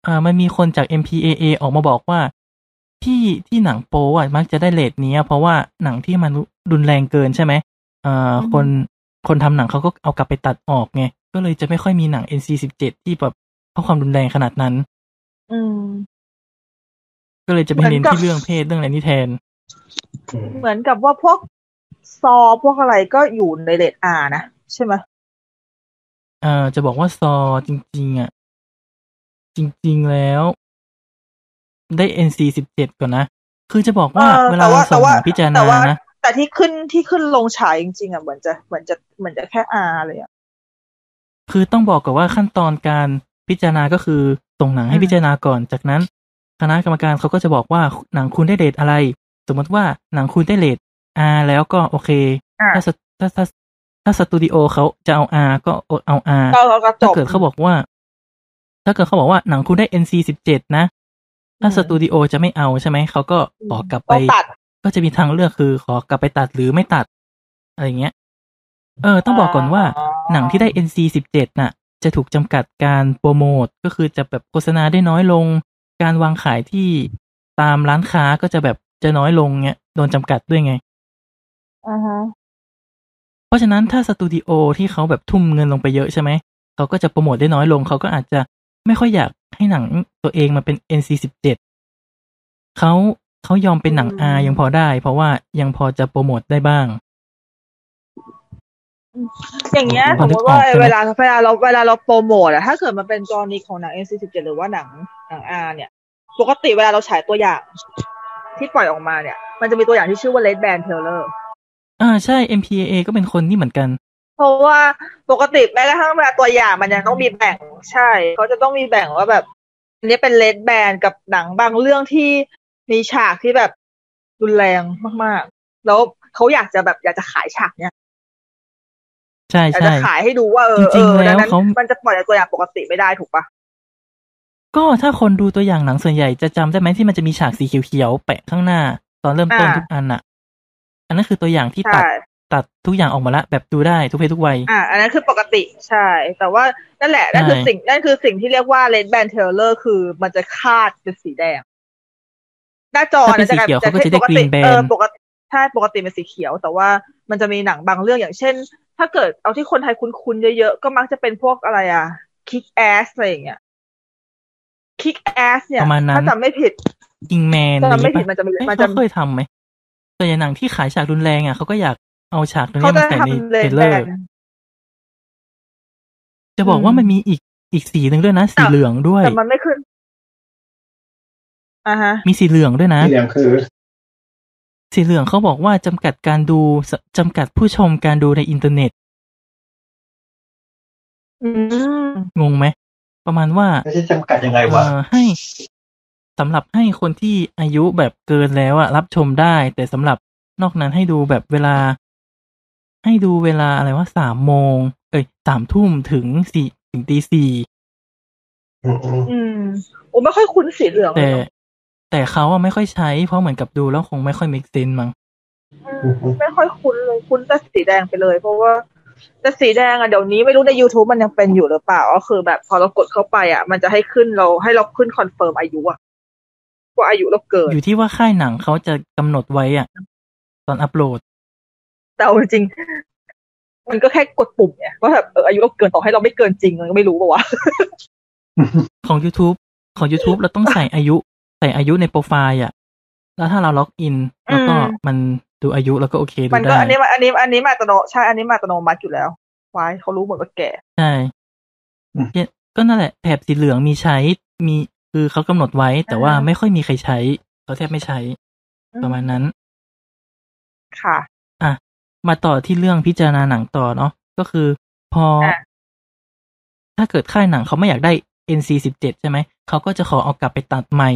Speaker 4: อ่ามันมีคนจาก MPAA ออกมาบอกว่า ที่ที่หนังโป๊อ่ะมักจะได้เลทเนี้ย เพราะว่าหนังที่มันรุนแรงเกินใช่ไหมอ่าคนคนทำหนังเขาก็เอากลับไปตัดออกไงก็เลยจะไม่ค่อยมีหนัง NC17 ที่แบบเพราะความรุนแรงขนาดนั้น
Speaker 5: อืม
Speaker 4: ก็เลยจะไปเน้
Speaker 5: เหมื
Speaker 4: น
Speaker 5: อนกับ
Speaker 4: ที่เรื่องเพศเรื่องอะไรนี่แทน
Speaker 3: อืม
Speaker 5: เหมือนกับว่าพวกซอพวกอะไรก็อยู่ในเลดอานะใช่ไหม
Speaker 4: เอ่อจะบอกว่าซอจริง ๆ อ่ะ จริง ๆ แล้ว ได้ NC17 ก่อนนะ คือจะบอกว่า
Speaker 5: ออ
Speaker 4: เว
Speaker 5: แต่
Speaker 4: ลาเรา
Speaker 5: ว่า
Speaker 4: ส่
Speaker 5: แต่
Speaker 4: งห
Speaker 5: ว่า
Speaker 4: นังพิจารณา
Speaker 5: แต่ว่า
Speaker 4: นะ
Speaker 5: แต่ที่ขึ้นที่ขึ้นลงฉายจริงๆอ่ะเหมือนจะเหมือนจะเหมือนจะแค่อาเลยอ่ะ
Speaker 4: คือต้องบอกก่อนว่าขั้นตอนการพิจารณาก็คือส่งหนังให้
Speaker 5: อืม
Speaker 4: พิจารณาก่อน จากนั้น คณะกรรมการเขาก็จะบอกว่าหนังคุณได้เรทอะไร สมมติว่าหนังคุณได้เรท R แล้วก็โอเค
Speaker 5: อ่ะ
Speaker 4: ถ้าสตถ้าถ้าถ้าสตูดิโอเขาจะเอา R ก็เอา R
Speaker 5: ก็ก็จ
Speaker 4: ถ้า
Speaker 5: บ
Speaker 4: เกิดเขาบอกว่า ถ้าเกิดเขาบอกว่าหนังคุณได้ NC สิบเจ็ดนะ ถ้า
Speaker 5: อืม
Speaker 4: สตูดิโอจะไม่เอาใช่ไหม เขาก็ขอกลับไป
Speaker 5: ต้องตัด
Speaker 4: ก็จะมีทางเลือกคือขอกลับไปตัดหรือไม่ตัด อะไรอย่างเงี้ย เออ ต้องบอกก่อนว่า หนังที่ได้ NC สิบเจ็ดน่ะ จะถูกจำกัดการโปรโมท ก็คือจะแบบโฆษณาได้น้อยลง การวางขายที่ตามร้านค้าก็จะแบบจะน้อยลงเงี้ย โดนจำกัดด้วยไง
Speaker 5: อ่าฮะ
Speaker 4: เพราะฉะนั้นถ้าสตูดิโอที่เขาแบบทุ่มเงินลงไปเยอะใช่ไหม เขาก็จะโปรโมทได้น้อยลง เขาก็อาจจะไม่ค่อยอยากให้หนังตัวเองมาเป็น NC17 เขาเขายอมเป็นหนัง R ยังพอได้ เพราะว่ายังพอจะโปรโมทได้บ้าง
Speaker 5: อย่างเงี้ย
Speaker 4: ผม
Speaker 5: สม
Speaker 4: ก็นึ
Speaker 5: ม
Speaker 4: ก
Speaker 5: ติ
Speaker 4: ออ
Speaker 5: ว่าก
Speaker 4: ใช่ไหม
Speaker 5: เวลาเวลาเราเวลาเราโปรโมทอะถ้าเกิดมันเป็นกรณีของหนัง NC17 หรือว่าหนังหนัง R เนี่ย ปกติเวลาเราฉายตัวอย่าง ที่ปล่อยออกมาเนี่ย มันจะมีตัวอย่างที่ชื่อว่า Red Band Trailer
Speaker 4: อ่าใช่ MPAA ก็เป็นคนนี่เหมือนกัน
Speaker 5: เพราะว่าปกติแม้กระทั่งเวลาตัวอย่างมันยังต้องมีแบ่งใช่เขาจะต้องมีแบ่งว่าแบบ อันนี้เป็นเลดแบนกับหนังบางเรื่องที่มีฉากที่แบบรุนแรงมากๆ แล้วเขาอยากจะแบบอยากจะขายฉากเนี้ย
Speaker 4: ใช่
Speaker 5: อยาก
Speaker 4: ใช่
Speaker 5: จะขายให้ดูว่าเออเอ
Speaker 4: จริงๆ
Speaker 5: อดั
Speaker 4: แล้ว
Speaker 5: งนั้น
Speaker 4: เขามั
Speaker 5: มันจะปล่อยตัวอย่างปกติไม่ได้ถูกปะ
Speaker 4: ก็ถ้าคนดูตัวอย่างหนังส่วนใหญ่จะจำได้ไหมที่มันจะมีฉากสีเขียวๆแปะข้างหน้า ตอนเริ่มต้นทุกอันอ่ะ อันนั้นคือตัวอย่างที่ตั
Speaker 5: ใช่
Speaker 4: ดตัดทุกอย่างออกมาละแบบดูได้ทุกเพศทุกวัย
Speaker 5: อ่า อันนั้นคือปกติใช่ แต่ว่านั่นแหละนั่นคือ
Speaker 4: ใช่
Speaker 5: สิ่งนั่นคือสิ่งที่เรียกว่าเลนแบนเทเลอร์คือมันจะคาดเป็นสีแดง หน้าจอ
Speaker 4: ถ้าเป็น
Speaker 5: จะ
Speaker 4: สีเขียวเขาก็จะได้
Speaker 5: ป
Speaker 4: green band
Speaker 5: เออปกติใช่ปกติเป็นสีเขียว แต่ว่ามันจะมีหนังบางเรื่องอย่างเช่น ถ้าเกิดเอาที่คนไทยคุ้นๆเยอะๆ ก็มักจะเป็นพวกอะไรอ่ะคิกแอสอะไรอย่างเงี้ยคิกแอสเนี่ย
Speaker 4: ประมาณนั้น
Speaker 5: ถ้าจำไม่ผิด
Speaker 4: ยิงแมน
Speaker 5: ถ้าจำไม่ผิด
Speaker 4: ปะ
Speaker 5: มันจะมี
Speaker 4: เอ๊ะ
Speaker 5: มันจะ
Speaker 4: เขาเคยทำไหมแต่อย่างหนังที่ขายฉากรุนแรงอ่ะเขาก็อยากเอาฉากตรง
Speaker 5: เขาจะ
Speaker 4: นี้มาใส่ใน
Speaker 5: ทำเล
Speaker 4: เทร
Speaker 5: น
Speaker 4: ลเล
Speaker 5: แบ
Speaker 4: อร์
Speaker 5: น
Speaker 4: จะบอกว่ามันมีอีกอีกสีหนึ่งด้วยนะ สี
Speaker 5: แต่
Speaker 4: เหลืองด้วย
Speaker 5: แต่มันไม่ขึ้นอ่าฮะ
Speaker 4: มีสีเหลืองด้วยนะ
Speaker 3: ที่เหลืองคือ
Speaker 4: สีเหลืองเขาบอกว่าจำกัดการดูสจำกัดผู้ชมการดูในอินเทอร์เน็ต
Speaker 5: อืม
Speaker 4: งงไหม ประมาณว่า
Speaker 3: ไม่ใช่จำกัดยังไงวะ
Speaker 4: เอ่อให้สำหรับให้คนที่อายุแบบเกินแล้วอะรับชมได้ แต่สำหรับนอกนั้นให้ดูแบบเวลา ให้ดูเวลาอะไรว่าสามโมง เอ้ยสามทุ่มถึงสี่ถึงตีสี่
Speaker 1: อืมอืม
Speaker 5: อืมโอ้ไม่ค่อยคุ้นสีเหลืองเล
Speaker 4: แต่
Speaker 5: ยเนอะ
Speaker 4: แต่เขาอะไม่ค่อยใช้ เพราะเหมือนกับดูแล้วคงไม่ค่อย make sense มั้ง
Speaker 5: อืมไม่ค่อยคุ้นเลยคุ้นแต่สีแดงไปเลย เพราะว่าแต่สีแดงอะเดี๋ยวนี้ไม่รู้ใน YouTube มันยังเป็นอยู่หรือเปล่าก็คือ แบบพอเรากดเข้าไปอะมันจะให้ขึ้นเราให้เราขึ้นคอนเฟิร์มอายุอะว่าอายุเราเกิด
Speaker 4: อยู่ที่ว่าค่ายหนังเขาจะกำหนดไว้อะตอนอัปโหลด
Speaker 5: แต่เอาจริงๆมันก็แค่กดปุ่มเนี่ยว่าแบบเอออายุเราเกินต่อให้เราไม่เกินจริงมันก็ไม่รู้ป่าวะ
Speaker 4: *laughs* ของ YouTube ของ YouTube เราต้องใส่อายุ ใส่อายุในโปรไฟล์อะแล้วถ้าเราล็อกอิน แล้วก็
Speaker 5: อืม
Speaker 4: มันดูอายุแล้วก็โอเคดู
Speaker 5: มันก็
Speaker 4: ได้
Speaker 5: อันนี้มันอันนี้อันนี้มาอัตโนใช่อันนี้มาอัตโนมัติอยู่แล้วไว้เขารู้หมดว่าแก่
Speaker 4: ใช่เนี่ยก็นั่นแหละแถบสีเหลืองมีใช้มีคือเขากำหนดไว้ แต่ว่าไม่ค่อยมีใครใช้เขาแทบไม่ใช้ ประมาณนั้น
Speaker 5: ค่ะ
Speaker 4: อ่ะ มาต่อที่เรื่องพิจารณาหนังต่อเนาะก็คือพออะ ถ้าเกิดค่ายหนังเขาไม่อยากได้ NC สิบเจ็ดใช่ไหม เขาก็จะขอเอากลับไปตัดใหม่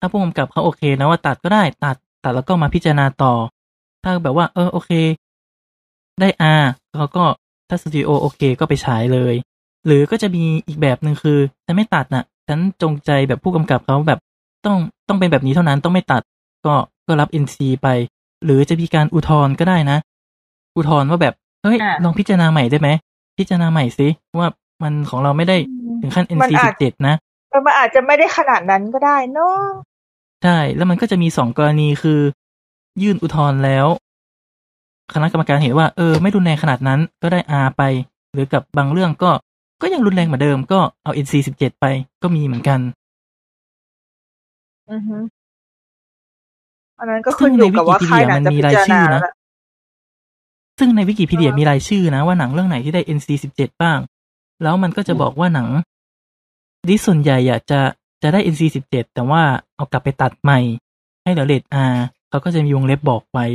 Speaker 4: ถ้าผู้กำกับเขาโอเคนะว่าตัดก็ได้ตัดตัดแล้วก็มาพิจารณาต่อ ถ้าแบบว่า เออโอเค ได้ R เขาก็ถ้าสตูดิโอโอเคก็ไปฉายเลย หรือก็จะมีอีกแบบหนึ่งคือฉันไม่ตัดน่ะฉันจงใจแบบผู้กำกับเขาแบบต้องต้องเป็นแบบนี้เท่านั้นต้องไม่ตัด ก็ก็รับ NC ไป หรือจะมีการอุทธรณ์ก็ได้นะ อุทธรณ์ว่าแบบเฮ้ย
Speaker 5: อ่ะ
Speaker 4: ลองพิจารณาใหม่ได้ไหมพิจารณาใหม่สิว่ามันของเราไม่ได้ถึงขั้น
Speaker 5: มัน
Speaker 4: NC
Speaker 5: อาจ
Speaker 4: สิบเจ็ดนะ
Speaker 5: เออมันอาจจะไม่ได้ขนาดนั้นก็ได้เนาะ
Speaker 4: ใช่ แล้วมันก็จะมีสองกรณีคือ ยื่นอุทธรณ์แล้ว คณะกรรมการเห็นว่าเออไม่รุนแรงขนาดนั้นก็ได้อาไป หรือกับบางเรื่องก็ก็ยังรุนแรงเหมือนเดิมก็เอา NC สิบเจ็ดไปก็มีเหมือนกัน
Speaker 5: อือฮึอันนั้นก็
Speaker 4: ซึ่
Speaker 5: ขึ้น
Speaker 4: ง
Speaker 5: อ
Speaker 4: ใน
Speaker 5: ยู่
Speaker 4: วิ
Speaker 5: กับ
Speaker 4: กิ
Speaker 5: ว่า
Speaker 4: พี
Speaker 5: ค่าย
Speaker 4: เดีย
Speaker 5: หนัง
Speaker 4: มัน
Speaker 5: จะ
Speaker 4: มี
Speaker 5: พิ
Speaker 4: ราย
Speaker 5: จาร
Speaker 4: ชื่
Speaker 5: ณา
Speaker 4: อ
Speaker 5: แล้ว
Speaker 4: นะ
Speaker 5: ล่ะ
Speaker 4: ซึ่งในวิกิพีเดีย
Speaker 5: เออ
Speaker 4: มีรายชื่อนะว่าหนังเรื่องไหนที่ได้ NC สิบเจ็ดบ้าง แล้วมันก็จะบอกว่าหนังดิส่วนใหญ่อะจะจะได้ NC สิบเจ็ดแต่ว่าเอากลับไปตัดใหม่ ให้เหลือเลทอาเขาก็จะมีวงเล็บบอกไว้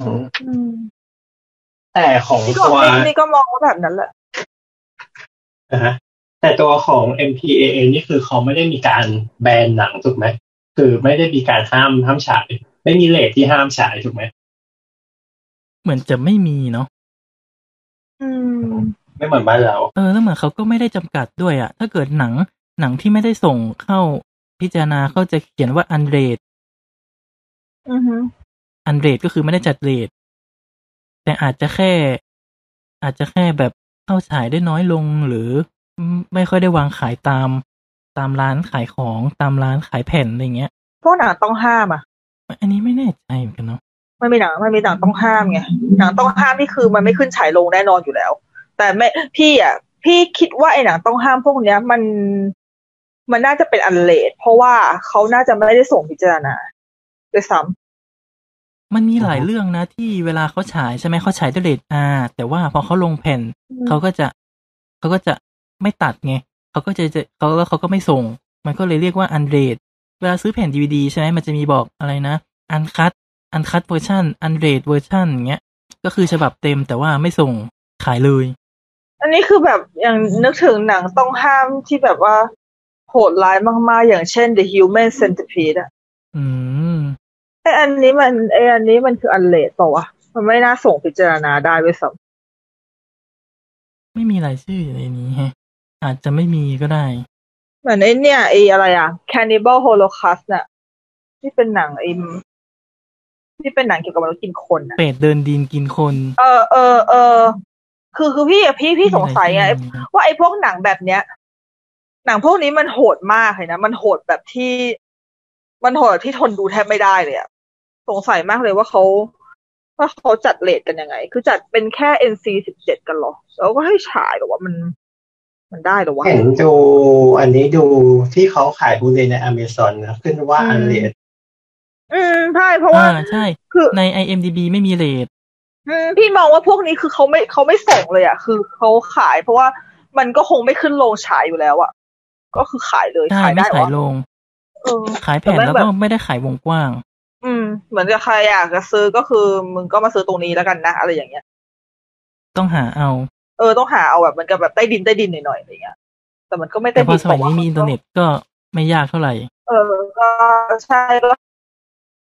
Speaker 3: อืม
Speaker 5: อืม
Speaker 3: แต่ของ
Speaker 5: นี่ก็
Speaker 3: ตัว
Speaker 5: นี่นี่ก็มองว่าแบบนั้นแหละ
Speaker 3: นะฮะแต่ตัวของ MPAA นี่คือเขาไม่ได้มีการแบนหนังถูกไหมคือไม่ได้มีการห้ามห้ามฉาย ไม่มีเลทที่ห้ามฉายถูกไหม
Speaker 4: เหมือนจะไม่มีเนาะ
Speaker 5: อืม
Speaker 3: ไม่เหมือนบ้านเรา
Speaker 4: เออแล้วเหมือนเขาก็ไม่ได้จำกัดด้วยอะถ้าเกิดหนังหนังที่ไม่ได้ส่งเข้าพิจารณาเขาจะเขียนว่าอันเรด
Speaker 5: อือฮึ
Speaker 4: อันเรดก็คือไม่ได้จัดเรดแต่อาจจะแค่ อาจจะแค่แบบเข้าฉายได้น้อยลงหรือไม่ค่อยได้วางขายตาม ตามร้านขายของตามร้านขายแผ่นอะไรเงี้ย
Speaker 5: พวกหนังต้องห้ามอ่ะ
Speaker 4: อันนี้ไม่แน่ใจเหมือนกันเนาะ
Speaker 5: มันมีหนังมันมีหนังต้องห้ามไงหนังต้องห้ามนี่คือมันไม่ขึ้นฉายโรงแน่นอนอยู่แล้ว แต่แม่พี่อ่ะพี่คิดว่าไอ้หนังต้องห้ามพวกเนี้ย มันมันน่าจะเป็นอันเลดเพราะว่าเขาน่าจะไม่ได้ส่งพิจารณาด้วยซ้
Speaker 4: มันมีหลายเรื่องนะที่เวลาเขาฉายใช่ไหมเขาฉายด้วยเรดอาแต่ว่าพอเขาลงแผ่น
Speaker 5: ำ
Speaker 4: เขาก็จะเขาก็จะไม่ตัดไงเขาก็จะจะเขาแล้วเขาก็ไม่ส่ง มันก็เลยเรียกว่าอันเรดเวลาซื้อแผ่นดีวดีใช่ไหมมันจะมีบอกอะไรนะอันคัดอันคัดเวอร์ชันอันเรดเวอร์ชันเงี้ย ก็คือฉบับเต็มแต่ว่าไม่ส่งขายเลย
Speaker 5: อันนี้คือแบบอย่างนึกถึงหนังต้องห้ามที่แบบว่าโหดร้ายมากๆ อย่างเช่น The Human Centipede อะ
Speaker 4: อืม
Speaker 5: ไออันนี้มันไออันนี้มันคืออันเลดเปล่าวะมันไม่น่าส่งพิจารณาได้ด้วยซ้
Speaker 4: ไม่มีรายชื่ออยู่ในนี้แฮะ อาจจะไม่มีก็ได้
Speaker 5: ำเหมือนไอเนี่ยไออะไรอะ Cannibal Holocaust น่ะที่เป็นหนังไอที่เป็นหนังเกี่ยวกับมนุษย์กินคนน่ะ
Speaker 4: เป็ดเดินดินกินคน
Speaker 5: เออเออเออคือคือพี่อะพี่พี่สงสัยไง
Speaker 4: ม่มีรายชื่อนะ
Speaker 5: ว่าไอ้พวกหนังแบบเนี้ย หนังพวกนี้มันโหดมากเลยนะ มันโหดแบบที่ มันโหดแบบที่ทนดูแทบไม่ได้เลยอะสงสัยมากเลยว่าเขาว่าเขาจัดเลทกันยังไง คือจัดเป็นแค่ NC สิบเจ็ดกันเหรอ แล้วก็ให้ฉายหรอว่ามัน มันได้หรอวะ
Speaker 3: เห็นดูอันนี้ดูที่เขาขายบูเลในอเมซอนนะ ขึ้นว่า
Speaker 5: อืม
Speaker 3: อันเลด
Speaker 5: อืมใช่เพราะว่า
Speaker 4: อ่าใช่
Speaker 5: คือ
Speaker 4: ใน IMDb ไม่มีเรท
Speaker 5: อืมพี่มองว่าพวกนี้คือเขาไม่เขาไม่ส่งเลยอะคือเขาขาย เพราะว่ามันก็คงไม่ขึ้นโรงฉายอยู่แล้วอะก็คือขายเลย
Speaker 4: ได้
Speaker 5: ขาย
Speaker 4: ไม่
Speaker 5: ได้
Speaker 4: ขา
Speaker 5: วะ
Speaker 4: ยลง
Speaker 5: เออ
Speaker 4: ขายแผ่น
Speaker 5: แต่แม่ง
Speaker 4: แล้ว
Speaker 5: แบบ
Speaker 4: ก็ไม่ได้ขายวงกว้าง
Speaker 5: อืม เหมือนกับใครอยากจะซื้อก็คือ มึงก็มาซื้อตรงนี้แล้วกันนะ อะไรอย่างเงี้ย
Speaker 4: ต้องหาเอา
Speaker 5: เออต้องหาเอาแบบเหมือนกับแบบใต้ดินใต้ดินหน่อยๆอะไรเงี้ยแต่มันก็ไม่
Speaker 4: แต่
Speaker 5: ใต้
Speaker 4: พ
Speaker 5: ดิ
Speaker 4: อน สมัยนี้มีอินเทอร์เน็ตก็ไม่ยากเท่าไหร่
Speaker 5: เออ ก็ใช่ก็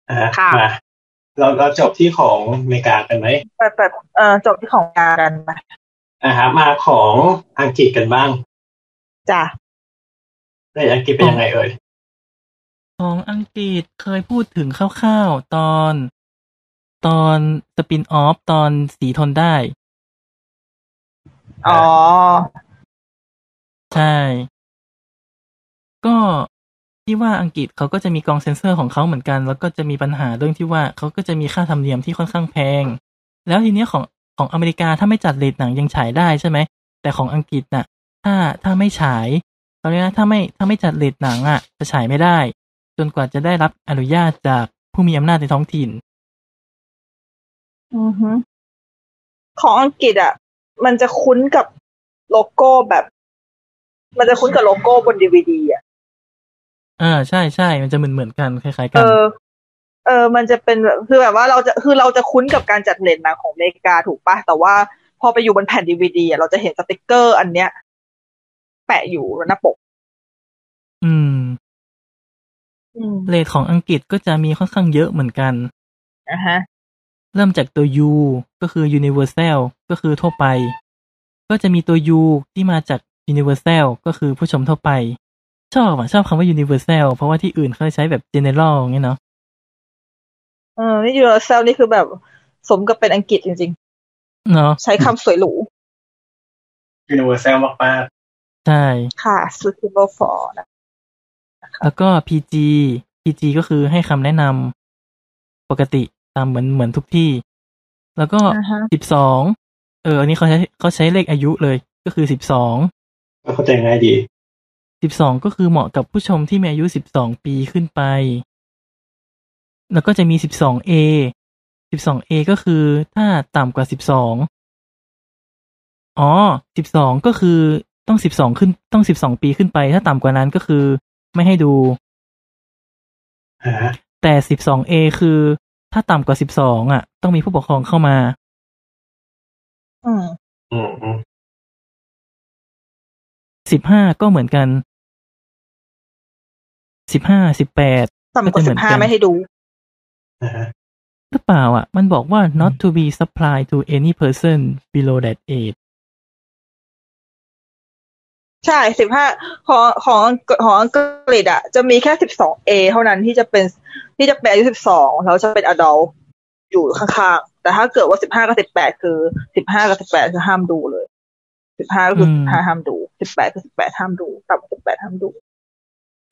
Speaker 3: อ่ะ
Speaker 5: ค่ะ
Speaker 3: มาเราเราจบที่ของอเมริกากันไหม
Speaker 5: แต่แต่เออจบที่ของงานกันไป
Speaker 3: อ่ะฮะมาของอังกฤษกันบ้าง
Speaker 5: จ้ะ
Speaker 3: ในอังกฤษเป็นยังไงเอ่ย
Speaker 4: ของอังกฤษเคยพูดถึงคร่าวๆ ตอน ตอนสปินออฟตอนสีทนได้
Speaker 5: อ๋อ
Speaker 4: ใช่ ก็ที่ว่าอังกฤษเขาก็จะมีกองเซ็นเซอร์ของเขาเหมือนกัน แล้วก็จะมีปัญหาเรื่องที่ว่าเขาก็จะมีค่าธรรมเนียมที่ค่อนข้างแพง แล้วทีเนี้ยของของอเมริกาถ้าไม่จัดเลทหนังยังฉายได้ใช่ไหม แต่ของอังกฤษน่ะ ถ้าถ้าไม่ฉายตอนนี้นะถ้าไม่ถ้าไม่จัดเลทหนังอ่ะจะฉายไม่ได้ จนกว่าจะได้รับอนุญาตจากผู้มีอำนาจในท้องถิ่น
Speaker 5: อือฮึของอังกฤษอ่ะ มันจะคุ้นกับโลโก้แบบ มันจะคุ้นกับโลโก้บนดีวดีอ่ะ
Speaker 4: อ่าใช่ใช่ มันจะเหมือนเหมือนกัน คล้ายๆกั
Speaker 5: เอน อ เออ มันจะเป็นแบบคือแบบว่าเราจะคือเราจะคุ้นกับการจัดเลนหนังของอเมริกาถูกปะแต่ว่าพอไปอยู่บนแผ่นดีวดีอ่ะเราจะเห็นสติกเกอร์ อันเนี้ย แปะอยู่หน้าปก
Speaker 4: อืม
Speaker 5: อืม
Speaker 4: เลทของอังกฤษก็จะมีค่อนข้างเยอะเหมือนกัน
Speaker 5: นะฮะ
Speaker 4: เริ่มจากตัว U ก็คือ universal ก็คือทั่วไป ก็จะมีตัว U ที่มาจาก universal ก็คือผู้ชมทั่วไป ชอบอ่ะ ชอบคำว่า universal เพราะว่าที่อื่นเขาใช้แบบ general อย่างเงี้ยเนาะ
Speaker 5: เออนี่ยูนิเวอร์แซลนี่คือแบบสมกับเป็นอังกฤษจริง
Speaker 4: เนาะ
Speaker 5: ๆ ใช้คำสวยหรู
Speaker 3: universal มากมาก
Speaker 4: ใช่
Speaker 5: ค่ะ suitable for นะ
Speaker 4: แล้วก็ PG PG ก็คือให้คำแนะนำปกติตามเหมือนเหมือนทุกที่ แล้วก็
Speaker 5: อ่าฮะ
Speaker 4: สิบสองเออ อันนี้เขาใช้เขาใช้เลขอายุเลยก็คือสิบสอง
Speaker 3: ๆก็เข้าใจง่ายดี
Speaker 4: สิบสองก็คือเหมาะกับผู้ชมที่มีอายุสิบสองปีขึ้นไป แล้วก็จะมีสิบสองเอสิบสองเอก็คือถ้าต่ำกว่าสิบสองอ๋อสิบสองก็คือต้องสิบสองขึ้นต้องสิบสองปีขึ้นไป ถ้าต่ำกว่านั้นก็คือไม่ให้ดู
Speaker 3: อ่า
Speaker 4: แต่สิบสองเอคือถ้าต่ำกว่าสิบสองอ่ะ ต้องมีผู้ปกครองเข้ามา
Speaker 5: อืม
Speaker 3: อืมอืม
Speaker 4: สิบห้าก็เหมือนกัน สิบห้าสิบแปด
Speaker 5: ต่ำก
Speaker 4: ก็
Speaker 5: ว่า
Speaker 4: จะเหมื
Speaker 5: สิ
Speaker 4: อน
Speaker 5: บ
Speaker 4: กั
Speaker 5: ห้าน ไม่ให้ดู
Speaker 3: อ่า
Speaker 4: หรือเปล่าอ่ะ มันบอกว่า not to be supplied to any person below that age
Speaker 5: ใช่สิบห้าของของของอังกฤษอ่ะ จะมีแค่สิบสองเอเท่านั้นที่จะเป็นที่จะเป็นอายุสิบสองแล้วจะเป็นอดอลอยู่ข้างๆ แต่ถ้าเกิดว่าสิบห้ากับสิบแปดคือสิบห้ากับสิบแปดคือห้ามดูเลยสิบห้าก็คือ
Speaker 4: อื
Speaker 5: สิ
Speaker 4: ม
Speaker 5: บห้าห้ามดูสิบแปดคือสิบแปดห้ามดูต่ำกว่าสิบแปดห้ามดู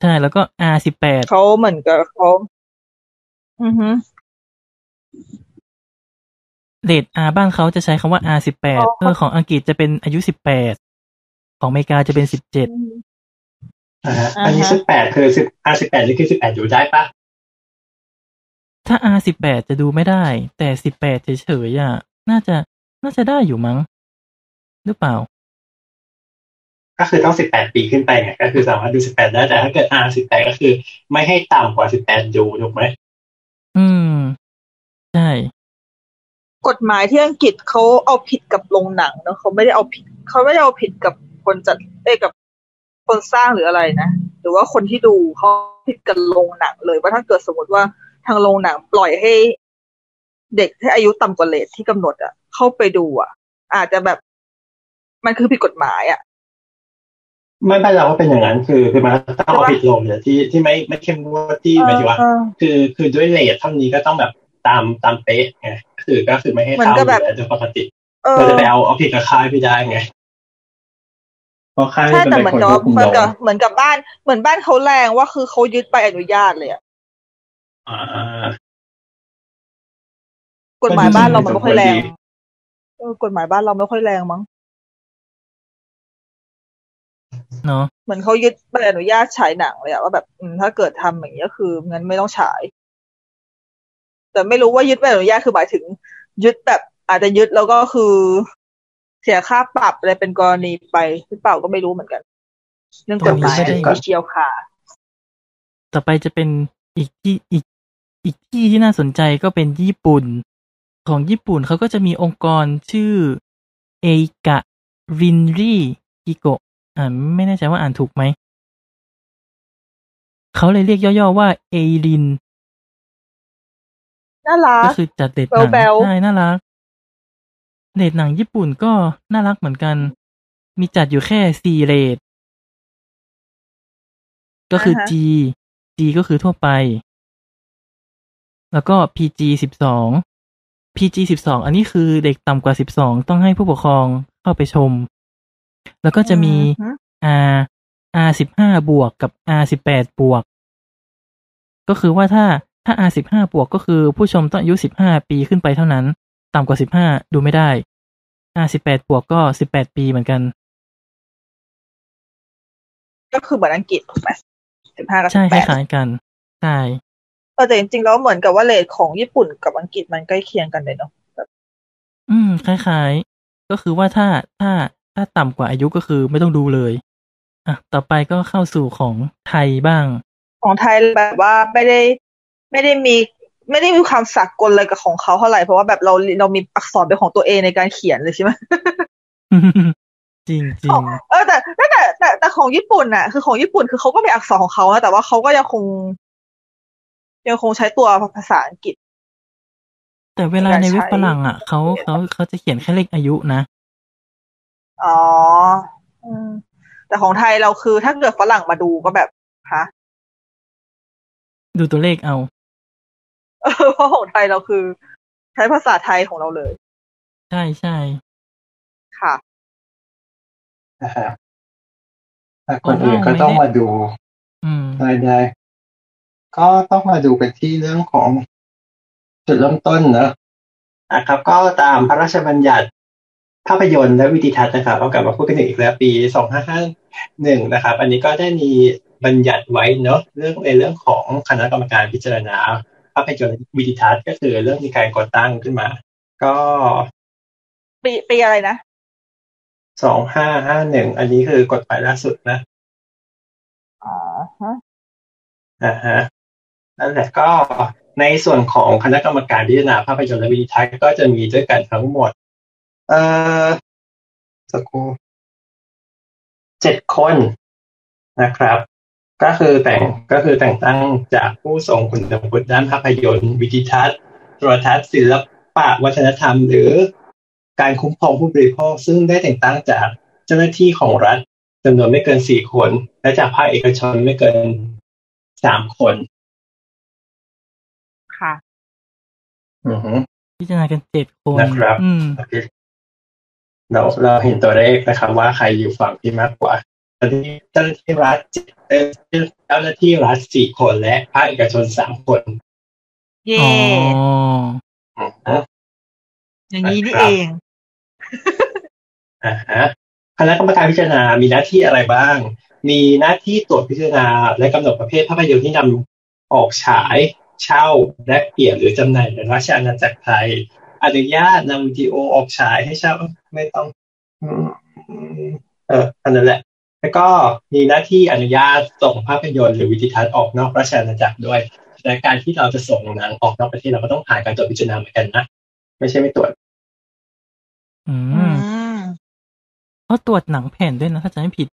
Speaker 4: ใช่ แล้วก็ R สิบแปด
Speaker 5: เขาเหมือนกับเขาอือฮึ
Speaker 4: เรท R บ้านเขาจะใช้คำว่า R สิบแปด
Speaker 5: อ๋อ
Speaker 4: เออของอังกฤษจะเป็นอายุสิบแปดของอเมริกาจะเป็นสิบเจ็ด
Speaker 3: อ่าอันนี้
Speaker 5: อ่าฮะ
Speaker 3: สิบแปดคือสิบอ่าสิบแปดนี่คือสิบแปดอยู่ได้ปะ
Speaker 4: ถ้า R สิบแปดจะดูไม่ได้ แต่สิบแปดเฉยๆอ่ะน่าจะน่าจะได้อยู่มั้ง หรือเปล่า
Speaker 3: ก็คือต้องสิบแปดปีขึ้นไปไงก็คือสามารถดูสิบแปดได้แต่ถ้าเกิดอ่าสิบแปดก็คือ ไม่ให้ต่ำกว่าสิบแปดดูถูกไหม
Speaker 4: อืม ใช่
Speaker 5: กฎหมายที่อังกฤษเขาเอาผิดกับโรงหนังเนอะเขาไม่ได้เอาผิดเขาไม่ได้เอาผิดกับคนจัดเอ้ยกับคนสร้างหรืออะไรนะหรือว่าคนที่ดูเขาผิดกับโรงหนังเลยว่าถ้าเกิดสมมติว่าทางโรงหนังปล่อยให้ เด็กที่อายุต่ำกว่าเลทที่กำหนดอะเข้าไปดูอะอาจจะแบบมันคือผิดกฎหมายอะ
Speaker 3: ไม่ไม่เราว่าเป็นอย่างนั้นคือคือมันต้องเอาผิดลงเนี่ยที่ที่ไม่ไม่เข้มงวดที่หมายถึงว่า คือคือด้วยเลทเท่านี้ก็ต้องแบบตามตามเป๊ะไงคือก็คือไม่ให้
Speaker 5: มัน
Speaker 3: ตาม
Speaker 5: ก็
Speaker 3: อยู่
Speaker 5: แบบ
Speaker 3: แล้วโดยปกติ
Speaker 5: เออ
Speaker 3: เราจะไปเอาเอาผิดกับค่ายไม่ได้ไงเพราะค่าย
Speaker 5: ใช่
Speaker 3: เป็น
Speaker 5: แต่
Speaker 3: เป็
Speaker 5: เห
Speaker 3: น
Speaker 5: มือน
Speaker 3: คน
Speaker 5: กับ
Speaker 3: ควบคุม
Speaker 5: เหมือนกั
Speaker 3: เรา
Speaker 5: บเหมือนกับบ้าน เหมือนบ้านเขาแรงว่าคือเขายึดใบอนุญาตเลยอะ
Speaker 3: อ่า
Speaker 5: กฎหมายบ้านเรามัน
Speaker 3: ก็
Speaker 5: ไม่ค่อ
Speaker 3: ดี
Speaker 5: ยแรง
Speaker 3: ก็ดี
Speaker 5: เออกฎหมายบ้านเราไม่ค่อยแรงมั้ง
Speaker 4: เนาะ
Speaker 5: เหมือนเขายึดใบอนุญาตฉายหนังเลยอะว่าแบบอืมถ้าเกิดทำอย่างนี้ยคืองั้นไม่ต้องฉาย แต่ไม่รู้ว่ายึดใบอนุญาตคือหมายถึง ยึดแบบอาจจะยึดแล้วก็คือ เสียค่าปรับอะไรเป็นกรณีไปหรือเปล่าก็ไม่รู้เหมือนกัน เรื่องกฎหมายมีเกี่ยวค่ะ
Speaker 4: ต่อไปจะเป็นอีกที่อีก อีกที่ที่น่าสนใจก็เป็นญี่ปุ่น ของญี่ปุ่นเขาก็จะมีองค์กรชื่อเอกะรินรีกิโกอ่านไม่แน่ใจว่าอ่านถูกไหม เขาเลยเรียกย่อๆว่าเอริน
Speaker 5: น่ารั
Speaker 4: ก็
Speaker 5: ก
Speaker 4: คือจัดเด็ดหนัง
Speaker 5: แบ๊วๆ
Speaker 4: ใช่น่ารักเรทหนังญี่ปุ่นก็น่ารักเหมือนกัน มีจัดอยู่แค่สี่เรทก็คือ G G ก็คือทั่วไป แล้วก็ PG สิบสอง PG สิบสองอันนี้คือเด็กต่ำกว่าสิบสองต้องให้ผู้ปกครองเข้าไปชม แล้วก็จะมี
Speaker 5: อือฮึ
Speaker 4: R R สิบห้าบวกกับ R สิบแปดบวก ก็คือว่าถ้าถ้า R สิบห้าบวกก็คือผู้ชมต้องอายุสิบห้าปีขึ้นไปเท่านั้น ต่ำกว่าสิบห้าดูไม่ได้ R สิบแปดบวกก็สิบแปดปีเหมือนกัน
Speaker 5: ก็คือเหมือนอังกฤษถูกไหมสิบห้ากับ
Speaker 4: ใช่
Speaker 5: สิบ
Speaker 4: ค
Speaker 5: แปด
Speaker 4: ล้ายๆกัน ใช่
Speaker 5: เออแต่จริงๆแล้วเหมือนกับว่าเลทของญี่ปุ่นกับอังกฤษมันใกล้เคียงกันเลยเนาะ
Speaker 4: อืม คล้ายๆ ก็คือว่าถ้าถ้าถ้าต่ำกว่าอายุก็คือไม่ต้องดูเลย อ่ะ ต่อไปก็เข้าสู่ของไทยบ้าง *laughs*
Speaker 5: ของไทยแบบว่าไม่ได้ไม่ได้มี ไม่ได้มีความสากลอะไรกับของเขาเท่าไหร่เพราะว่าแบบเราเรามีอักษรเป็นของตัวเองในการเขียนเลยใช่ไหม
Speaker 4: จริงจริง
Speaker 5: เออแต่แต่แต่แต่แต่ของญี่ปุ่นน่ะคือของญี่ปุ่นคือเขาก็มีอักษรของเขานะแต่ว่าเขาก็ยังคง ยังคงใช้ตัวภาษาอังกฤษ
Speaker 4: แต่เวลา
Speaker 5: การ
Speaker 4: ในเว็บ
Speaker 5: ใช้
Speaker 4: ฝรั่งอ่ะเขาเขาเขาจะเขียนแค่เลขอายุนะ
Speaker 5: อ๋ออืมแต่ของไทยเราคือ ถ้าเกิดฝรั่งมาดูก็แบบฮะ *laughs*
Speaker 4: ดูตัวเลขเอา
Speaker 5: เออเพราะของไทยเราคือ ใช้ภาษาไทยของเราเลย
Speaker 4: ใช่ใช่
Speaker 5: ค่ะ
Speaker 3: นะฮะแต่คนอื่นก็ต้องมาดู
Speaker 4: อืม
Speaker 3: ได้ได้ก็ต้องมาดูกันที่เรื่องของจุดเริ่มต้นเนอะอ่ะครับ ก็ตามพระราชบัญญัติ ภาพยนตร์และวิดิทัศน์นะครับเอากลับมาพูดกันอีกแล้วปี 2551 นะครับ อันนี้ก็ได้มีบัญญัติไว้เนอะเรื่องในเรื่องของคณะกรรมการพิจารณา ภาพยนตร์และวิดิทัศน์ก็คือเรื่องมีการก่อตั้งขึ้นมา ก็
Speaker 5: ปีปีอะไรนะ
Speaker 3: สองห้าห้าหนึ่งอันนี้คือกฎหมายล่าสุดนะ
Speaker 5: อ๋อฮะ
Speaker 3: นะฮะนั่นแหละก็ในส่วนของคณะกรรมการพิจารณาภาพยนตร์และวิดีทัศน์ก็จะมีด้วยกันทั้งหมด เอ่อสักครู่เจ็ดคนนะครับ ก็คือแต่งก็คือแต่งตั้งจากผู้ทรงคุณวุฒิด้านภาพยนตร์ วิดิทัศน์โทรทัศน์ศิลปะวัฒนธรรม หรือการคุ้มครองผู้บริโภคซึ่งได้แต่งตั้งจากเจ้าหน้าที่ของรัฐ จำนวนไม่เกินสี่คน และจากภาคเอกชนไม่เกินสามคน
Speaker 5: ค่ะ
Speaker 3: อือฮึ
Speaker 4: พิจารณากันเจ็ดคน
Speaker 3: นะครับ
Speaker 4: อืม
Speaker 3: โอเคเราเราเห็นตัวเลขนะครับ ว่าใครอยู่ฝั่งที่มากกว่าตอนนี้เจ้าหน้าที่รัฐเอ่อเจ้าหน้าที่รัฐสี่คนและภาคเอกชนสามคน
Speaker 5: เย่
Speaker 4: อ๋อ
Speaker 3: อือฮึ
Speaker 5: อย่างนี้นี่เอง
Speaker 3: อ่าฮะคณะกรรมการพิจารณา มีหน้าที่อะไรบ้าง มีหน้าที่ตรวจพิจารณา และกำหนดประเภทภาพยนตร์ที่นำออกฉาย เช่าและเปลี่ยนหรือจำหน่ายในราชอาณาจักรไทย อนุญาตนำวิดีโอออกฉายให้เช่าไม่ต้อง อืมเอออันนั้นแหละ แล้วก็มีหน้าที่อนุญาตส่งภาพยนตร์หรือวิดิทัศน์ออกนอกราชอาณาจักรด้วยและการที่เราจะส่งหนังออกนอกประเทศเราก็ต้องผ่านการตรวจพิจารณาเหมือนกันนะไม่ใช่ไม่ตรวจ
Speaker 4: อื
Speaker 5: อื
Speaker 4: ม
Speaker 5: ม
Speaker 4: เขาตรวจหนังแผ่นด้วยนะ ถ้าจำไม่ผิด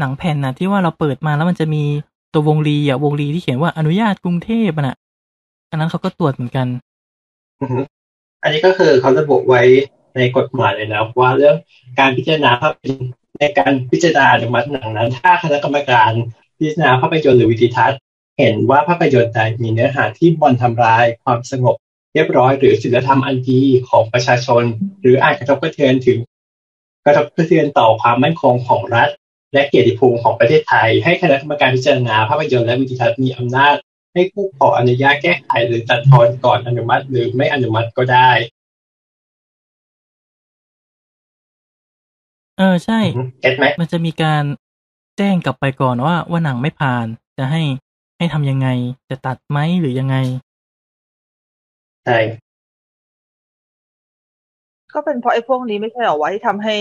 Speaker 4: หนังแผ่นนะที่ว่าเราเปิดมาแล้วมันจะมีตัววงรีอ่ะวงรีที่เขียนว่าอนุญาตกรุงเทพอะน่ะอันนั้นเขาก็ตรวจเหมือนกัน
Speaker 3: อือฮึอันนี้ก็คือเขาระบุไว้ในกฎหมายเลยนะว่าเรื่องการพิจารณาภาพยนตร์ในการพิจารณาอนุมัติหนังนั้น ถ้าคณะกรรมการพิจารณาภาพยนตร์หรือวิดิทัศน์ เห็นว่าภาพยนตร์ใดมีเนื้อหาที่บ่อนทำลายความสงบ เรียบร้อยหรือศีลธรรมอันดีของประชาชน หรืออาจกระทบกระเทือนถึง กระทบกระเทือนต่อความมั่นคงของรัฐ และเกียรติภูมิของประเทศไทย ให้คณะกรรมการพิจารณาภาพยนตร์และวิดิทัศน์มีอำนาจ ให้ผู้ขออนุญาตแก้ไขหรือตัดทอนก่อนอนุมัติ หรือไม่อนุมัติก็ได้
Speaker 4: เออใช่
Speaker 3: เก็ตไหม
Speaker 4: มันจะมีการแจ้งกลับไปก่อนว่าว่าหนังไม่ผ่าน จะให้ให้ทำยังไง จะตัดไหมหรือยังไง
Speaker 3: ใช่
Speaker 5: ก็เป็นเพราะไอ้พวกนี้ไม่ใช่เหรอวะที่ทำให้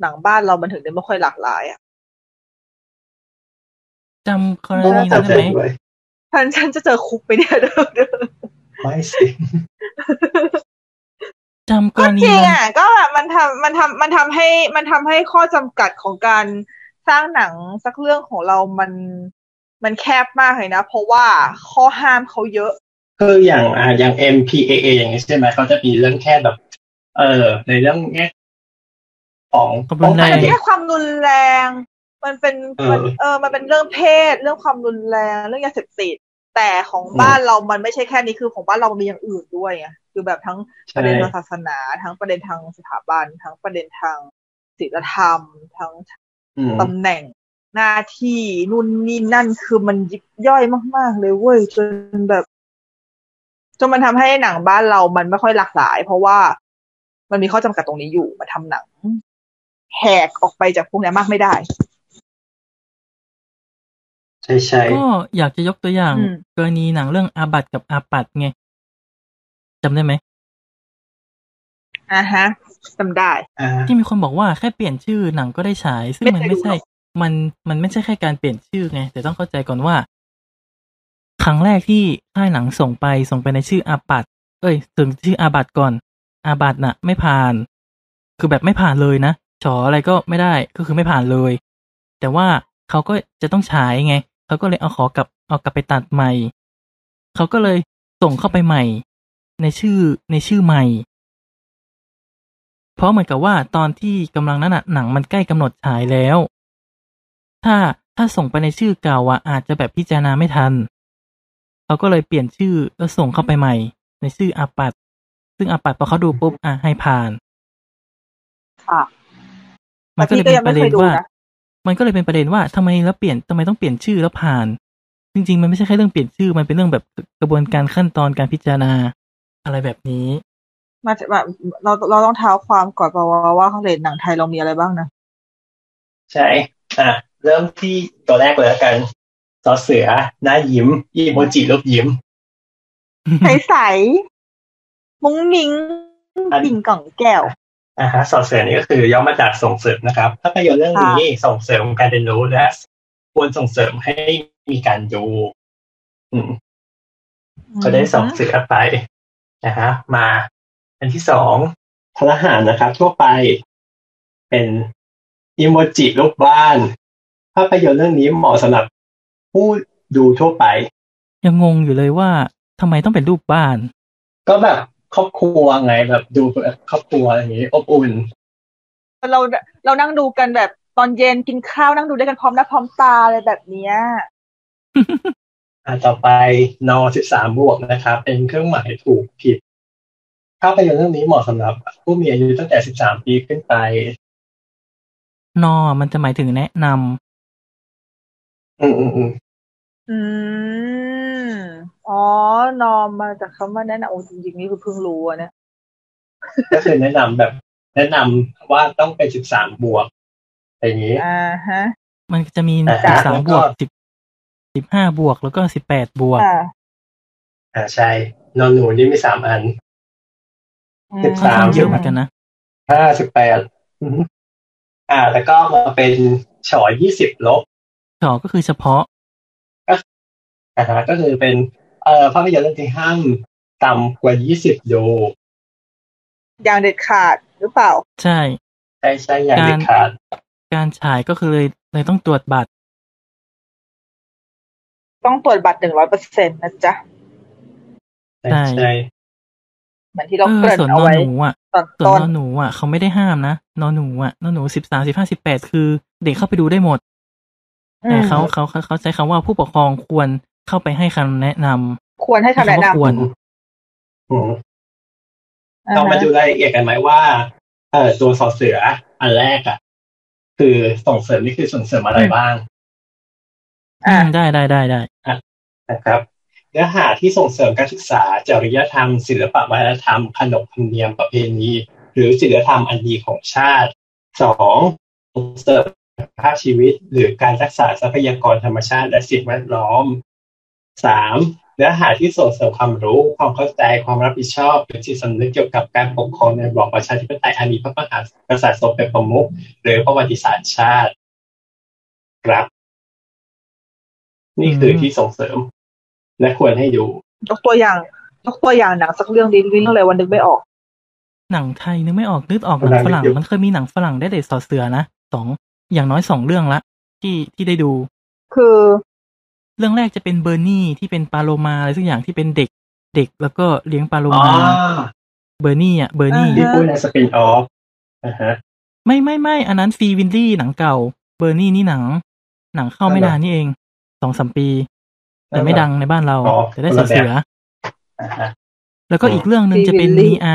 Speaker 5: หนังบ้านเรามันถึงได้ไม่ค่อยหลากหลายอ่ะ
Speaker 4: จำกร
Speaker 3: ก็
Speaker 4: ณี
Speaker 3: น่าจะ
Speaker 4: นั้นได้
Speaker 3: เจ็บ
Speaker 4: ไหม
Speaker 3: ด้วย
Speaker 5: ฉันฉันจะเจอคุกไปเนี่ยเดี๋ยวเดี๋ยว
Speaker 3: ไม่สิ
Speaker 4: จำก
Speaker 5: ก็
Speaker 4: รณี
Speaker 5: จริง
Speaker 4: นั้น
Speaker 5: อ่ะ ก็แบบมันทำมันทำมันทำให้มันทำให้ข้อจำกัดของการสร้างหนังสักเรื่องของเรามันมันแคบมากเลยนะ เพราะว่าข้อห้ามเขาเยอะ
Speaker 3: คืออย่างอ่าอย่าง MPAA อย่างนี้ใช่ไหมเขาจะมีเรื่องแค่แบบ เออ ในเรื่องแง่ของ
Speaker 4: ความรุ
Speaker 3: ป้อง
Speaker 4: นแร
Speaker 3: กั
Speaker 5: มัน นเป็น
Speaker 4: ง
Speaker 3: เด็ก
Speaker 5: แค่ความรุนแรง มันเป็น
Speaker 3: เออ
Speaker 5: มันเออ มันเป็นเรื่องเพศ เรื่องความรุนแรง เรื่องยาเสพติด แต่ของบ้านเรา มันไม่ใช่แค่นี้ คือของบ้านเรามันมีอย่างอื่นด้วยไงคือแบบทั้งป
Speaker 3: ใช่
Speaker 5: ระเด็นทางศาสนา ทั้งประเด็นทางสถาบัน ทั้งประเด็นทางศีลธรรม ทั้ง
Speaker 3: อืม
Speaker 5: ตำแหน่ง หน้าที่ นู่นนี่นั่น คือมันยิบย่อยมาก ๆ เลยเว้ย จนแบบ จนมันทำให้หนังบ้านเรา มันไม่ค่อยหลากหลาย เพราะว่ามันมีข้อจำกัดตรงนี้อยู่ มันทำหนังแหกออกไปจากพวกเนี้ยมากไม่ได้
Speaker 3: ใช่ใช่
Speaker 4: ก็อยากจะยกตัวอย่าง
Speaker 5: อืม
Speaker 4: กรณีหนังเรื่องอาบัตกับอาปัดไงจำได้ไหม
Speaker 5: อ่าฮะจำได้
Speaker 3: อ่า
Speaker 4: ที่มีคนบอกว่าแค่เปลี่ยนชื่อหนังก็ได้ฉาย ซึ่งมัน
Speaker 5: ไม่
Speaker 4: ไม่
Speaker 5: ใช่
Speaker 4: ใช่
Speaker 5: หรอก
Speaker 4: มันมันไม่ใช่แค่การเปลี่ยนชื่อไง แต่ต้องเข้าใจก่อนว่า ครั้งแรกที่ค่ายหนังส่งไปส่งไปในชื่ออาบัตเอ้ยถึงชื่ออาบัตก่อน อาบัตน่ะ ไม่ผ่าน คือแบบไม่ผ่านเลยนะฉออะไรก็ไม่ได้ก็คือไม่ผ่านเลย แต่ว่าเขาก็จะต้องฉายไงเขาก็เลยเอาขอกลับเอากลับไปตัดใหม่เขาก็เลยส่งเข้าไปใหม่ ในชื่อในชื่อใหม่ เพราะเหมือนกับว่าตอนที่กำลังนั้นน่ะหนังมันใกล้กำหนดฉายแล้ว ถ้าถ้าส่งไปในชื่อเก่าอ่ะอาจจะแบบพิจารณาไม่ทันเขาก็เลยเปลี่ยนชื่อแล้วส่งเข้าไปใหม่ ในชื่ออาปัดซึ่งอาปัดพอเขาดูปุ๊บอ่ะให้ผ่าน
Speaker 5: ค่ะ
Speaker 4: มันก็เลยเป็นประเด็น
Speaker 5: แต่พี่ก็ยังไม่เคย
Speaker 4: ว่า
Speaker 5: ดูนะ
Speaker 4: มันก็เลยเป็นประเด็นว่าทำไมแล้วเปลี่ยนทำไมต้องเปลี่ยนชื่อแล้วผ่าน จริง ๆ มันไม่ใช่แค่เรื่องเปลี่ยนชื่อ มันเป็นเรื่องแบบกระบวนการขั้นตอนการพิจารณา อะไรแบบนี้
Speaker 5: มาจะแบบเราเราต้องเท้าความก่อนเปล่าวะว่าเขาเรทหนังไทยเรามีอะไร
Speaker 3: *laughs*
Speaker 5: บ้างนะ
Speaker 3: ใช่ อ่ะ เริ่มที่ตัวแรกเลยแล้วกันสอเสือ หน้ายิ้ม อีโมจิรูปยิ้ม
Speaker 5: ใสๆมุ้งมิ้ง
Speaker 3: อัน
Speaker 5: ปิ่งกล่องแก้ว
Speaker 3: อ่าฮะสอเสือนี่ก็คือย่อมาจากส่งเสริมนะครับภาพยนตร์เรื่องนี้ส่งเสริมการเรียนรู้และควรส่งเสริมให้มีการดู อืม ก็ได้สองเสือไปนะฮะมาอันที่สองพลหารนะครับ ทั่วไปเป็นอิโมจิลูกบ้าน ภาพยนตร์เรื่องนี้เหมาะสำหรับผู้ดูทั่วไป
Speaker 4: ยังงงอยู่เลยว่าทำไมต้องเป็นรูปบ้าน
Speaker 3: ก็แบบครอบครัวไงแบบดูแบบครอบครัวอะไรอย่างนี้ อบอุ่น
Speaker 5: เราเรานั่งดูกันแบบตอนเย็นกินข้าวนั่งดูด้วยกันพร้อมหน้าพร้อมตาอะไรแบบเนี้ย
Speaker 3: อ่าต่อไปนอสิบสามบวกนะครับ เป็นเครื่องหมายถูกผิด ภาพยนตร์เรื่องนี้เหมาะสำหรับ ผู้มีอายุตั้งแต่สิบสามปีขึ้นไป
Speaker 4: นอมันจะหมายถึงแนะนำ
Speaker 3: อืมอืมอืม
Speaker 5: อืมอ๋อนอมมาจากคำว่าแนะนำโอ้จริงๆนี่คือเพิ่งรู้อะเนี่ย
Speaker 3: ก็คือแนะนำแบบ แนะนำว่าต้องเป็นสิบสามบวกอย่างนี้
Speaker 5: อ่าฮะ
Speaker 4: มันจะมี
Speaker 3: อ่า
Speaker 4: สิบสามบวกสิบสิบห้าบวกแล้วก็สิบแปดบวก
Speaker 5: อ่า
Speaker 3: อ่าใช่นอนหนูนี่มีสามอัน
Speaker 5: อื
Speaker 3: สิบ
Speaker 4: ค่อน
Speaker 3: สาม
Speaker 4: ข้างเยอะเหมือนกันนะ
Speaker 3: ห้าสิบแปดอ่า แล้วก็มาเป็นฉอยี่สิบลบ
Speaker 4: ฉอก็คือเฉพาะ
Speaker 3: อ่าฮะก็คือเป็นเอ่อภาพยนตร์เรื่องที่ห้ามต่ำกว่ายี่สิบโด
Speaker 5: อย่างเด็ดขาดหรือเปล่า
Speaker 4: ใช่
Speaker 3: ใช่ใช่อย่างเด็ดขาด
Speaker 4: การฉายก็คือเลยเลยต้องตรวจบัตร
Speaker 5: ต้องตรวจบัตรหนึ่งร้อยเปอร์เซ็นต์นะจ๊ะ
Speaker 3: ใช่ใช่
Speaker 5: เหมือนที่เรา
Speaker 4: เออ
Speaker 5: เกริ่น
Speaker 4: ส่วนน
Speaker 5: เอา
Speaker 4: อ
Speaker 5: ไว้
Speaker 4: หนูอ่ะ
Speaker 5: ตอน
Speaker 4: ส่วน
Speaker 5: ต้น
Speaker 4: นอหนูอ่ะเขาไม่ได้ห้ามนะนอหนูอ่ะนอหนูสิบสามสิบห้าสิบแปดคือ เด็กเข้าไปดูได้หมด แต่เขา
Speaker 5: อืม
Speaker 4: เขาเขาเขาใช้คำว่าผู้ปกครองควรเข้าไปให้คำแนะนำ
Speaker 5: ควรให้คำแนะ
Speaker 4: ใช้
Speaker 5: นำ
Speaker 4: ว่าควร
Speaker 3: อืม
Speaker 5: อ่า
Speaker 3: ต้องมา
Speaker 5: ฮะ
Speaker 3: ดูรายละเอียดกันไหมว่า เอ่อตัวสอเสืออันแรกอ่ะ คือส่งเสริมนี่คือส่งเสริมอะไรบ้าง
Speaker 4: อื
Speaker 5: อ่าม
Speaker 4: ได้ได้ได้ได้
Speaker 3: นะครับ เนื้อหาที่ส่งเสริมการศึกษาจริยธรรม ศิลปวัฒนธรรมขนบธรรมเนียมประเพณี หรือศิลธรรมอันดีของชาติสองส่งเสริมคุณภาพชีวิต หรือการรักษาทรัพยากรธรรมชาติและสิ่งแวดล้อมสามเนื้อหาที่ส่งเสริมความรู้ ความเข้าใจความรับผิดชอบหรือจิตสำนึกเกี่ยวกับการปกครองในระบอบประชาธิปไตยอันมีพระมหากษัตริย์ทรงเป็นประมุขหรือประวัติศาสตร์ชาติครับ นี่คือที่ส่งเสริม และควรให้ดู
Speaker 5: ยกตัวอย่างยกตัวอย่างหนังสักเรื่องดีวิ่งอะไรวันนึกไม่ออก
Speaker 4: หนังไทยนึกไม่ออกนึกออกห
Speaker 3: กำ
Speaker 4: นั
Speaker 3: ลั
Speaker 4: ง
Speaker 3: ง
Speaker 4: ฝรั่ง
Speaker 3: นึกอยู่
Speaker 4: มันเคยมีหนังฝรั่งได้เด็ดสอดเสือนะสองอย่างน้อยสองเรื่องละ ที่ที่ได้ดู
Speaker 5: คือ
Speaker 4: เรื่องแรกจะเป็นเบอร์นี่ที่เป็นปลาโลมาอะไรสักอย่างที่เป็นเด็กเด็กแล้วก็เลี้ยงปลาโลมาเบอร์นี่อ่ะเบอร์นี่
Speaker 3: ที่พูดในสปินออฟนะฮะ
Speaker 4: ไม่ไม่ไม่อันนั้นฟรีวินลี่หนังเก่า เบอร์นี่นี่หนัง หนังเข้าไม่
Speaker 3: อะไร
Speaker 4: นานนี่เองสองสามปี แต่ไม่
Speaker 3: อะไร
Speaker 4: ดังในบ้านเรา
Speaker 3: อ๋อ
Speaker 4: แต่ได้
Speaker 3: คนละ
Speaker 4: สอดเสือ
Speaker 3: แบบ อ่าฮะ
Speaker 4: แล้วก็อีกเรื่องหนึ่งจะเป็นมีอา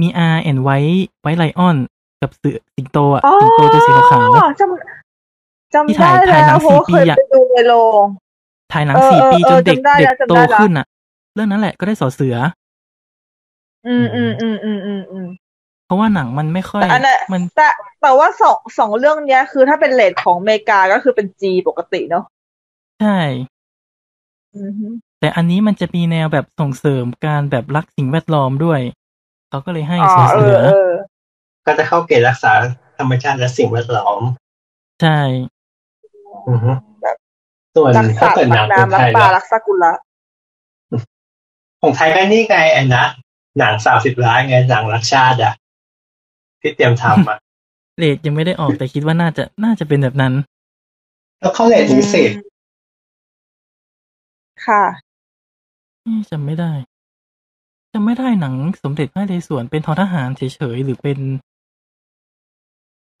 Speaker 4: มีอาแอนไว้ไว้ไลออนกับเสือสิงโตอ่ะ
Speaker 5: อ๋อ
Speaker 4: สิงโตตัวสีขาวๆ
Speaker 5: จำจำ
Speaker 4: ที่ถ่าย
Speaker 5: ได้
Speaker 4: ถ่ายหนั
Speaker 5: แล้ว
Speaker 4: ง
Speaker 5: โห
Speaker 4: สี่
Speaker 5: เค
Speaker 4: ปี
Speaker 5: ย
Speaker 4: อะ
Speaker 5: ไปดูในโรง
Speaker 4: ถ่ายหนัง
Speaker 5: เออ
Speaker 4: สี่
Speaker 5: เออ
Speaker 4: ปี
Speaker 5: เอ
Speaker 4: จ
Speaker 5: อน
Speaker 4: เด็ก
Speaker 5: จำได้
Speaker 4: เด็ก
Speaker 5: แล้วจำ
Speaker 4: โต
Speaker 5: ได้แล้ว
Speaker 4: ขึ้นอ่ะ เรื่องนั้นแหละก็ได้สอเสือ
Speaker 5: อืมอืมอืมอืมอืมอืม
Speaker 4: เพราะว่าหนังมันไม่ค่อย
Speaker 5: แต่อันน่ะ
Speaker 4: มัน
Speaker 5: แต่แต่ว่าสองสองเรื่องเนี้ย คือถ้าเป็นเลทของอเมริกาก็คือเป็นจีปกติเนาะ
Speaker 4: ใช่
Speaker 5: อือฮึ
Speaker 4: แต่อันนี้มันจะมีแนวแบบส่งเสริมการแบบรักสิ่งแวดล้อมด้วย เขาก็เลยให้
Speaker 5: อ๋อ
Speaker 4: สอ
Speaker 5: เอ
Speaker 4: เสื
Speaker 5: อ
Speaker 4: อ
Speaker 5: เออ
Speaker 3: ก็จะเข้าเกณฑ์รักษาธรรมชาติและสิ่งแวดล้อม
Speaker 4: ใช่
Speaker 3: อือฮึ
Speaker 5: แบบ
Speaker 3: ส่วน
Speaker 5: รัก
Speaker 3: ถ้า
Speaker 5: ษา
Speaker 3: เกิดห
Speaker 5: ปั
Speaker 3: นั
Speaker 5: ก
Speaker 3: งเป็น
Speaker 5: น้ำรั
Speaker 3: ไท
Speaker 5: ก
Speaker 3: ย
Speaker 5: ปลา
Speaker 3: ละ
Speaker 5: รักซากุระ
Speaker 3: ของไทยก็นี่ไงไอ้นะหนังสาวสิบล้านไงหนังรักชาติอะที่เตรียม
Speaker 5: *laughs*
Speaker 3: ทำอะ
Speaker 4: เลดยังไม่ได้ออกแต่คิดว่าน่าจะน่าจะเป็นแบบนั้น
Speaker 3: แล้วเขาเลทถึงสิบ
Speaker 5: ค่ะ
Speaker 4: เอ๊ะจำไม่ได้จำไม่ได้หนังสมเด็จพระนเรศวรเป็นทอทหารเฉยๆหรือเป็น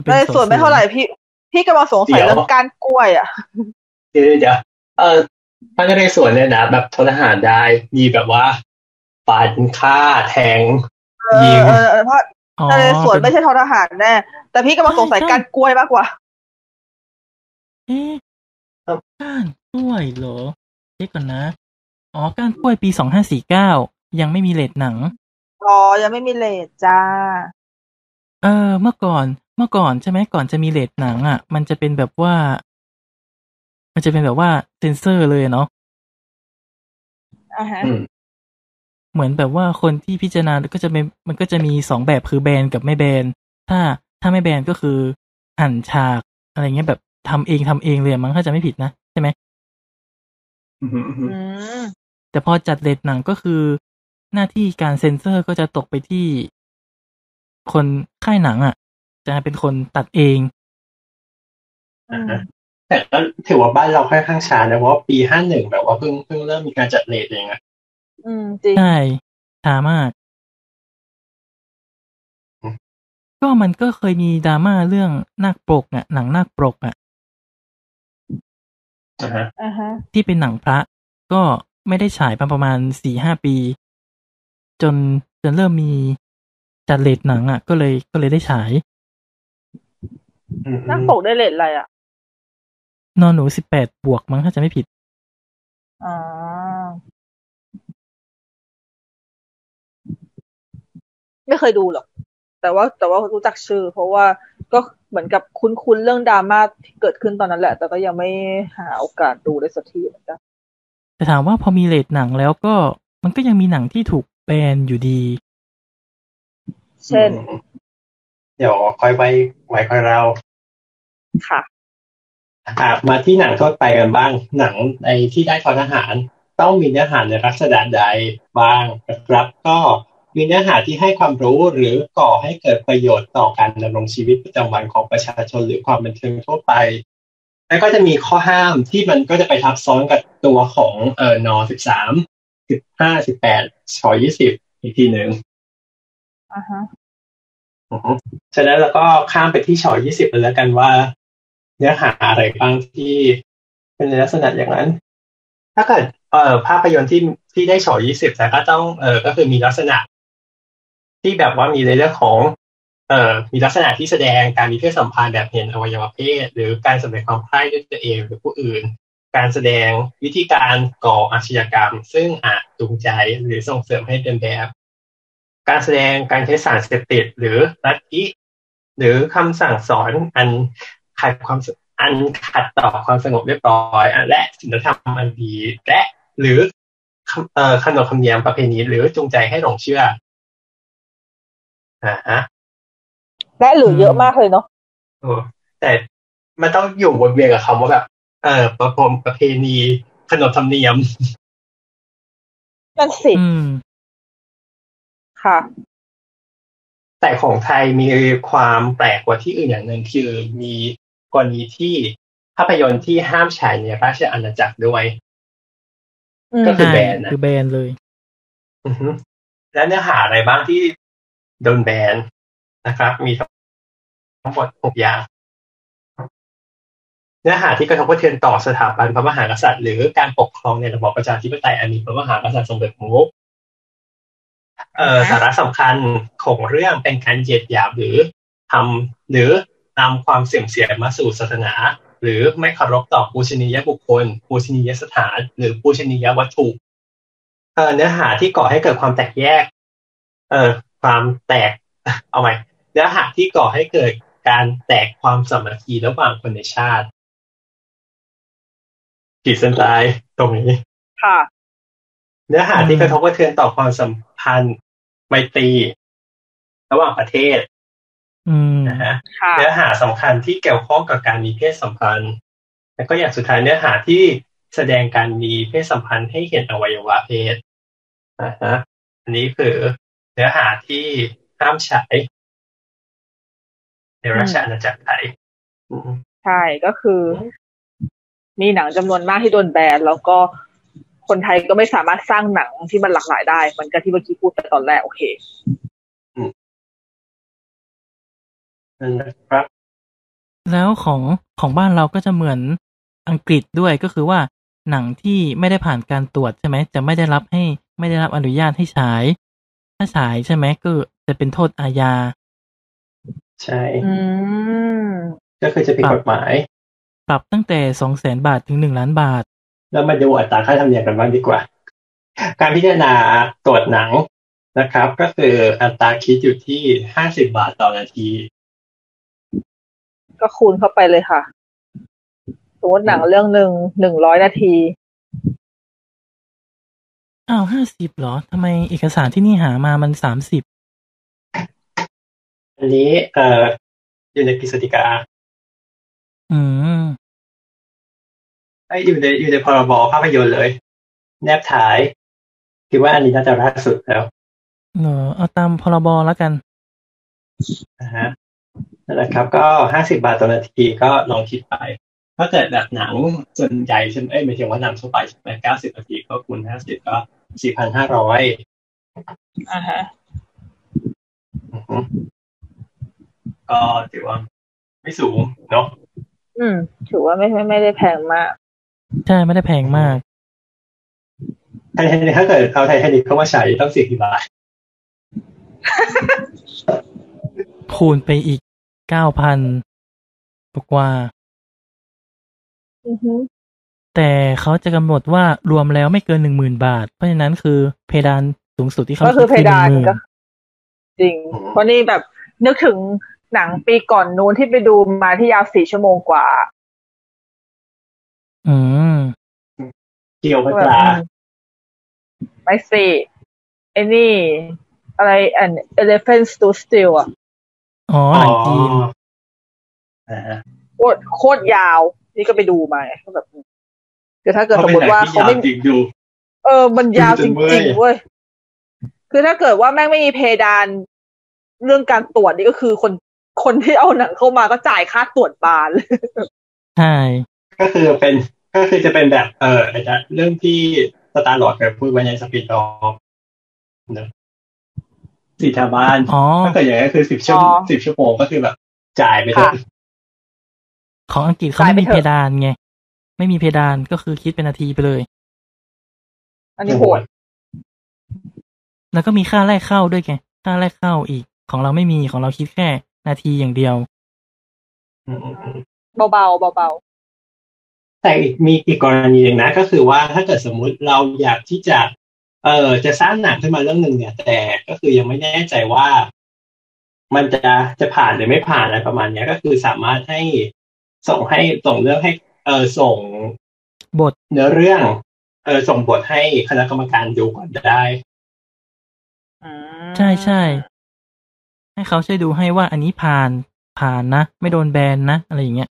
Speaker 5: เลยส่วนไม่เท่าไหร่พี่ พี่กำลังสงสัยเรื่องการกล้วยอ่ะ
Speaker 3: เดี๋ยวเดี๋ยวเออพระนเรศวรเนี่ยนะแบบทนอาหารได้มีแบบว่าปาดฆ่าแทง
Speaker 5: เออเออเออเพราะ
Speaker 4: อ๋อ
Speaker 5: นาเรศวร
Speaker 4: เป็
Speaker 5: ไม่
Speaker 4: น
Speaker 5: ใช่ทอทหารแน่แต่พี่กำลังสงสัย
Speaker 4: ใช่
Speaker 5: การกล้วยมากกว่า
Speaker 4: เอ๊ะ
Speaker 3: ครับ
Speaker 4: ก้านกล้วยเหรอเช็คก่อนนะ อ๋อก้านกล้วยปีสองห้าสี่เก้ายังไม่มีเลดหนัง
Speaker 5: อ๋อ ยังไม่มีเลทจ้า
Speaker 4: เออ เมื่อก่อน เมื่อก่อนใช่ไหมก่อนจะมีเลดหนังอ่ะ มันจะเป็นแบบว่า มันจะเป็นแบบว่าเซนเซอร์เลยเนาะ
Speaker 5: อ่าฮะ
Speaker 3: อืม
Speaker 4: เหมือนแบบว่าคนที่พิจารณาก็จะเป็นมันก็จะมีสองแบบคือแบนกับไม่แบน ถ้าถ้าไม่แบนก็คือหั่นฉากอะไรเงี้ยแบบทำเองทำเองเลยมั้งถ้าจะไม่ผิดนะใช่ไหม
Speaker 3: อืมอืม
Speaker 5: อืม
Speaker 4: แต่พอจัดเลทหนังก็คือ หน้าที่การเซ็นเซอร์ก็จะตกไปที่ คนค่ายหนังอ่ะ จะเป็นคนตัดเอง
Speaker 5: อืม
Speaker 3: แต่ก็ถือว่าบ้านเราค่อนข้างช้านะเพราะว่าปีห้าหนึ่งแบบว่าเพิ่งเพิ่งเริ่มมีการจัดเลทเองอะ
Speaker 5: อืม จริง
Speaker 4: ใช่ช้ามาก ก็มันก็เคยมีดราม่าเรื่องนาคปรกอ่ะหนังนาคปรกอ่ะ
Speaker 3: อ่าฮะ
Speaker 5: อ่าฮะ
Speaker 4: ที่เป็นหนังพระก็ไม่ได้ฉายมาประมาณสี่ห้าปี จนจนเริ่มมีจัดเลทหนังอ่ะ ก็เลยก็เลยได้ฉาย
Speaker 3: อืมอืม
Speaker 5: นั่งปกได้เลทอะไรอ่ะ
Speaker 4: นอนหนูสิบแปดบวกมั้งถ้าจะไม่ผิด
Speaker 5: อ๋อ ไม่เคยดูหรอก แต่ว่าแต่ว่ารู้จักชื่อ เพราะว่าก็เหมือนกับคุ้นๆเรื่องดราม่าที่เกิดขึ้นตอนนั้นแหละ แต่ก็ยังไม่หาโอกาสดูได้สักทีเหมือนกัน
Speaker 4: แต่ถามว่าพอมีเลทหนังแล้วก็มันก็ยังมีหนังที่ถูกแบนอยู่ดี
Speaker 5: เช่น
Speaker 3: เดี๋ยวคอยไปไว้คอยเรา
Speaker 5: ค่ะ
Speaker 3: อ่ะมาที่หนังทั่วไปกันบ้าง หนังไอ้ที่ได้ทอทหาร ต้องมีเนื้อหาในลักษณะใดบ้างนะครับ ก็มีเนื้อหาที่ให้ความรู้หรือก่อให้เกิดประโยชน์ต่อการดำรงชีวิตประจำวันของประชาชนหรือความบันเทิงทั่วไป แล้วก็จะมีข้อห้ามที่มันก็จะไปทับซ้อนกับตัวของเอ่อนอสิบสามสิบห้าสิบแปดชอยี่สิบอีกทีหนึ่ง
Speaker 5: อ่าฮะ
Speaker 3: อือฮึฉะนั้นเราก็ข้ามไปที่ฉอยยี่สิบเลยแล้วกันว่า เนื้อหาอะไรบ้างที่เป็นในลักษณะอย่างนั้น ถ้าเกิดเอ่อภาพยนตร์ที่ที่ได้ฉอยยี่สิบแต่ก็ต้องเอ่อก็คือมีลักษณะ ที่แบบว่ามีในเรื่องของ เอ่อมีลักษณะที่แสดงการมีเพศสัมพันธ์แบบเห็นอวัยวะเพศ หรือการสำเร็จความใคร่ด้วยตัวเองหรือผู้อื่น การแสดงวิธีการก่ออาชญากรรม ซึ่งอาจจูงใจหรือส่งเสริมให้เป็นแบบ การแสดงการใช้สารเสพติดหรือลัทธิหรือคำสั่งสอนอันขัดความสอันขัดต่อความสงบเรียบร้อยอ่ะและศีลธรรมอันดีและหรือคำเอ่อขนบธรรมเนียมประเพณีหรือจูงใจให้หลงเชื่ออ่าฮะ
Speaker 5: และหรือเยอะมากเลยเนาะ
Speaker 3: โอ้แต่มันต้องอยู่บนเวียนกับคำว่าแบบเออประพรมประเพณีขนบธรรมเนียม
Speaker 5: นั่นสิ
Speaker 4: อืม
Speaker 5: ค่ะ
Speaker 3: แต่ของไทยมีความแปลกกว่าที่อื่นอย่างหนึ่งคือมีกรณีที่ภาพยนตร์ที่ห้ามฉายในราชอาณาจักรด้วย
Speaker 5: อืม
Speaker 3: ก็ คือ
Speaker 4: ใช่
Speaker 3: แบนนะ
Speaker 4: คือแบนเลย
Speaker 3: อือฮึและเนื้อหาอะไรบ้างที่โดนแบนนะครับ มีทั้งหมดหกอย่าง เนื้อหาที่กระทบกระเทือนต่อสถาบันพระมหากษัตริย์ หรือการปกครองในระบอบประชาธิปไตยอันมีพระมหากษัตริย์ทรงเป็นประมุขเอ่อสาระสำคัญของเรื่องเป็นการเหยียดหยามหรือทำหรือนำความเสื่อมเสียมาสู่ศาสนา หรือไม่เคารพต่อปูชนียบุคคล ปูชนียสถาน หรือปูชนียวัตถุ เอ่อเนื้อหาที่ก่อให้เกิดความแตกแยก เอ่อความแตก *laughs* เอาใหม่เนื้อหาที่ก่อให้เกิดการแตกความสามัคคีระหว่างคนในชาติขีดเส้นใต้ตรงนี้
Speaker 5: ค่ะ
Speaker 3: เนื้อหา
Speaker 4: อื
Speaker 3: ที่
Speaker 4: ม
Speaker 3: กระทบกระเทือนต่อความสัมพันธ์ไมตรีระหว่างประเทศ
Speaker 4: อืม
Speaker 3: นะฮะ
Speaker 5: ค่ะ
Speaker 3: เนื้อหาสำคัญที่เกี่ยวข้องกับการมีเพศสัมพันธ์ แล้วก็อย่างสุดท้ายเนื้อหาที่แสดงการมีเพศสัมพันธ์ให้เห็นอวัยวะเพศ อ่าฮะอันนี้คือเนื้อหาที่ห้ามฉายในราชอาณาจักรไทยอืม
Speaker 5: ใช่ก็คือ มีหนังจำนวนมากที่โดนแบนแล้วก็คนไทยก็ไม่สามารถสร้างหนังที่มันหลากหลายได้เหมือนกับที่เมื่อกี้พูดไปตอนแรกโอเค
Speaker 3: นั่นนะครับ
Speaker 4: แล้วของของบ้านเราก็จะเหมือนอังกฤษด้วยก็คือว่าหนังที่ไม่ได้ผ่านการตรวจใช่ไหมจะไม่ได้รับให้ไม่ได้รับอนุญาตให้ฉาย ถ้าฉายใช่ไหมก็จะเป็นโทษอาญา
Speaker 3: ใช่
Speaker 5: อืม
Speaker 3: ก็คือจะผิดกฎหมาย
Speaker 4: ปรับตั้งแต่สองแสนบาทถึงหนึ่งล้านบาท
Speaker 3: แล้วมาดูอัตราค่าธรรมเนียมกันบ้างดีกว่า การพิจารณาตรวจหนังนะครับ ก็คืออัตราคิดอยู่ที่ห้าสิบาทต่อนาที
Speaker 5: ก็คูณเข้าไปเลยค่ะ สมมติหนังเรื่องหนึ่งหนึ่งร้อยนาที
Speaker 4: อ้าวห้าสิบหรอทำไมเอกสารที่นี่หามามันสามสิบ
Speaker 3: อันนี้เอ่ออยู่ในกฤษฎีกา
Speaker 4: อืม
Speaker 3: ไอ้ยอยู่ในอยู่ในพรบภาพยนตร์เลย แนบถ่ายคิดว่าอันนี้น่าจะล่าสุดแล้ว
Speaker 4: เหรอเอาตามพรบแล้วกัน
Speaker 3: นะฮะนั่นแหละครับ ก็ห้าสิบาทต่อนาทีก็ลองคิดไปถ้าเกิดแบบหนังส่วนใหญ่ใช่ไหมเอ้ยหมายถึงว่าหนังทั่วไปใช่ไหมเก้าสิบนาทีก็คูณห้าสิบก็สี่พันห้าร้อย
Speaker 5: อ่าฮะ
Speaker 3: อือฮึก็ถือว่าไม่สูงเนาะ
Speaker 5: อืม ถือว่าไม่ไม่ไม่ได้แพงมาก
Speaker 4: ใช่ไม่ได้แพงมาก
Speaker 3: ไททานิคถ้าเกิดเอาไททานิคเข้ามาใช้ต้องเสียกี่บาท
Speaker 4: คูณไปอีกเก้าพันกว่า
Speaker 5: อือฮึ
Speaker 4: ๆแต่เขาจะกำหนดว่ารวมแล้วไม่เกินหนึ่งหมื่นบาท เพราะฉะนั้นคือเพดานสูงสุดที่เขา
Speaker 5: ก็คือเพ
Speaker 4: คิ
Speaker 5: ดาน
Speaker 4: หงหมื่
Speaker 5: ก็จริง เพราะนี่แบบนึกถึงหนังปีก่อนนู้นที่ไปดูมาที่ยาวสี่ชั่วโมงกว่า
Speaker 4: อืม
Speaker 3: เกี่ยวกับ
Speaker 5: แบบ
Speaker 3: ตรา
Speaker 5: ไม่สิไอ้นี่ อะไรอัน elephant to steal อ่ะ
Speaker 4: อ๋อหนังจีน
Speaker 3: อ่าฮะ
Speaker 5: โคตรโคตรยาว นี่ก็ไปดูมาไงก็แบบคือถ้าเกิด
Speaker 3: เขา
Speaker 5: สม
Speaker 3: เป็น
Speaker 5: มติ
Speaker 3: หนั
Speaker 5: ว่างเขา
Speaker 3: ที่ยาว
Speaker 5: ไม่
Speaker 3: จริงอยู่
Speaker 5: เออ มันยาวจ
Speaker 3: ดูจนเมื่
Speaker 5: ริ
Speaker 3: อย
Speaker 5: งๆเว้ย คือถ้าเกิดว่าแม่งไม่มีเพดาน เรื่องการตรวจนี่ก็คือคนคนที่เอาหนังเข้ามาก็จ่ายค่าตรวจบานเลย
Speaker 4: ใช่
Speaker 3: ก็คือเป็นก็คือจะเป็นแบบเอออาจจะเรื่องที่สตาร์ลอร์ดเคยพูดไว้ในสปีดออฟเนอะสิทธาบาล
Speaker 4: อ๋อ
Speaker 3: ถ้าเกิดอย่างนี้นคือสิบชั่ว
Speaker 5: อ๋
Speaker 3: โมง
Speaker 5: อ
Speaker 3: สิบชั่วโมงก็คือแบบจ่ายไปเถอะ
Speaker 4: ของอังกฤษเขา
Speaker 5: จ่ายไป
Speaker 4: ไม่มี
Speaker 5: เถอะ
Speaker 4: เพดานไง ไม่มีเพดานก็คือคิดเป็นนาทีไปเลย
Speaker 5: อันนี้โหด
Speaker 4: แล้วก็มีค่าแรกเข้าด้วยไง ค่าแรกเข้าอีก ของเราไม่มีของเราคิดแค่นาทีอย่างเดียว
Speaker 5: เบาๆเบา
Speaker 3: แต่อีกมีอีกกรณีหนึ่งนะ ก็คือว่าถ้าเกิดสมมุติเราอยากที่จะ เออจะสร้างหนังขึ้นมาเรื่องหนึ่งเนี่ย แต่ก็คือยังไม่แน่ใจว่า มันจะจะผ่านหรือไม่ผ่านอะไรประมาณเนี้ย ก็คือสามารถให้ส่งให้ส่งเรื่องให้ เออส่ง
Speaker 4: บท
Speaker 3: เนื้อเรื่อง เออส่งบทให้คณะกรรมการดูก่อนได้
Speaker 5: ๆอืม
Speaker 4: ใช่ใช่ ให้เขาช่วยดูให้ว่าอันนี้ผ่านผ่านนะ ไม่โดนแบนนะ อะไรอย่างเงี้ย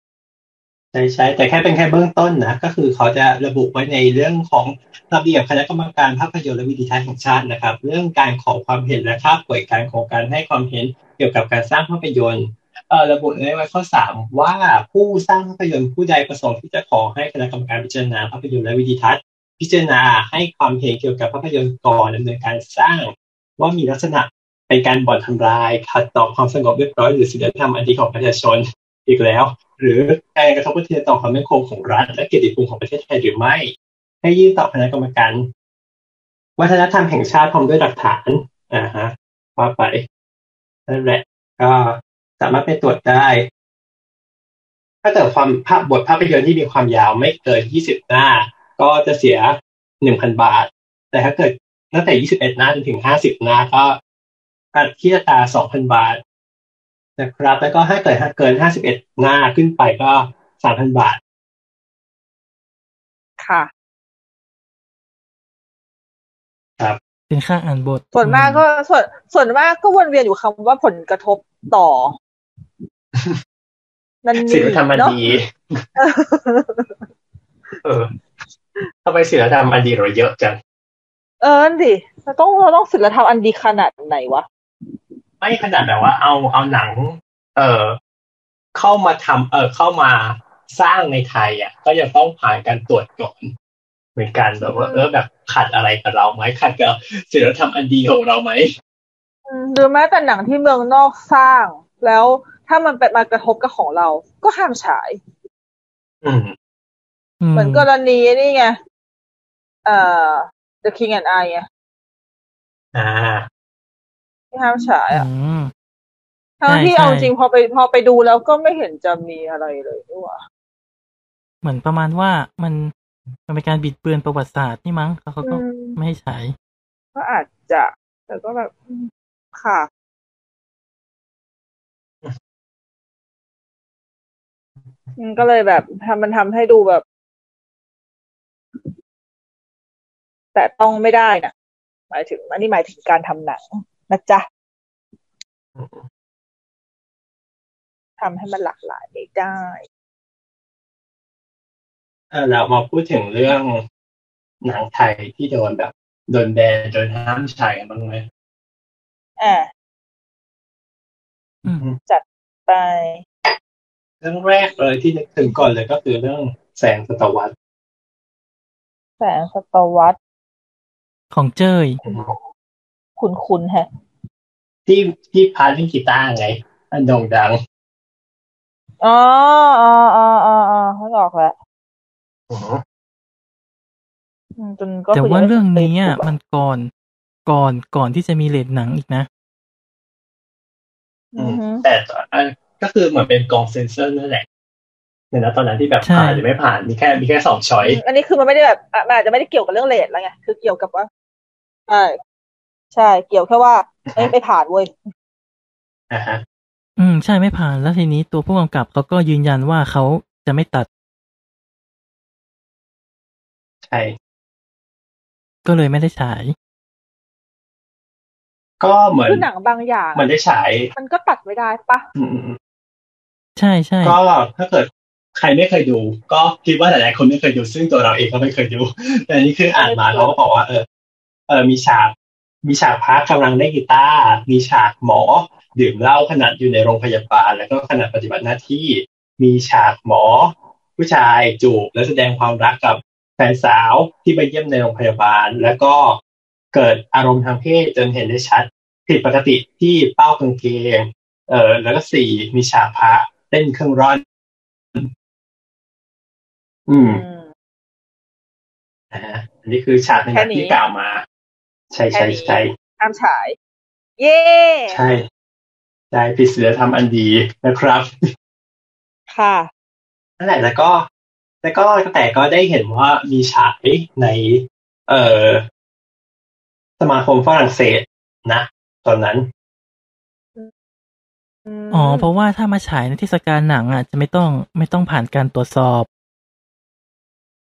Speaker 3: ใช่ใช่แต่แค่เป็นแค่เบื้องต้นนะ ก็คือเขาจะระบุไว้ในเรื่องของระเบียบคณะกรรมการภาพยนตร์และวิดีทัศน์แห่งชาตินะครับ เรื่องการขอความเห็นและค่าป่วยการของการให้ความเห็นเกี่ยวกับการสร้างภาพยนตร์เอ่อระบุในไว้ข้อสามว่าผู้สร้างภาพยนตร์ผู้ใดประสงค์ที่จะขอให้คณะกรรมการพิจารณาภาพยนตร์และวิดีทัศน์ พิจารณาให้ความเห็นเกี่ยวกับภาพยนตร์ก่อนดำเนินการสร้าง ว่ามีลักษณะเป็นการบ่อนทำลายขัดต่อความสงบเรียบร้อยหรือศีลธรรมอันดีของประชาชน อีกแล้ว หรือการกระทบกระเทือนต่อความมั่นคงของรัฐ และเกียรติภูมิของประเทศไทยหรือไม่ ให้ยื่นต่อคณะกรรมการ วัฒนธรรมแห่งชาติพร้อมด้วยหลักฐานอ่าฮะว่าไปนั่นแหละก็สามารถไปตรวจได้ ถ้าเกิดความภาพบทภาพยนตร์ที่มีความยาวไม่เกิน 20 หน้า ก็จะเสีย 1,000 บาท แต่ถ้าเกิดตั้งแต่ 21 หน้าจนถึง 50 หน้าก็ก็คิดอัตรา2,000 บาท นะครับ แล้วก็ถ้าเกิดเกิน 51 หน้าขึ้นไปก็ 3,000 บาท
Speaker 5: ค่ะ
Speaker 4: เป็นค่าอ่านบท
Speaker 5: ส่วนมากก็ส่วนส่วนมากก็วนเวียนอยู่คำว่าผลกระทบต่
Speaker 4: *laughs*
Speaker 5: อ นั่น
Speaker 3: ศิ
Speaker 5: นี่
Speaker 3: ลธรรมอัน
Speaker 5: เนาะ
Speaker 3: ดี เออทำไมศิลธรรมอันดีเราเยอะจัง
Speaker 5: เออนั่นดิเราต้องเราต้องศิลธรรมอันดีขนาดไหนวะ
Speaker 3: ไม่ขนาดแบบว่าเอาเอาหนัง เออเข้ามาทำเออเข้ามาสร้างในไทยอ่ะ ก็ยังต้องผ่านการตรวจก่อนเหมือนกันแบบว่าเออแบบขัดอะไรกับเราไหมขัดกับศีลธรรมอันดีของเราไหม
Speaker 5: อืมหรือแม้แต่หนังที่เมืองนอกสร้าง แล้วถ้ามันเป็นมากระทบกับของเรา ก็ห้ามฉาย
Speaker 3: อืม
Speaker 4: อืม
Speaker 5: เหมือนกรณีนี่ไง เอ่อ The King and I ไง
Speaker 3: อ่า
Speaker 5: ที่ห้ามฉายอ่ะ
Speaker 4: อืม
Speaker 5: ทั้งที่
Speaker 4: ใช่
Speaker 5: เอาจริงพอไปพอไปดูแล้วก็ไม่เห็นจะมีอะไรเลยนี่หว่า
Speaker 4: เหมือนประมาณว่ามันมันเป็นการบิดเบือนประวัติศาสตร์นี่มั้งแล้วเขาก็
Speaker 5: อืม
Speaker 4: ไม่ให้ฉาย
Speaker 5: ก็อาจจะ แต่ก็แบบอืมค่ะ มันก็เลยแบบทำมันทำให้ดูแบบ แต่ต้องไม่ได้นะหมายถึง อันนี้หมายถึงการทำหนังนะจ๊ะทำให้มันหลากหลายไม่ได้
Speaker 3: เออเรามาพูดถึงเรื่องหนังไทยที่โดนแบบโดนแบนโดนห้ามฉายกันบ้างไหม
Speaker 5: อ่าไป
Speaker 3: เรื่องแรกเลยที่นึกถึงก่อนเลยก็คือเรื่องแสงสตวรรษ
Speaker 5: แสงสตวรรษ
Speaker 4: ของเจ้ย
Speaker 5: คุณคุณฮะ
Speaker 3: ที่ที่พาร์ทเล่นกีตาร์ไง อันโด่งดัง
Speaker 5: อ๋ออ๋ออ๋ออ๋ออ๋อเขาบอกแล้วอืมจนก็
Speaker 4: แต่
Speaker 5: คือ
Speaker 4: ว่าเรื่องนี้
Speaker 5: ยั
Speaker 4: อ่ะ
Speaker 5: ไเคยดูะ
Speaker 4: มันก่อนก่อนก่อนที่จะมีเลดหนังอีกนะ
Speaker 5: อือฮึ
Speaker 3: แต่ตอนเอ่อก็คือเหมือนเป็นกองเซนเซอร์นั่นแหละเนี่ยนะตอนนั้นที่แบบ
Speaker 4: ใช่
Speaker 3: ผ่านหรือไม่ผ่านมีแค่มีแค่สองช้อย
Speaker 5: อืมอันนี้คือมันไม่ได้แบบอ่ะมันอาจจะไม่ได้เกี่ยวกับเรื่องเลทแล้วไงคือเกี่ยวกับว่าใช่ใช่ เกี่ยวแค่ว่าไม่ไม่ผ่านเว้ย
Speaker 3: อ่าฮะ
Speaker 4: อืมใช่ไม่ผ่านแล้วทีนี้ตัวผู้กำกับเขาก็ยืนยันว่าเขาจะไม่ตัด
Speaker 3: ใช่
Speaker 4: ก็เลยไม่ได้ฉาย
Speaker 3: ก็เหมือน
Speaker 5: คือหนังบางอย่าง
Speaker 3: เหมือนได้ฉาย
Speaker 5: มันก็ตัดไม่ได้ปะ
Speaker 3: อืม
Speaker 4: ใช่ใช่
Speaker 3: ก็ถ้าเกิดใครไม่เคยดู ก็คิดว่าหลายๆคนไม่เคยดู ซึ่งตัวเราเองก็ไม่เคยดู แต่อันนี่คืออ่านมาเราก็บอกว่า เออเออมีฉาก มีฉากพระกำลังเล่นกีตาร์มีฉากหมอ ดื่มเหล้าขณะอยู่ในโรงพยาบาล แล้วก็ขณะปฏิบัติหน้าที่ มีฉากหมอ ผู้ชายจูบและแสดงความรักกับแฟนสาวที่ไปเยี่ยมในโรงพยาบาล แล้วก็เกิดอารมณ์ทางเพศจนเห็นได้ชัด ผิดปกติที่เป้ากางเกงเออแล้วก็สี่มีฉากพระเต้นเครื่องร้อน อืม
Speaker 5: อืม
Speaker 3: อ่าอันนี้คือฉากในหนัง
Speaker 5: แค่นี้
Speaker 3: ที่กล่าวมา ใช่
Speaker 5: แค่
Speaker 3: ใช่
Speaker 5: นี้
Speaker 3: ใช่
Speaker 5: ห้ามฉาย เย่
Speaker 3: ใช่ใช่ผิดศีลธรรมอันดีนะครับ
Speaker 5: ค่ะ
Speaker 3: นั่นแหละแล้วก็แล้วก็แต่ก็ได้เห็นว่ามีฉายใน เอ่อสมาคมฝรั่งเศสนะตอนนั้น
Speaker 5: ม
Speaker 4: อ๋อเพราะว่าถ้ามาฉายในเทศกาลหนังอ่ะจะไม่ต้องไม่ต้องผ่านการตรวจสอบ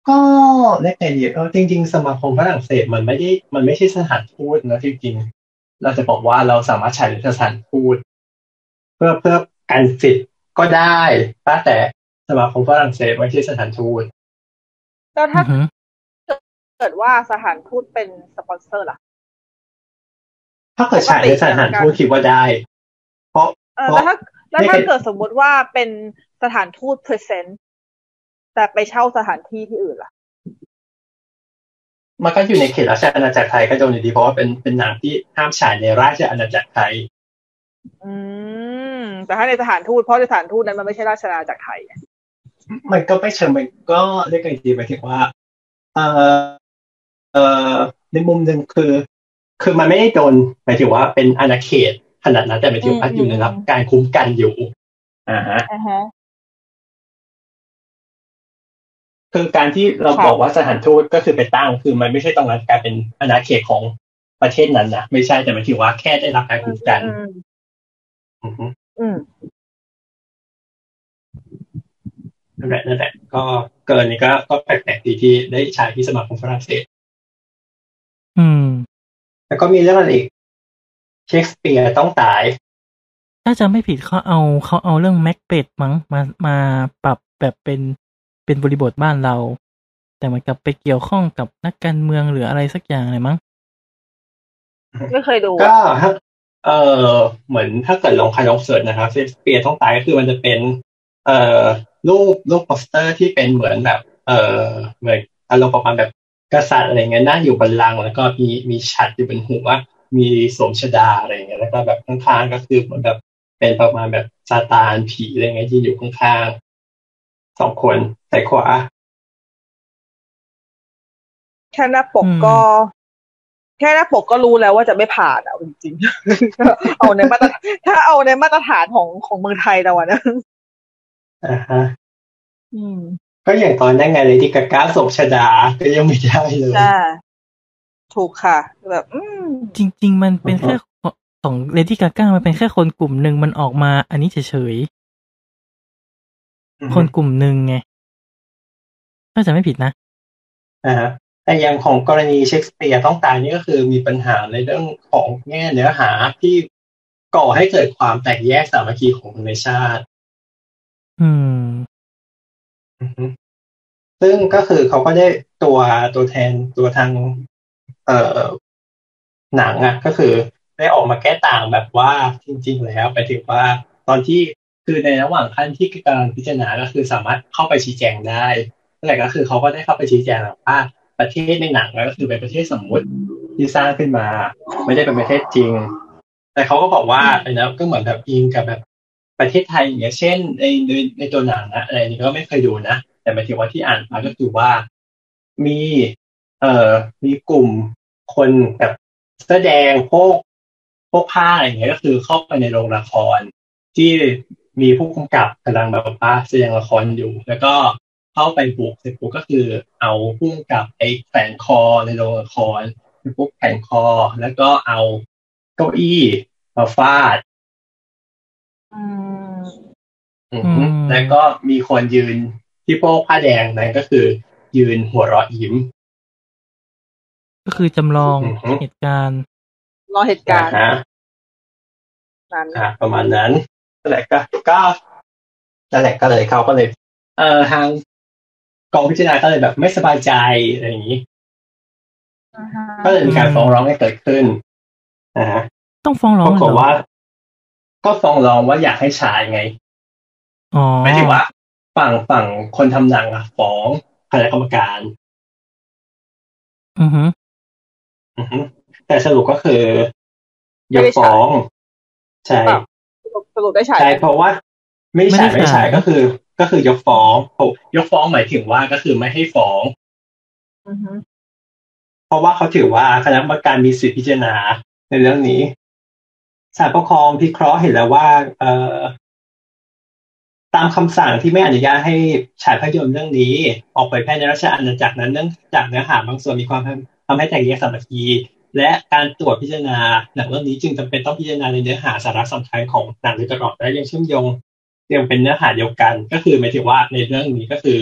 Speaker 3: ก็ได้ไอเดียเออจริง ๆ สมาคมฝรั่งเศสมันไม่ได้มันไม่ใช่สถานทูตนะจริงๆเราจะบอกว่าเราสามารถใช้สถานทูตเพื่อเพื่อการสิทธิ์ก็ได้ถ้าแต่สมาคมฝรั่งเศสไม่ใช่สถานทูต
Speaker 5: แล้ว
Speaker 4: อื
Speaker 5: ถ้า
Speaker 4: อหือ
Speaker 5: เกิดว่าสถานทูตเป็นสปอนเซอร์ล่ะ
Speaker 3: ถ้าเกิดใช้ในสถานทูตคิดว่าได้ เพราะ
Speaker 5: เออ
Speaker 3: เพ
Speaker 5: แล้ว
Speaker 3: ราะ
Speaker 5: ถ้าแล้ว
Speaker 3: ไม่
Speaker 5: ถ้า
Speaker 3: เป็น
Speaker 5: เกิดสมมติว่าเป็นสถานทูตเพรสเซนต์แต่ไปเช่าสถานที่ที่อื่นล่ะ
Speaker 3: มันก็อยู่ในเขตราชอาณาจักรไทยก็โดนอยู่ดีเพราะว่าเป็นเป็นหนังที่ห้ามฉายในราชอาณาจักรไทย
Speaker 5: อืม แต่ถ้าในสถานทูตเพราะในสถานทูตนั้นมันไม่ใช่ราชอาณาจักรไทย
Speaker 3: มันก็ไม่เชิงมันก็เรียกกันอีกทีหมายถึงว่า เออเออในมุมหนึ่งคือ คือมันไม่ได้โดนหมายถึงว่าเป็นอาณาเขตขนาดนั้นแต่หมายถึงว่าอยู่ในรับการคุ้มกันอยู่อ่าฮะ
Speaker 5: อ่าฮะ
Speaker 3: คือการที่เรา
Speaker 5: ค่ะ
Speaker 3: บอกว่าสถานทูตก็คือไปตั้งคือมันไม่ใช่ตรงนั้นกลายเป็นอาณาเขตของประเทศนั้นนะไม่ใช่แต่หมายถึงว่าแค่ได้รับการคุ้มกัน
Speaker 5: อืม
Speaker 3: อือฮึ
Speaker 5: อืม
Speaker 3: นั่นแหละนั่นแหละก็เกินนี้ก็ก็แปลกๆดีที่ได้ใช้ที่สมาคมฝรั่งเศส
Speaker 4: อืม
Speaker 3: แล้วก็มีเรื่องอะไรอีกเชคสเปียร์ต้องตาย
Speaker 4: ถ้าจำไม่ผิดเขาเอาเขาเอาเรื่องแม็กเบดมั้งมามาปรับแบบเป็นเป็นบริบทบ้านเรา แต่เหมือนกับไปเกี่ยวข้องกับนักการเมืองหรืออะไรสักอย่างเลยมั้ง
Speaker 6: ไม่เคยดู
Speaker 3: ก็ถ้าเออเหมือนถ้าเกิดลองใครลองเสิร์ชนะครับเซสเปียต้องตายก็คือมันจะเป็น เอ่อรูปรูปโปสเตอร์ที่เป็นเหมือนแบบ เอ่อเหมือนอารมณ์ประมาณแบบกษัตริย์อะไรเงี้ยนั่งอยู่บนลังก์แล้วก็มีมีฉัตรอยู่บนหัวมีสวมชดาอะไรเงี้ยแล้วก็แบบข้างๆก็คือเหมือนแบบเป็นประมาณแบบซาตานผีอะไรเงี้ยยืนอยู่ข้างๆสองคนซ้ายขวา
Speaker 5: แค่หน้าปกก็ แค่หน้าปกก็รู้แล้วว่าจะไม่ผ่านอ่ะจริงๆ *laughs* เอาในมาตรฐานถ้าเอาในมาตรฐานของของเมืองไทยเราอะนะ
Speaker 3: อ่าฮะ
Speaker 5: อืม
Speaker 3: ก็อย่างตอนนั้นไงเลยที่กากาสวมชดาก็ยังไม่ได้เลย
Speaker 5: ใช่ถูกค่ะ แบบ อืม
Speaker 4: จริง ๆ มันเป็นแค่ของเลดี้กาก้ามันเป็นแค่คนกลุ่มหนึ่งมันออกมา อันนี้เฉยๆ คนกลุ่มหนึ่งไงถ้าจะไม่ผิดนะ
Speaker 3: อ่าฮะแต่อย่างของกรณีเชคสเปียร์ต้องตายนี่ก็คือมีปัญหาในเรื่องของแง่เนื้อหาที่ก่อให้เกิดความแตกแยกสามัคคีของคนในชาติ
Speaker 4: อืม
Speaker 3: อือฮึซึ่งก็คือเขาก็ได้ตัวตัวแทนตัวทาง เอ่อหนังอ่ะ ก็คือได้ออกมาแก้ต่างแบบว่าจริง ๆ แล้วไปถึงว่า ตอนที่คือในระหว่างขั้นที่กำลังพิจารณาก็คือสามารถเข้าไปชี้แจงได้นั่นแหละก็คือเขาก็ได้เข้าไปชี้แจงแบบว่าประเทศในหนังก็คือเป็นประเทศสมมติที่สร้างขึ้นมา ไม่ได้เป็นประเทศจริง แต่เขาก็บอกว่าอะไรนะก็เหมือนแบบอิงกับแบบประเทศไทยอย่างเงี้ยเช่นในในในตัวหนังนะอะไรนี้ก็ไม่เคยดูนะ แต่หมายถึงว่าที่อ่านมาก็คือว่ามีเอ่อมีกลุ่มคนแบบเสื้อแดงพวกพวกผ้าอะไรอย่างเงี้ยก็คือเข้าไปในโรงละคร ที่มีผู้กำกับกำลังแบบว่าแสดงละครอยู่ แล้วก็เข้าไปบุกเสร็จปุ๊บก็คือเอาผู้กำกับไอ้แขวนคอในโรงละครเสร็จปุ๊บแขวนคอ แล้วก็เอาเก้าอี้มาฟาด
Speaker 5: อืม
Speaker 3: อืม
Speaker 4: อืม
Speaker 3: แล้วก็มีคนยืนที่โป้ผ้าแดงนั้นก็คือ ยืนหัวเราะยิ้ม
Speaker 4: ก็คือจำลอง
Speaker 3: อือฮึ
Speaker 4: เหตุการณ์
Speaker 5: รอเหตุการณ์
Speaker 3: นะฮะ
Speaker 5: นั้น
Speaker 3: อ่ะประมาณนั้นนั่นแหละก็ก็นั่นแหละก็เลยเขาก็เลย เอ่อทางกองพิจารณาก็เลยแบบไม่สบายใจอะไรอย่างนี้
Speaker 5: อ่าฮะ
Speaker 3: ก็เลยมีการฟ้องร้องให้เกิดขึ้นนะฮะ
Speaker 4: ต้องฟ้อง
Speaker 3: ป
Speaker 4: ร้อง
Speaker 3: รา
Speaker 4: เลย
Speaker 3: กฏ
Speaker 4: เหรอ
Speaker 3: ว่า ก็ฟ้องร้องว่าอยากให้ฉายไง
Speaker 4: อ๋อ
Speaker 3: หมายถึงว่า ฝั่งฝั่งคนทำหนังอะฟ้องคณะกรรมการ
Speaker 4: อือฮึ
Speaker 3: อือฮึแต่สรุปก็คือยกฟ้อง ใช่
Speaker 5: สรุปสรุปได้ฉาย
Speaker 3: ใช่เพราะว่า ไม่ใช่ไม่ใช่ก็คือ ก็คือยกฟ้องผมยกฟ้องหมายถึงว่าก็คือไม่ให้ฟ้อง
Speaker 5: อือฮึ
Speaker 3: เพราะว่าเขาถือว่าคณะกรรมการมีสิทธิพิจารณาในเรื่องนี้ศาลปกครองพิเคราะห์เห็นแล้วว่า เอ่อ ตามคำสั่งที่ไม่อนุญาตให้ฉายภาพยนตร์เรื่องนี้ ออกเผยแพร่ในราชอาณาจักรนั้นเนื่องจากเนื้อหาบางส่วนมีความทำให้แตกแยกสามัคคีและการตรวจพิจารณาหนังเรื่องนี้จึงจำเป็นต้องพิจารณาในเนื้อหาสาระสำคัญของหนังโดยตลอดและยังเชื่อมโยงยังเป็นเนื้อหาเดียวกัน ก็คือหมายถึงว่าในเรื่องนี้ก็คือ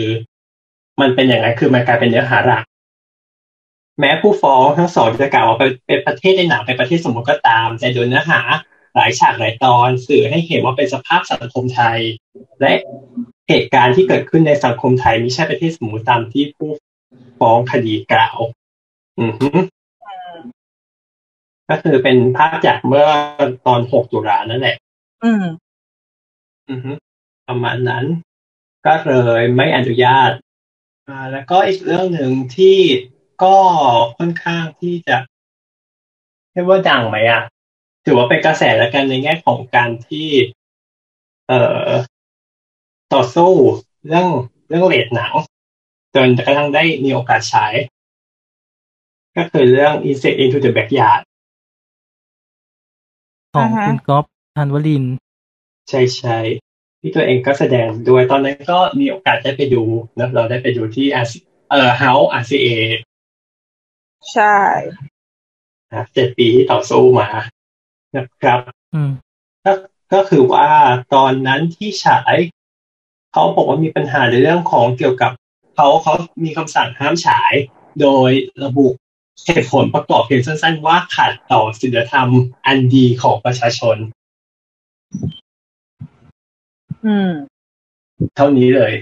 Speaker 3: มันเป็นอย่างไรคือมันกลายเป็นเนื้อหาหลัก แม้ผู้ฟ้องทั้งสองจะกล่าวว่าเป็นประเทศในหนังเป็นประเทศสมมติก็ตาม แต่โดยเนื้อหา หลายฉากหลายตอนสื่อให้เห็นว่าเป็นสภาพสังคมไทย และเหตุการณ์ที่เกิดขึ้นในสังคมไทยไม่ใช่ประเทศสมมติตามที่ผู้ฟ้องคดีกล่าว อือฮึก็คือเป็นภาพจากเมื่อตอน 6 ตุลานั่นแหละ
Speaker 5: อืม
Speaker 3: อือฮึประมาณนั้น ก็เลยไม่อนุญาตอ่าแล้วก็อีกเรื่องหนึ่งที่ก็ค่อนข้างที่จะเรียกว่าดังไหมอ่ะ ถือว่าเป็นกระแสแล้วกันในแง่ของการที่ เอ่อต่อสู้เรื่องเรื่องเรทหนังจนกระทั่งได้มีโอกาสใช้ ก็คือเรื่อง Insect into the Backyard
Speaker 4: ของคุณก๊อฟธันวลินทร์
Speaker 3: ใช่ใช่ที่ตัวเองก็แสดงด้วยตอนนั้นก็มีโอกาสได้ไปดูนะเราได้ไปดูที่ RC- เอ่อ House RCA
Speaker 5: ใช่
Speaker 3: นะเจ็ดปีที่ต่อสู้มานะครับ
Speaker 4: อืม
Speaker 3: ก็ก็คือว่าตอนนั้นที่ฉายเขาบอกว่ามีปัญหาในเรื่องของเกี่ยวกับเขาเขามีคำสั่งห้ามฉาย โดยระบุเหตุผลประกอบเพียงสั้น ๆ ว่าขัดต่อศีลธรรมอันดีของประชาชน
Speaker 5: อืม
Speaker 3: เท่านี้เลย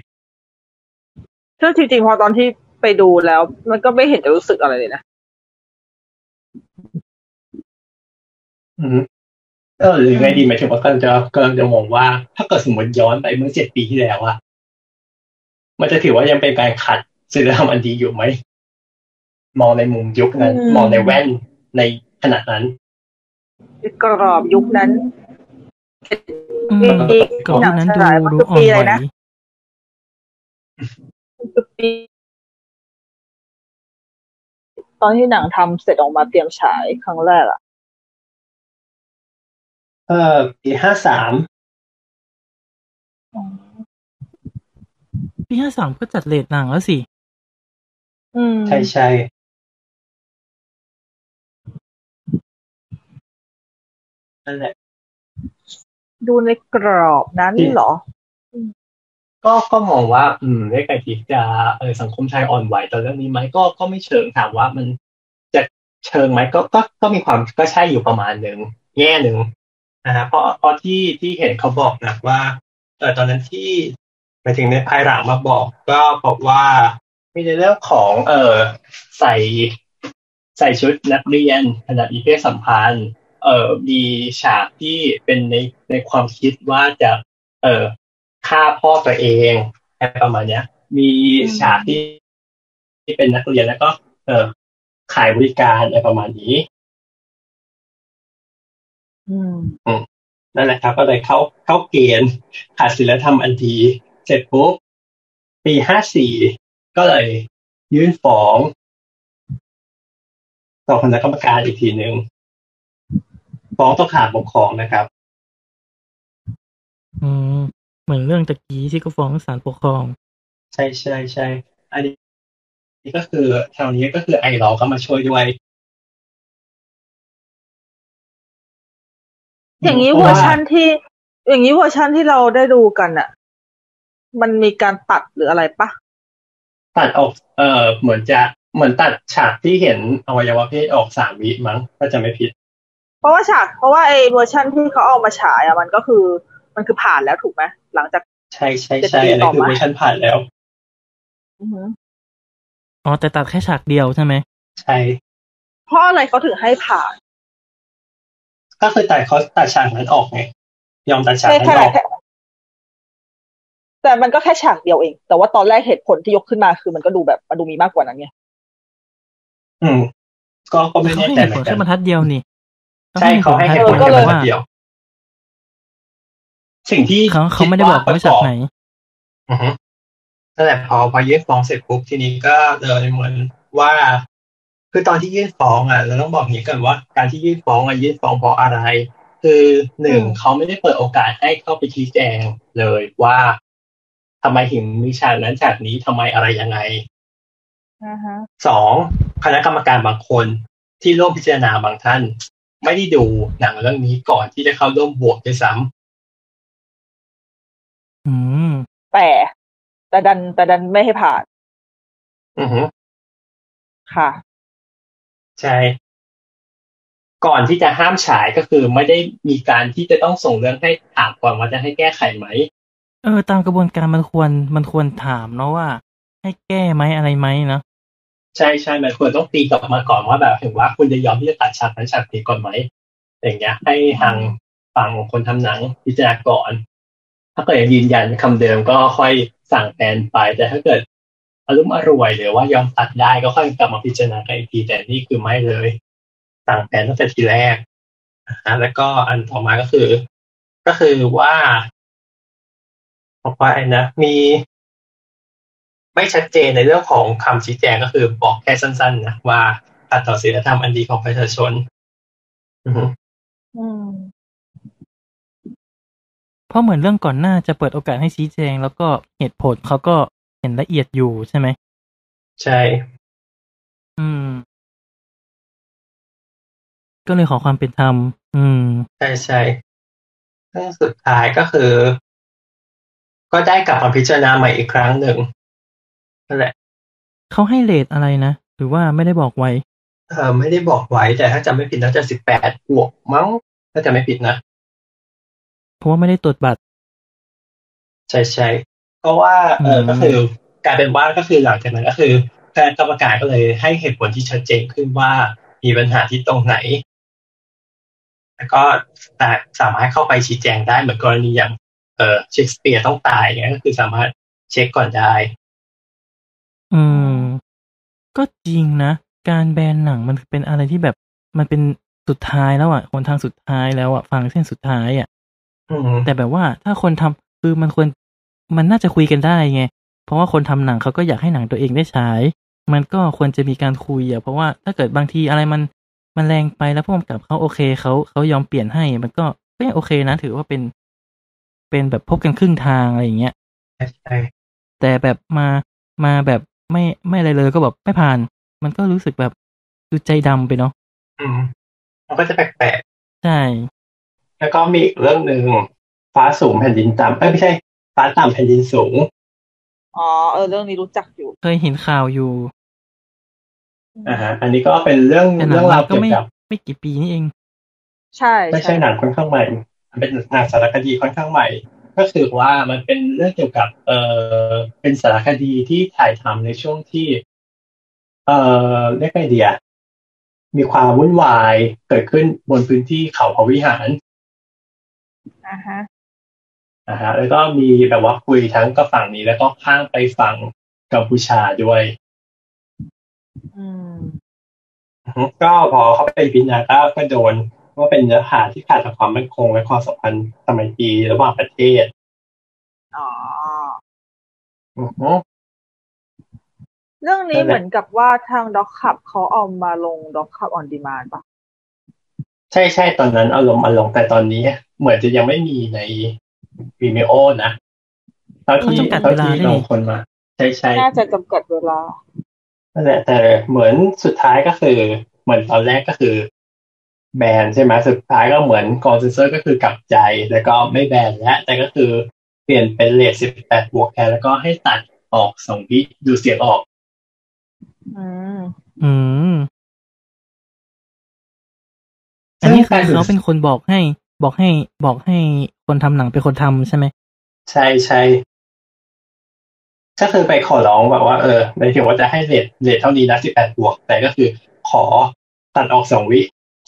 Speaker 5: ซึ่งจริงๆพอตอนที่ไปดูแล้ว มันก็ไม่เห็นจะรู้สึกอะไรเลยนะ
Speaker 3: อืมก็หรือไงดีหมายถึงว่ากำลังจะกำลังจะมองว่า ถ้าเกิดสมมติย้อนไปเมื่อเจ็ดปีที่แล้วอะมันจะถือว่ายังเป็นการขัดศีลธรรมอันดีอยู่ไหม มองในมุมยุคนั้น
Speaker 5: อืม
Speaker 3: มองในแว่นในขณะนั้น
Speaker 5: กรอบยุคนั้น
Speaker 4: อืม
Speaker 5: ดี
Speaker 4: ก่อนหน้านั้นดู
Speaker 5: หนังฉลายมัน
Speaker 4: ดู
Speaker 5: คือ
Speaker 4: อ่อ
Speaker 5: ปี
Speaker 4: นไห
Speaker 5: อะ
Speaker 4: ว
Speaker 5: ไรนะ ตอนที่หนังทำเสร็จออกมาเตรียมฉายครั้งแรกอะ
Speaker 3: เออปีห้าสาม
Speaker 4: ปีห้าสามก็จัดเลทหนังแล้วสิ
Speaker 5: อืม
Speaker 3: ใช่ใช่นั่นแหละ
Speaker 5: ดูในกรอบนั้นเหรอ
Speaker 3: ก็ก็มองว่า อืมได้ไกลทิจะเออสังคมไทยอ่อนไหวต่อเรื่องนี้ไหมก็ก็ไม่เชิงถามว่ามันจะเชิงไหมก็ก็ก็มีความก็ใช่อยู่ประมาณหนึ่งแง่หนึ่งนะฮะเพราะเพราะที่ที่เห็นเขาบอกนะว่าเออตอนนั้นที่หมายถึงในภายหลังมาบอก ก็บอกว่ามีในเรื่องของ เออใส่ใส่ชุดนักเรียนขณะมีเพศสัมพันธ์ เออมีฉากที่เป็นในในความคิดว่าจะ เออฆ่าพ่อตัวเองอะไรประมาณเนี้ย มีฉากที่ที่เป็นนักเรียนแล้วก็ เออขายบริการอะไรประมาณนี้
Speaker 5: อืม
Speaker 3: นั่นแหละครับ ก็เลยเข้าเข้าเกณฑ์ขาดศีลธรรมอันดีเสร็จปุ๊บปีห้าสี่ก็เลยยื่นฟ้อง ต่อคณะกรรมการอีกทีหนึ่งฟ้องต่อขาดปกครองนะครับ
Speaker 4: อืมเหมือนเรื่องตะกี้ที่ก็ฟ้องศาลปกครอง
Speaker 3: ใช่ใช่ใช่อันนี้นี่ก็คือแถวนี้ก็คือไอเราก็มาช่วยด้วย
Speaker 5: อย่างนี้
Speaker 3: พาะ
Speaker 5: เวอร์ชั
Speaker 3: า
Speaker 5: นที่ อย่างนี้เวอร์ชันที่เราได้ดูกันอะมันมีการตัดหรืออะไรปะ
Speaker 3: ตัดออก เออเหมือนจะ เหมือนตัดฉากที่เห็นอวัยวะเพศออกสามวิมั้งถ้าจะไม่ผิด
Speaker 5: เพราะว่าฉากเพราะว่าไอ้เวอร์ชันที่เขาเอามาฉายอะมันก็คือ มันคือผ่านแล้วถูกไหมหลังจาก
Speaker 3: ใช่ใช่
Speaker 5: จะ
Speaker 3: ใช่
Speaker 5: ตี
Speaker 3: อัน
Speaker 5: ต่อ
Speaker 3: นี้คือ
Speaker 5: มา
Speaker 3: เวอร์ชันผ่านแล้ว
Speaker 5: อือหือ
Speaker 4: อ๋อแต่ตัดแค่ฉากเดียวใช่ไหม
Speaker 3: ใช่
Speaker 5: เพราะอะไรเขาถึงให้ผ่าน
Speaker 3: ก็คือตัดเขาตัดฉากนั้นออกไง ยอมตัดฉาก
Speaker 5: ใน
Speaker 3: นั้
Speaker 5: ข
Speaker 3: น
Speaker 5: ณะ
Speaker 3: ออก
Speaker 5: แค่แต่มันก็แค่ฉากเดียวเอง แต่ว่าตอนแรกเหตุผลที่ยกขึ้นมาคือมันก็ดูแบบมันดูมีมากกว่านั้นไง
Speaker 3: อืม ก็ก็ไม่
Speaker 4: เขา
Speaker 3: แน่
Speaker 4: ให้
Speaker 3: ใจ
Speaker 4: เหตุ
Speaker 3: เหมื
Speaker 4: ผ
Speaker 3: อ
Speaker 4: ล
Speaker 3: นกั
Speaker 4: แค่
Speaker 3: น
Speaker 4: บรรทัดเดียวนี่
Speaker 3: ใช่เขาให้แค่
Speaker 4: บ
Speaker 3: ผล
Speaker 4: รรทั
Speaker 3: แค่บรร
Speaker 4: ดเดีย
Speaker 3: ทัด
Speaker 4: วว่า
Speaker 3: เดียว สิ่งที่
Speaker 4: เขาเขาไม่ได้บอกว่าฉากไหน
Speaker 3: อือฮึนั่นแหละพอพอยื่นฟ้องเสร็จปุ๊บทีนี้ก็เลยเหมือนว่า คือตอนที่ยื่นฟ้องอ่ะเราต้องบอกอย่างนี้ก่อนว่า การที่ยื่นฟ้องอ่ะยื่นฟ้องเพราะอะไร คือหนึ่งเขาไม่ได้เปิดโอกาสให้เข้าไปชี้แจงเลยว่าทำไมถึงมีฉากนั้นฉากนี้ทำไมอะไรยังไง
Speaker 5: อ่าฮะ
Speaker 3: สองคณะกรรมการบางคนที่ร่วมพิจารณาบางท่าน ไม่ได้ดูหนังเรื่องนี้ก่อนที่จะเข้าร่วมโหวตด้วยซ้ำ
Speaker 4: อืม
Speaker 5: แต่แต่ดันแต่ดันไม่ให้ผ่าน
Speaker 3: อือฮึ
Speaker 5: ค่ะ
Speaker 3: ใช่ ก่อนที่จะห้ามฉายก็คือไม่ได้มีการที่จะต้องส่งเรื่องให้ถามก่อนว่าจะให้แก้ไขไหม
Speaker 4: เออ ตามกระบวนการมันควรมันควรถามเนาะว่า ให้แก้ไหมอะไรไหมเนาะ
Speaker 3: ใช่ใช่มันควรต้องตีกลับมาก่อนว่าแบบถึงว่าคุณจะยอมที่จะตัดฉากนั้นฉากนี้ก่อนไหมอย่างเงี้ย ให้ทางฝั่งของคนทำหนังพิจารณาก่อน ถ้าเกิดยังยืนยันคำเดิมก็ค่อยสั่งแปลนไป แต่ถ้าเกิดอารมณ์อร่วยหรือว่ายอมตัดได้ก็ค่อยกลับมาพิจารณากันอีกทีแต่นี่คือไม่เลย สั่งแปลนตั้งแต่ทีแรกนะฮะแล้วก็อันต่อมาก็คือ ก็คือว่าบอกว่าไอ้นะมี ไม่ชัดเจนในเรื่องของคำชี้แจงก็คือบอกแค่สั้น ๆ นะว่าขัดต่อศีลธรรมอันดีของประชาชน อือฮึ
Speaker 5: อืม
Speaker 4: เพราะเหมือนเรื่องก่อนหน้าจะเปิดโอกาสให้ชี้แจง แล้วก็เหตุผลเขาก็เห็นละเอียดอยู่ใช่ไหม
Speaker 3: ใช่
Speaker 4: อืม ก็เลยขอความเป็นธรรม อืม
Speaker 3: ใช่ใช่เรื่องสุดท้ายก็คือ ก็ได้กลับมาพิจารณาใหม่อีกครั้งหนึ่งนั่นแหละ
Speaker 4: เขาให้เลทอะไรนะหรือว่าไม่ได้บอกไว้
Speaker 3: เออไม่ได้บอกไว้แต่ถ้าจำไม่ผิดน่าจะสิบแปดบวกมั้งถ้าจำไม่ผิดนะ
Speaker 4: เพราะว่าไม่ได้ตรวจบัตร
Speaker 3: ใช่ใช่ก็ว่าเออ
Speaker 4: อืม
Speaker 3: ก็คือกลายเป็นว่าก็คือหลังจากนั้นก็คือคณะกรรมการก็เลยให้เหตุผลที่ชัดเจนขึ้นว่ามีปัญหาที่ตรงไหน แล้วก็สามารถเข้าไปชี้แจงได้เหมือนกรณีอย่าง เออเชคสเปียร์ต้องตายเนี่ยก็คือสามารถเช็คก่อนได้
Speaker 4: อืม ก็จริงนะ การแบนหนังมันเป็นอะไรที่แบบมันเป็นสุดท้ายแล้วอ่ะคนทางสุดท้ายแล้วอ่ะฟังเส้นสุดท้ายอ่ะ
Speaker 3: อืม
Speaker 4: แต่แบบว่าถ้าคนทำคือมันควรมันน่าจะคุยกันได้ไง เพราะว่าคนทำหนังเขาก็อยากให้หนังตัวเองได้ฉาย มันก็ควรจะมีการคุยอ่ะเพราะว่าถ้าเกิดบางทีอะไรมันมันแรงไปแล้วผู้กำกับเขาโอเคเขาเขายอมเปลี่ยนให้ มันก็ก็ยังโอเคนะถือว่าเป็น เป็นแบบพบกันครึ่งทางอะไรอย่างเงี้ย
Speaker 3: ใช่ใช่
Speaker 4: แต่แบบมามาแบบไม่ไม่อะไรเลยก็แบบไม่ผ่าน มันก็รู้สึกแบบดูใจดำไปเนาะ
Speaker 3: อืมมันก็จะแปลก
Speaker 4: ใช่
Speaker 3: ๆแล้วก็มีอีกเรื่องหนึ่งฟ้าสูงแผ่นดินต่ำเอ้ยไม่ใช่ ฟ้าต่ำแผ่นดินสูง
Speaker 5: อ๋อเออเรื่องนี้รู้จักอยู่
Speaker 4: เคยเห็นข่าวอยู่
Speaker 3: อ่าฮะอันนี้ก็เป็นเรื่อง
Speaker 4: แต่หนั
Speaker 3: เรื่อง ง
Speaker 4: มั
Speaker 3: ราวน
Speaker 4: ก็
Speaker 3: เกี่ยว
Speaker 4: ไม่
Speaker 3: กับ
Speaker 4: ไม่กี่ปีนี่เอง
Speaker 5: ใช่
Speaker 3: ไม่ใช่หนังค่อนข้างใหม่มันเป็นหนังสารคดีค่อนข้างใหม่ ก็คือว่ามันเป็นเรื่องเกี่ยวกับ เออเป็นสารคดีที่ถ่ายทำในช่วงที่ เออเรียกไงเดียมีความวุ่นวายเกิดขึ้นบนพื้นที่เขาพระวิหาร
Speaker 5: อ่าฮะ
Speaker 3: นะฮะแล้วก็มีแบบว่าคุยทั้งกับฝั่งนี้ แล้วก็ข้ามไปฝั่งกัมพูชาด้วย
Speaker 5: อืม
Speaker 3: ก็พอเขาไปพิจารณาก็ก็โดนว่าเป็นเนื้อหาที่ขาดจากความมั่นคง และความสัมพันธ์สมัยปีระหว่างประเทศ
Speaker 5: อ๋อ
Speaker 3: อือฮึ
Speaker 5: เรื่องนี้เหมือนกับว่าทางด็อกขับเขาเอามาลงด็อกขับออนดีมานปะ
Speaker 3: ใช่ใช่ตอนนั้นอารมณ์อารมณ์แต่ตอนนี้ เหมือนจะยังไม่มีในวีเมโอนะเท่าที่
Speaker 4: เขาจำกัด
Speaker 3: เท่า
Speaker 4: เวลา
Speaker 3: ที่
Speaker 4: ด้วยนี่
Speaker 3: ลองคนมา ใช่ใช่
Speaker 5: น่าจะจำกัดเวลา
Speaker 3: นั่นแหละแต่เหมือนสุดท้ายก็คือเหมือนตอนแรกก็คือแบนใช่ไหมสุดท้ายก็เหมือนกอนเซนเซอร์ก็คือกลับใจ แล้วก็ไม่แบนแล้วแต่ก็คือเปลี่ยนเป็นเลทสิบแปดบวกแทนแล้วก็ให้ตัดออกสองวิดูเสียงออก
Speaker 5: อืม
Speaker 4: อืม อันนี้คือเขาเป็นคนบอกให้ บอกให้บอกให้คนทำหนังเป็นคนทำใช่ไหม
Speaker 3: ใช่ใช่ก็คือไปขอร้องแบบว่าเออในที่ว่าจะให้เลทเลทเท่านี้นะสิบแปดบวก แต่ก็คือขอตัดออกสองวิ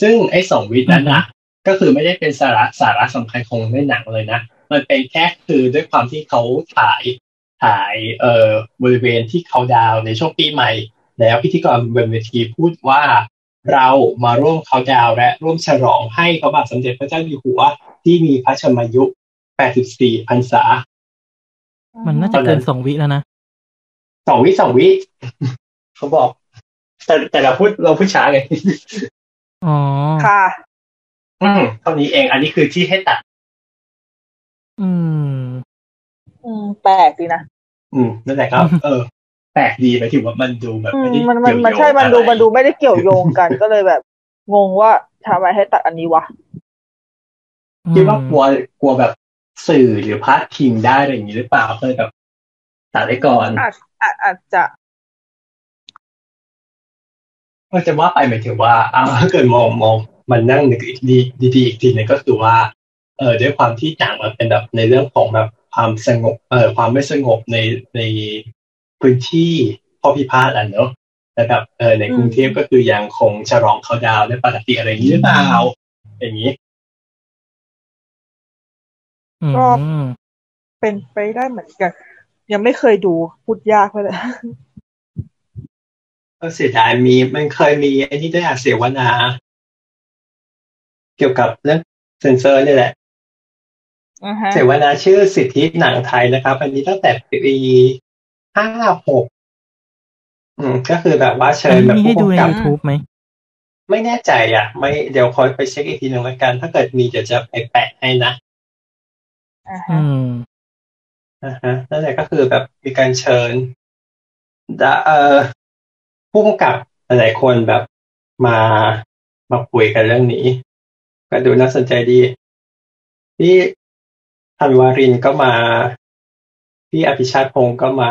Speaker 3: ซึ่งไอ้สองวินั้นนะก็คือไม่ได้เป็นสาระสาระสำคัญของในหนังเลยนะ มันเป็นแค่คือด้วยความที่เขาถ่ายถ่ายเอ่อบริเวณที่เขาดาวน์ในช่วงปีใหม่ แล้วพิธีกรบนเวทีพูดว่าเรามาร่วมเขาดาวน์และร่วมฉลองให้พระบาทสมเด็จพระเจ้าอยู่หัว ที่มีพระชนมายุ 84พรรษา
Speaker 4: มันน่าจะเกินสองวิแล้วนะ
Speaker 3: สองวิสองวิ เขาบอก แต่แต่เราพูดเราพูดช้าไง
Speaker 4: อ๋อ
Speaker 5: ค่ะ
Speaker 3: อืมเท่านี้เองอันนี้คือที่ให้ตัด
Speaker 4: อืม
Speaker 5: อืม แปลกดีนะ
Speaker 3: อืมนั่นแหละครับ เออ แปลกดีไปถึงว่ามันดูแบบ
Speaker 5: อืม
Speaker 3: ไได้
Speaker 5: มันมันมัน
Speaker 3: เกี่ยวโยง
Speaker 5: ใช่มันดู
Speaker 3: อะไร
Speaker 5: มันดูไม่ได้เกี่ยวโยงกัน *laughs* ก็เลยแบบ งงว่าทำไมให้ตัดอันนี้วะ
Speaker 3: คิดว่ากลัวกลัวแบบสื่อหรือพาดพิงได้อะไรอย่างนี้หรือเปล่าก็เลยแบบตัดไว้ก่อน
Speaker 5: อาจอาจอาจจะ
Speaker 3: ก็จะว่าไปหมายถึงว่าอ้าวถ้าเกิดมองมองมันนั่งนึกดีดีดีอีกทีหนึงก็คือว่า เออด้วยความที่หนังมันเป็นแบบในเรื่องของแบบความสงบ เออความไม่สงบในในพื้นที่ข้อพิพาทอ่ะเนอะแต่แบบเออในกรุงเทพก็คือยังคงฉลองเขาดาวน์ได้ปกติอะไรอย่างนี้หรือเปล่าอย่างนี้
Speaker 4: อืม
Speaker 5: รอบ เป็นไปได้เหมือนกัน ยังไม่เคยดูพูดยากเลย *laughs*
Speaker 3: ก็เสียดายมีมันเคยมีไอ้นี่ด้วยอะเสวนา เกี่ยวกับเรื่องเซนเซอร์นี่แหละ
Speaker 5: อ่าฮะ
Speaker 3: เสวนาชื่อสิทธิหนังไทยนะครับ อันนี้ตั้งแต่ปีห้าหกอืมก็คือแบบว่าเชิ
Speaker 4: อั
Speaker 3: ญ
Speaker 4: น
Speaker 3: แบบ
Speaker 4: นี้มีให้
Speaker 3: ผู้
Speaker 4: ดูใน
Speaker 3: กำกับ
Speaker 4: YouTube ไหม
Speaker 3: ไม่แน่ใจอ่ะ ไม่เดี๋ยวคอยไปเช็คอีกทีหนึ่งละกัน ถ้าเกิดมีเดี๋ยวจะไปแปะให้นะ
Speaker 5: อ่า
Speaker 4: อื
Speaker 5: ฮะ
Speaker 4: ม
Speaker 3: อ่าฮะนั่นแหละก็คือแบบมีการเชิญดาเอ่อผู้กำกับหลายๆคนแบบมามาคุยกันเรื่องนี้ ก็ดูน่าสนใจดี พี่ธันวารินก็มา พี่อภิชาติพงศ์ก็มา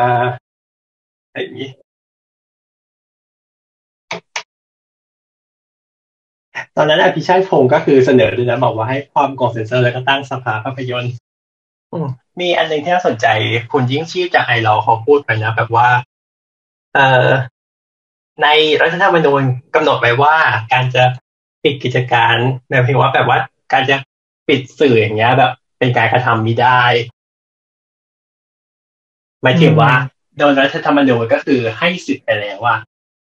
Speaker 3: อะไรอย่างนี้ ตอนนั้นอภิชาติพงศ์ก็คือเสนอด้วยนะบอกว่าให้ความกองเซ็นเซอร์แล้วก็ตั้งสภาภาพยนตร์ มีอันหนึ่งที่น่าสนใจ คุณยิ่งชีพจากไอรอเขาพูดไปนะแบบว่า เอ่อในรัฐธรรมนูญกำหนดไว้ว่าการจะปิดกิจการแบบเพียงว่าแบบว่า การจะปิดสื่ออย่างเงี้ยแบบ เป็นการกระทำมิได้หมายถึงว่าโดยรัฐธรรมนูญก็คือให้สิทธิ์ไปแล้วว่า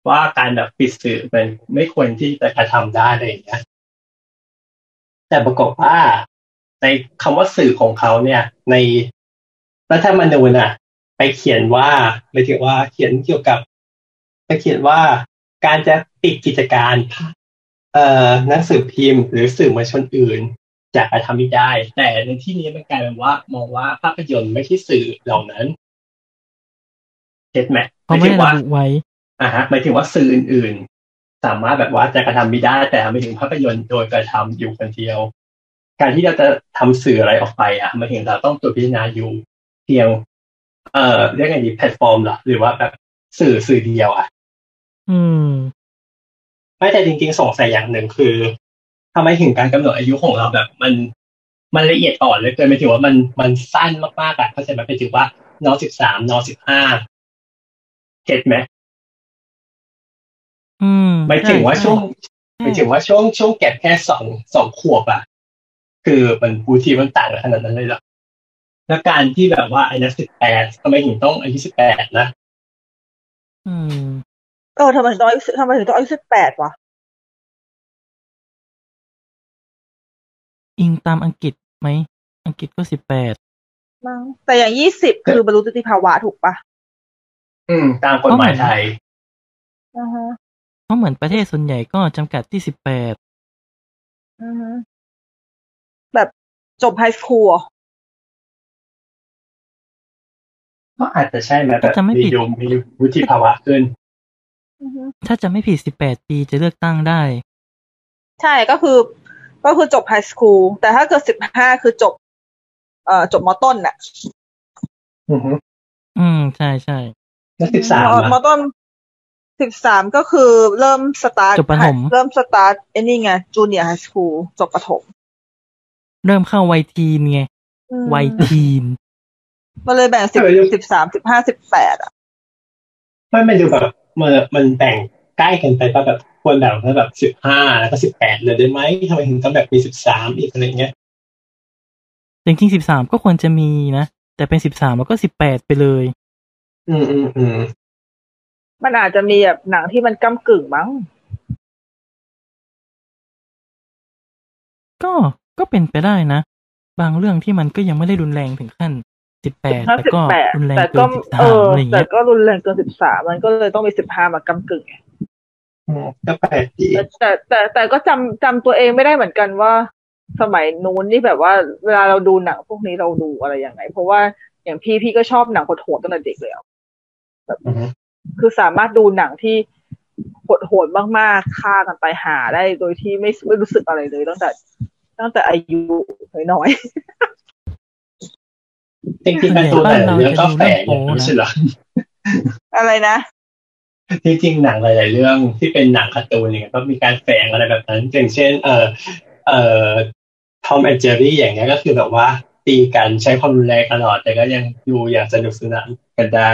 Speaker 3: ว่าการแบบปิดสื่อมันไม่ควรที่จะกระทำได้อะไรอย่างเงี้ย แต่ปรากฏว่าในคำว่าสื่อของเขาเนี่ย ในรัฐธรรมนูญน่ะ ไปเขียนว่าหมายถึงว่าเขียนเกี่ยวกับ ไปเขียนว่าการจะปิดกิจการ เอ่อหนังสือพิมพ์ หรือสื่อมวลชนอื่น จากกระทำไม่ได้ แต่ในที่นี้มันกลายเป็นว่า มองว่าภาพยนตร์ไม่ใช่สื่อเหล่านั้นเห็นไหม
Speaker 4: เขาไม่
Speaker 3: ถึ
Speaker 4: ได้
Speaker 3: ง
Speaker 4: ระ
Speaker 3: ว่า
Speaker 4: บุไว้
Speaker 3: อ่าฮะหมายถึงว่าสื่ออื่นๆ สามารถแบบว่าจะกระทำไม่ได้ แต่ไม่ถึงภาพยนตร์โดยกระทำอยู่คนเดียว การที่เราจะทำสื่ออะไรออกไปอ่ะหมายถึงเราต้องตัวจพิจารณาอยู่เพียง เอ่อเรียกไงดีแพลตฟอร์มเหรอหรือว่าแบบสื่อสื่อเดียวอ่ะ
Speaker 4: อืม
Speaker 3: ไม่แต่จริงๆสงสัยอย่างหนึ่งคือทำไมถึงการกำหนดอายุของเราแบบ มันมันละเอียดอ่อนเหลยเกินไปถึงว่ามันมันสั้นมากๆอ่ะเข้าใจไหมไปถึงว่านอสิบสามนอสิบห้าเก็ตไหม
Speaker 4: อืม
Speaker 3: หมายถึงว่าช่วง หมายถึงว่าช่วงช่วงแก็บแค่สองสองขวบอะคือมันบูทีมันต่างกันขนาดนั้นเลยเหรอแล้วการที่แบบว่าอายุสิบแปดทำไมถึงต้องอายุสิบแปดนะ
Speaker 4: อืม
Speaker 5: เออทำไมถึงต้องอายุทำไมถึงต้องอายุสิบแปดวะ
Speaker 4: อิงตามอังกฤษไหม อังกฤษก็สิบแปด
Speaker 5: มั้งแต่อย่างยี่สิบคือบรรลุนิติภาวะถูกปะ
Speaker 3: อืม ตามกฎหมายไทย
Speaker 5: อ่าฮะ
Speaker 4: เพราะเหมือนประเทศส่วนใหญ่ก็จำกัดที่สิบแปด
Speaker 5: อือฮะแบบจบไฮสคูลเหรอ
Speaker 3: ก็อาจจะใช่แบบ
Speaker 4: จะไม่
Speaker 3: มี
Speaker 4: ผิด
Speaker 3: ยมมีวุฒิภาวะขึ้น
Speaker 5: อือฮึ
Speaker 4: ถ้าจะไม่ผิดสิบแปดปีจะเลือกตั้งได้
Speaker 5: ใช่ก็คือก็คือจบไฮสคูลแต่ถ้าเกิดสิบห้าคือจบ เอ่อจบมต้นน่ะ
Speaker 3: อือฮึ
Speaker 4: อืม ใช่ใช่
Speaker 3: แล้วสิบสาม
Speaker 5: เอ่อมต้นสิบสามก็คือเริ่มสตาร์ท
Speaker 4: จบประถม
Speaker 5: เริ่มสตาร์ทไอ้นี่ไงจูเนียร์ไฮสคูลจบประถม
Speaker 4: เริ่มเข้าวัยทีนไง
Speaker 5: อืม
Speaker 4: วัยทีน
Speaker 5: มันเลยแบ่งสิบสิบสามสิบห้าสิบแปดอ่ะ
Speaker 3: ไม่ไม่ดูแบบมันมันแบ่งใกล้กันไปป่ะแบบควรแบ่งแค่แบบสิบห้าแล้วก็สิบแปดเลยได้ไหมทำไมถึงต้องแบบมีสิบสามอีกอะไรเงี้ย
Speaker 4: จริงๆสิบสามก็ควรจะมีนะ แต่เป็นสิบสามแล้วก็สิบแปดไปเลย
Speaker 3: อืมอืมอืม
Speaker 5: มันอาจจะมีแบบหนังที่มันก้ากึ่งมั้ง
Speaker 4: ก็ก็เป็นไปได้นะ บางเรื่องที่มันก็ยังไม่ได้รุนแรงถึงขั้นสิบแปด
Speaker 5: ถ้า
Speaker 4: แต่
Speaker 5: สิบ
Speaker 4: ก็
Speaker 5: แปด
Speaker 4: รุนแรง
Speaker 5: แต่
Speaker 4: เกิ
Speaker 5: ก็
Speaker 4: นสิบสา
Speaker 5: เออ
Speaker 4: มอะไรอย่าง
Speaker 5: แต่
Speaker 4: เงี้ย
Speaker 5: ก็รุนแรงเกินสิบสามมันก็เลยต้องมีสิบห้ามากำกึ่งไง
Speaker 3: อืมก็แปลกดี
Speaker 5: แต่แต่แต่แต่ก็จำจำตัวเองไม่ได้เหมือนกันว่า สมัยนู้นนี่แบบว่าเวลาเราดูหนังพวกนี้เราดูอะไรยังไง เพราะว่าอย่างพี่พี่ก็ชอบหนังโหดๆตั้งแต่เด็กเลยอะ
Speaker 3: อือฮึ
Speaker 5: คือสามารถดูหนังที่โหดๆมากๆฆ่ากันไปหาได้โดยที่ไม่ไม่รู้สึกอะไรเลยตั้งแต่ ตั้งแต่อายุน้อย
Speaker 3: จริงๆการ์ตูนแต่ละเรื่องก็แฝงอย่างนั้นไม่ใช่เหรอ
Speaker 5: ๆ *laughs* อะไรนะ
Speaker 3: จริงๆหนังหลาย ๆ เรื่องที่เป็นหนังการ์ตูนเนี่ยก็มีการแฝงอะไรแบบนั้นอย่างเช่น เอ่อเอ่อทอมแอนเจอรี่อย่างเงี้ยก็คือแบบว่าตีกันใช้ความรุนแรงตลอด แต่ก็ยังดูอย่างสนุกสนานกันได้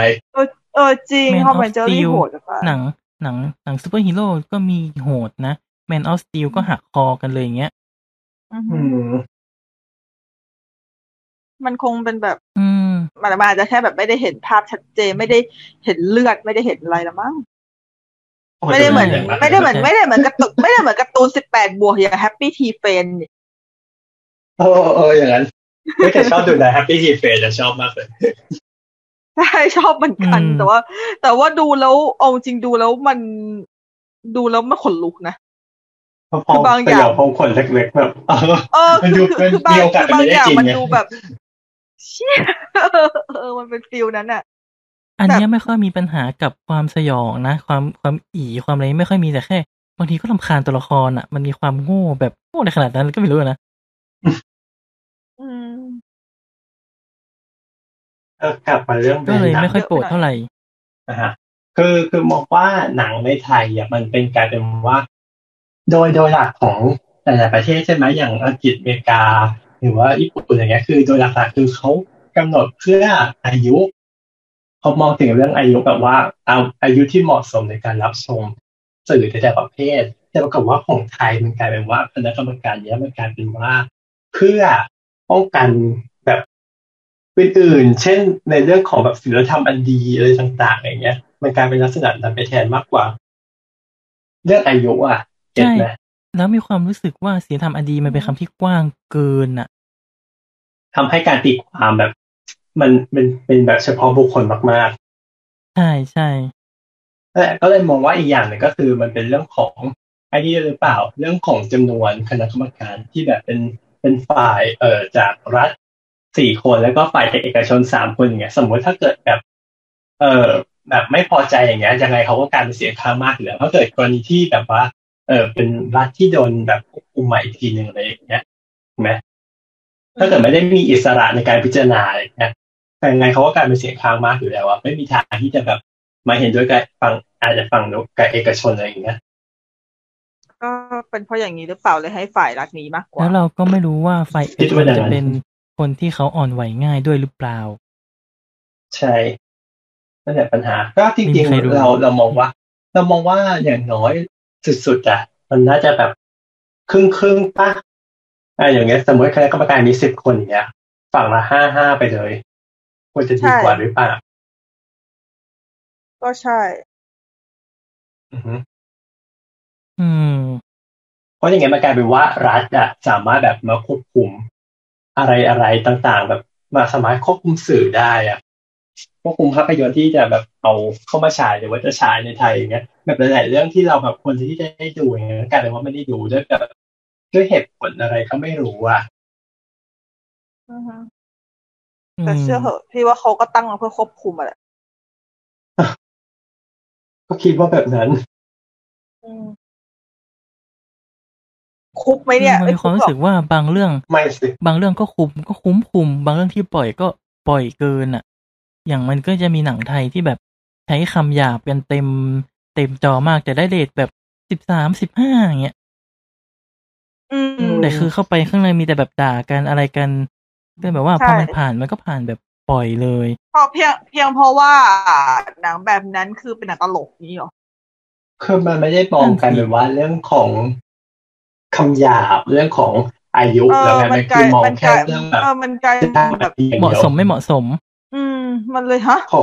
Speaker 5: เออจริง
Speaker 4: Man
Speaker 5: เขาเป็น
Speaker 4: of
Speaker 5: เจอรี่
Speaker 4: Steel
Speaker 5: โหดจังวะ
Speaker 4: หนังหนังหนังซูเปอร์ฮีโร่ก็มีโหดนะ Man of Steel ก็หักคอกันเลยอย่างเงี้ย
Speaker 5: อือ
Speaker 3: อื
Speaker 5: ฮึ
Speaker 3: ม
Speaker 5: มันคงเป็นแบบ
Speaker 4: อืม
Speaker 5: มันอาจจะแค่แบบไม่ได้เห็นภาพชัดเจนไม่ได้เห็นเลือดไม่ได้เห็นอะไรละมั้งไม่ได้เหมือน
Speaker 4: เห็นอะไร
Speaker 5: ไม่ได้เหมือนไม่ได้เหมือนกระตุกไม่ได้เหมือนการ์ตูนสิบแปดบวกอย่างแฮปปี้ทีเฟน
Speaker 3: เออเอออย่างนั้นไม่แต่ชอบดูนะ Happy h e f a c e ชอบมากเลย
Speaker 5: ใช่ชอบเหมือนกัน
Speaker 4: อืม
Speaker 5: แต่ว่า แต่ว่าดูแล้วเอาจริงดูแล้วมันดูแล้วมันขนลุกนะ
Speaker 3: พอพ
Speaker 5: คื
Speaker 3: อง
Speaker 5: อบางอ
Speaker 3: ส
Speaker 5: ย่าง
Speaker 3: ยองพองขนเล็กๆแบบเออ
Speaker 5: เออ
Speaker 3: มัน
Speaker 5: คื
Speaker 3: ดู
Speaker 5: อคือคือบา
Speaker 3: มี
Speaker 5: ง
Speaker 3: โอกาส
Speaker 5: คือบาง
Speaker 3: เป็นไป
Speaker 5: อ
Speaker 3: ได้
Speaker 5: ย่าง
Speaker 3: จริง
Speaker 5: มัน
Speaker 3: ไง
Speaker 5: ดูแบบเชี่ย *laughs* เออมันเป็นฟิลนั้นอะ
Speaker 4: อันเนี้ยไม่ค่อยมีปัญหากับความสยองนะ ความความอีความอะไรไม่ค่อยมีแต่แค่บางทีก็ลำคาญตัวละครอ่ะ มันมีความโง่แบบโง่ในขนาดนั้นก็ไม่รู้นะ
Speaker 5: อืม
Speaker 3: เออกลับมาเรื่อง
Speaker 4: ก็เลย
Speaker 3: หนัง
Speaker 4: ไม่ค่อยโปรดเท่าไหร่
Speaker 3: นะฮะคือคือมองว่าหนังในไทยอ่ะมันเป็นกลารเป็นว่า โดยโดยหลักของแต่ละประเทศใช่ไหมอย่างอังกฤษอเมริกา หรือว่าญี่ปุ่นอะไรเงี้ยคือโดยหลักๆคือเขากำหนดเพื่ออายุเขามองถึงเรื่องอายุแบบว่าเอาอายุที่เหมาะสมในการรับชมสื่อแต่ละประเภท แต่ปรากฏว่าของไทยมันกลายเป็นว่าคณะกรรมการเนี้ยมันกลายเป็นว่า เพื่อป้องกันแบบอื่นๆเช่นในเรื่องของแบบศีลธรรมอันดีอะไรต่างๆอย่างเงี้ย มันกลายเป็นลักษณะนั้นไปแทนมากกว่า เรื่องอายุอ่ะเก็ต
Speaker 4: ใช่
Speaker 3: ไหม
Speaker 4: แล้วมีความรู้สึกว่าศีลธรรมอดีมันเป็นคำที่กว้างเกินอ่ะ
Speaker 3: ทำให้การตีความแบบ มันเป็นเป็นแบบเฉพาะบุคคลมากๆ
Speaker 4: ใช่ใช่
Speaker 3: นั่นแหละก็เลยมองว่าอีกอย่างหนึ่งก็คือมันเป็นเรื่องของไอ้นี่หรือเปล่า เรื่องของจำนวนคณะกรรมการที่แบบเป็นเป็นฝ่ายเอ่อจากรัฐสี่คนแล้วก็ฝ่ายจากเอกชนสามคนอย่างเงี้ย สมมุติถ้าเกิดแบบ เอ่อแบบไม่พอใจอย่างเงี้ยยังไงเขาก็กลารเป็นเสียงข้างมากอยู่แล้วถ้าเกิดกรณีที่แบบว่า เออเป็นรัฐที่โดนแบบควบคุมใหม่อีกทีหนึ่งอะไรอย่างเงี้ยถูกไหมถ้าเกิดไม่ได้มีอิสระในการพิจารณาอะไรอย่างเงี้ยแต่ยังไงเขาก็กลารเป็นเสียงข้างมากอยู่แล้วอะไม่มีทางที่จะแบบ มาเห็นด้วยกับฝั่งอาจจะฝั่งกับเอกชนอะไรอย่างเงี้ย
Speaker 5: ก็เป็นเพราะอย่างนี้หรือเปล่าเลยให้ฝ่ายรัฐนี้มากกว่า
Speaker 4: แล้วเราก็ไม่รู้ว่าไฟเอกชนจะเป็นคนที่เขาอ่อนไหวง่ายด้วยหรือเปล่า
Speaker 3: ใช่นั่นแหละปัญหา ก็จ
Speaker 4: ไม่
Speaker 3: ริ
Speaker 4: มี
Speaker 3: ง
Speaker 4: ใครรู้
Speaker 3: ๆเราเรามองว่า เรามองว่าอย่างน้อยสุดๆอ่ะมันน่าจะแบบครึ่งครึ่งๆปะอ่ะอย่างเงี้ย สมมติคณะกรรมการมีสิบคนอย่างเงี้ย ฝั่งละห้าห้าไปเลยควรจะดีกว่า
Speaker 5: ใช่
Speaker 3: หรือเปล่า
Speaker 5: ก็ใช่
Speaker 3: อือฮึ
Speaker 4: อืม
Speaker 3: เพราะอย่างเงี้ยมันกลายเป็นว่ารัฐอะสามารถแบบมาควบคุม อะไรอะไรต่างๆ แบบมาสามารถควบคุมสื่อได้อะควบคุมภาพยนตร์ที่จะแบบเอาเข้ามาฉายหรือว่าจะฉายในไทยอย่างเงี้ยแบบหลายๆเรื่องที่เราแบบควรที่จะได้ดูอย่างเงี้ยกลายเป็นว่าไม่ได้ดูด้วยแบบด้วยเหตุผลอะไรก็ไม่รู้อ่ะ
Speaker 5: อือฮึ
Speaker 4: อืม
Speaker 5: แต่เชื่อเหอะพี่ว่าเขาก็ตั้งมาเพื่อควบคุมอะแหละ
Speaker 3: ก็คิดว่าแบบนั้น
Speaker 5: คุบไหมเนี่ย
Speaker 4: มัน
Speaker 5: ไม่
Speaker 4: มี
Speaker 5: คุบหร
Speaker 4: ความรู้
Speaker 5: อก
Speaker 4: สึกว่าบางเรื่อง
Speaker 3: ไม่สิ
Speaker 4: บางเรื่องก็คุมก็คุ้มคุม บางเรื่องที่ปล่อยก็ปล่อยเกินอ่ะ อย่างมันก็จะมีหนังไทยที่แบบใช้คำหยาบกันเต็ม เต็มจอมากแต่ได้เรทแบบสิบสามสิบห้าอย่างเงี้ย
Speaker 5: อืม
Speaker 4: แต่คือเข้าไปข้างในมีแต่แบบด่ากันอะไรกันก็แบบว่า
Speaker 5: ใช่
Speaker 4: พอมันผ่านมันก็ผ่านแบบปล่อยเลย
Speaker 5: เพราะเพียงเพียงเพราะว่าหนังแบบนั้นคือเป็นหนังตลกนี้หรอ
Speaker 3: คือมันไม่ได้มองกันเลยว่าเรื่องของคำหยาบเรื่องของอายุ
Speaker 5: เอ
Speaker 3: แล้ว
Speaker 5: อ
Speaker 3: ไง
Speaker 5: มั
Speaker 3: มัน น
Speaker 5: ก
Speaker 3: คื
Speaker 5: ลามั
Speaker 3: อย มอง
Speaker 5: นก
Speaker 3: แค่
Speaker 5: ลาย
Speaker 3: เรื่องแบบ
Speaker 5: เออมันกลาย
Speaker 3: แบ
Speaker 5: แบบ
Speaker 3: บนี้อย่ง
Speaker 4: เหมาะ
Speaker 3: ดียว
Speaker 4: สมไม่เหมาะสม
Speaker 5: อืม มันเลยฮะ
Speaker 3: ขอ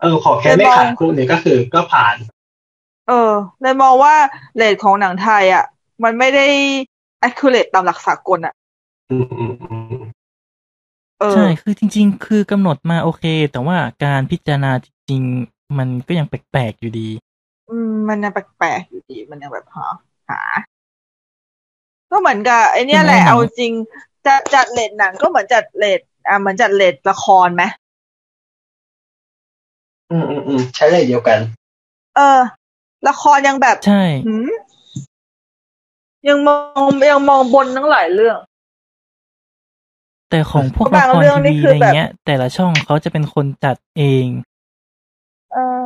Speaker 3: เออขอแค่ไม่ขาดคู่เนี่ยก็คือก็ผ่าน
Speaker 5: เออเลยมองว่าเรทของหนังไทยอ่ะ มันไม่ได้ accurate ตามหลักสากลอ่ะ
Speaker 3: อืมอืมอืม
Speaker 5: เออ
Speaker 4: ใช่ คือจริง ๆ คือกำหนดมาโอเค แต่ว่าการพิจารณาจริงๆ มันก็ยังแปลกๆ อยู่ดี
Speaker 5: อืมมันยังแปลกๆอยู่ดี มันยังแบบหาหา ก็เหมือนกับไอเนี้ยแหละ
Speaker 4: เป็นไงหนัง
Speaker 5: เอาจริงจะจัดเลทหนังก็เหมือนจัดเลทอ่าเหมือนจัดเลทละครไหม
Speaker 3: อืมอืมอืมใช้เลยเดียวกัน
Speaker 5: เออ ละครยังแบบ
Speaker 4: ใช่
Speaker 5: หืมยังมองยังมองบนทั้งหลายเรื่อง
Speaker 4: แต่ของพวก
Speaker 5: บา
Speaker 4: ละ
Speaker 5: ง
Speaker 4: คร
Speaker 5: เรื่อง
Speaker 4: ที
Speaker 5: นี่
Speaker 4: วี
Speaker 5: คือ
Speaker 4: อะไร
Speaker 5: แบบ
Speaker 4: เงี้ย แต่ละช่องเขาจะเป็นคนจัดเอง
Speaker 5: เออ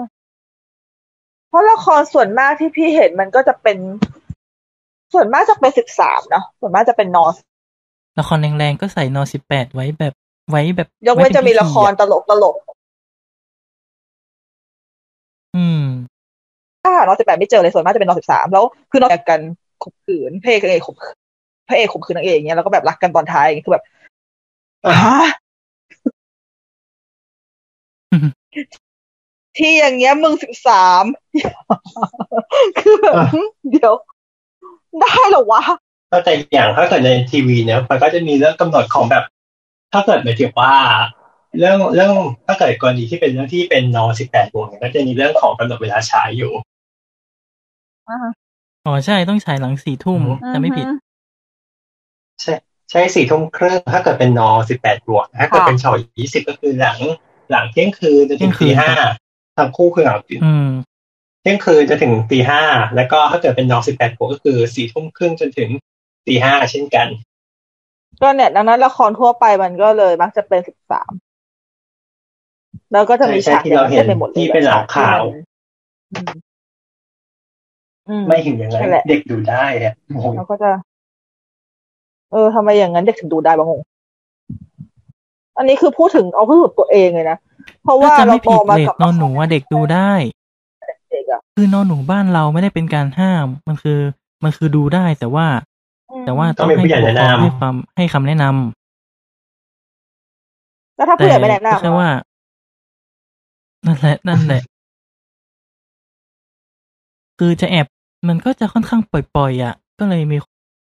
Speaker 5: เพราะละครส่วนมากที่พี่เห็นมันก็จะเป็น ส่วนมากจะเป็นสิบสามเนาะส่วนมากจะเป็นนอส
Speaker 4: ละครแรงๆ ก็ใส่นอสิบแปดไว้แบบไว้แบบ
Speaker 5: ยกเว้น
Speaker 4: ไป็
Speaker 5: จะมีละคร
Speaker 4: พิธีอ
Speaker 5: ตลกตลก
Speaker 4: อืม
Speaker 5: ถ้าหานอสิบแปดไม่เจอเลยส่วนมากจะเป็นนอสิบสามแล้ว คือนอแยกกันข่มขืนพระเอกกับนางเอกข่มขืนพระเอกข่มขืนนางเอกอย่างเงี้ยแล้วก็แบบรักกันตอนท้ายอย่างเงี้ยคือแบบ
Speaker 3: อ่ะ
Speaker 5: ฮะที่อย่างเงี้ยมึงสิบสาม *laughs* คือแบบหึเดี๋ยว ได้เหรอวะ
Speaker 3: ก็แต่อย่างถ้าเกิดในทีวีเนี่ยมันก็จะมีเรื่องกำหนดของแบบ ถ้าเกิดหมายถึงว่า เรื่องเรื่องถ้าเกิดกรณีที่เป็นเรื่องที่เป็นนอสิบแปดวงเนี่ยก็จะมีเรื่องของกำหนดเวลาฉายอยู่
Speaker 4: อ๋อใช่ ต้องฉายหลังสี่ทุ่ม
Speaker 3: อือฮึ
Speaker 4: จะไม่ผิด
Speaker 3: ใช่ใช่สี่ทุ่มครึ่งถ้าเกิดเป็นนอสิบแปดวกถ้าเกิดเป็นฉอยยี่สิบก็คือหลัง หลังเที่ยงคืนจนถึง
Speaker 4: เที่
Speaker 3: ตี
Speaker 4: ยงคืน
Speaker 3: ห้าทั้งคู่คือหลัง
Speaker 4: อืม
Speaker 3: เที่ยงคืนจะถึงตีห้าแล้วก็ถ้าเกิดเป็นน้องสิบแปดขวบก็คือสี่ทุ่มครึ่งจนถึงตีห้าเช่นกัน
Speaker 5: ก็เนี่ยดังนั้นละครทั่วไปมันก็เลยมักจะเป็นสิบสามแล้วก็จะมี
Speaker 3: ใช่
Speaker 5: ฉาก
Speaker 3: ที่เราเห็น
Speaker 5: ต็มไปหมดลย
Speaker 3: ที่เป็นหลังข่าว
Speaker 5: อืมอืม
Speaker 3: ไม่เห็นอย่างไร
Speaker 5: นั่นแหละ
Speaker 3: เด็กดูได้อะงง
Speaker 5: แล้วก็จะ เออทำไมอย่างนั้นเด็กถึงดูได้บ้างงอันนี้คือพูดถึงเอาพูดถึงตัวเองเลยนะ เพราะว่า
Speaker 4: ถ้าจะ
Speaker 5: เรา
Speaker 4: ไม่
Speaker 5: โต
Speaker 4: ผิด
Speaker 5: มา
Speaker 4: เลท
Speaker 5: กับ
Speaker 4: นอนหนูว่าเด็กดูได้
Speaker 5: เด็กอะ
Speaker 4: คือนอนหนูบ้านเราไม่ได้เป็นการห้าม มันคือ มันคือดูได้แต่ว่า
Speaker 5: อืม
Speaker 4: แต่ว่า
Speaker 3: ต้
Speaker 4: ต้
Speaker 3: อ
Speaker 4: อง ง
Speaker 3: มีผู้
Speaker 4: ให้
Speaker 3: ใหญ่
Speaker 4: ผู้ปกครอง
Speaker 3: แนะนำ
Speaker 4: ให้ความให้คำแนะนำ
Speaker 5: แล้วถ้า
Speaker 4: แต่
Speaker 5: เผื่อไปแหละ
Speaker 4: ก็แค่ว่า นั่นแหละ นั่นแหละ คือจะแอบมันก็จะค่อนข้างปล่อยๆอ่ะ ก็เลยมี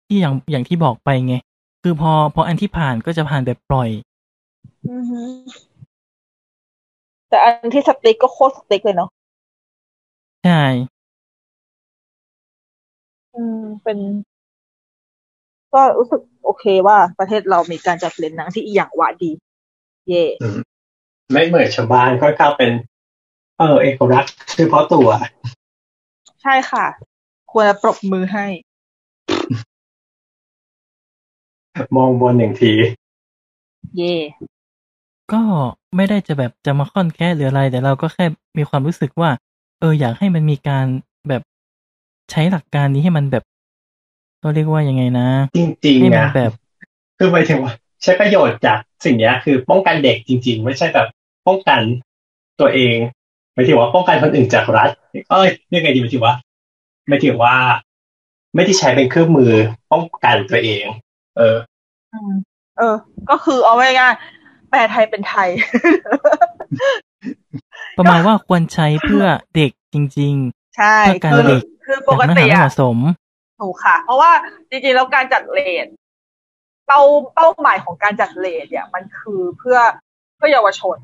Speaker 4: ที่อย่างอย่างที่บอกไปไง คือพอพออันที่ผ่านก็จะผ่านแบบปล่อย
Speaker 5: อือฮึแต่อันที่สติ๊กก็โคตรสติ๊กเลยเนาะ
Speaker 4: ใช่
Speaker 5: อืม เป็น ก็รู้สึกโอเคว่าประเทศเรามีการจัดเลี้ยงหนังที่อหย่างหวะดี เย่
Speaker 3: ไม่เหมือนชาวบ้านค่อนข้างเป็น เออเอกลักษณ์เฉพาะตัว
Speaker 5: ใช่ค่ะ ควรจะปรบมือให้
Speaker 3: มองบนหนึ่งที
Speaker 5: เย่
Speaker 4: ก็ไม่ได้จะแบบจะมาค่อนแค่หรืออะไร แต่เราก็แค่มีความรู้สึกว่า เอออยากให้มันมีการแบบใช้หลักการนี้ให้มันแบบเราเรียกว่ายังไงนะ
Speaker 3: จริง
Speaker 4: ให้
Speaker 3: ๆ
Speaker 4: มัน
Speaker 3: นะ
Speaker 4: แบบ
Speaker 3: คือหมายถึงว่า ใช้ประโยชน์จากสิ่งเนี้ย คือป้องกันเด็กจริง ๆ ไม่ใช่แบบป้องกันตัวเองหมายถึงว่าป้องกันคนอื่นจากรัฐเอ้ยเรียกไงดีหมายถึงว่าหมายถึงว่า ไม่ได้ใช้เป็นเครื่องมือป้องกันตัวเอง เออ
Speaker 5: อืม เออ ก็คือเอาไว้ง่ายๆแปลไทยเป็นไทย *laughs*
Speaker 4: ประมาณว่าควรใช้เพื่อเด็กจริง
Speaker 5: ใช่
Speaker 4: เพื่อการ
Speaker 5: คือ
Speaker 4: เด็ก
Speaker 5: คือ
Speaker 4: ๆ
Speaker 5: ป
Speaker 4: จาก
Speaker 5: ก
Speaker 4: เนื้
Speaker 5: ติ
Speaker 4: อหาที่เห
Speaker 5: อะ
Speaker 4: มาะสม
Speaker 5: ถูกค่ะ เพราะว่าจริงๆแล้วการจัดเลทเป้าเป้าหมายของการจัดเลทเนี่ยมันคือเพื่อเพื่อเยาวชน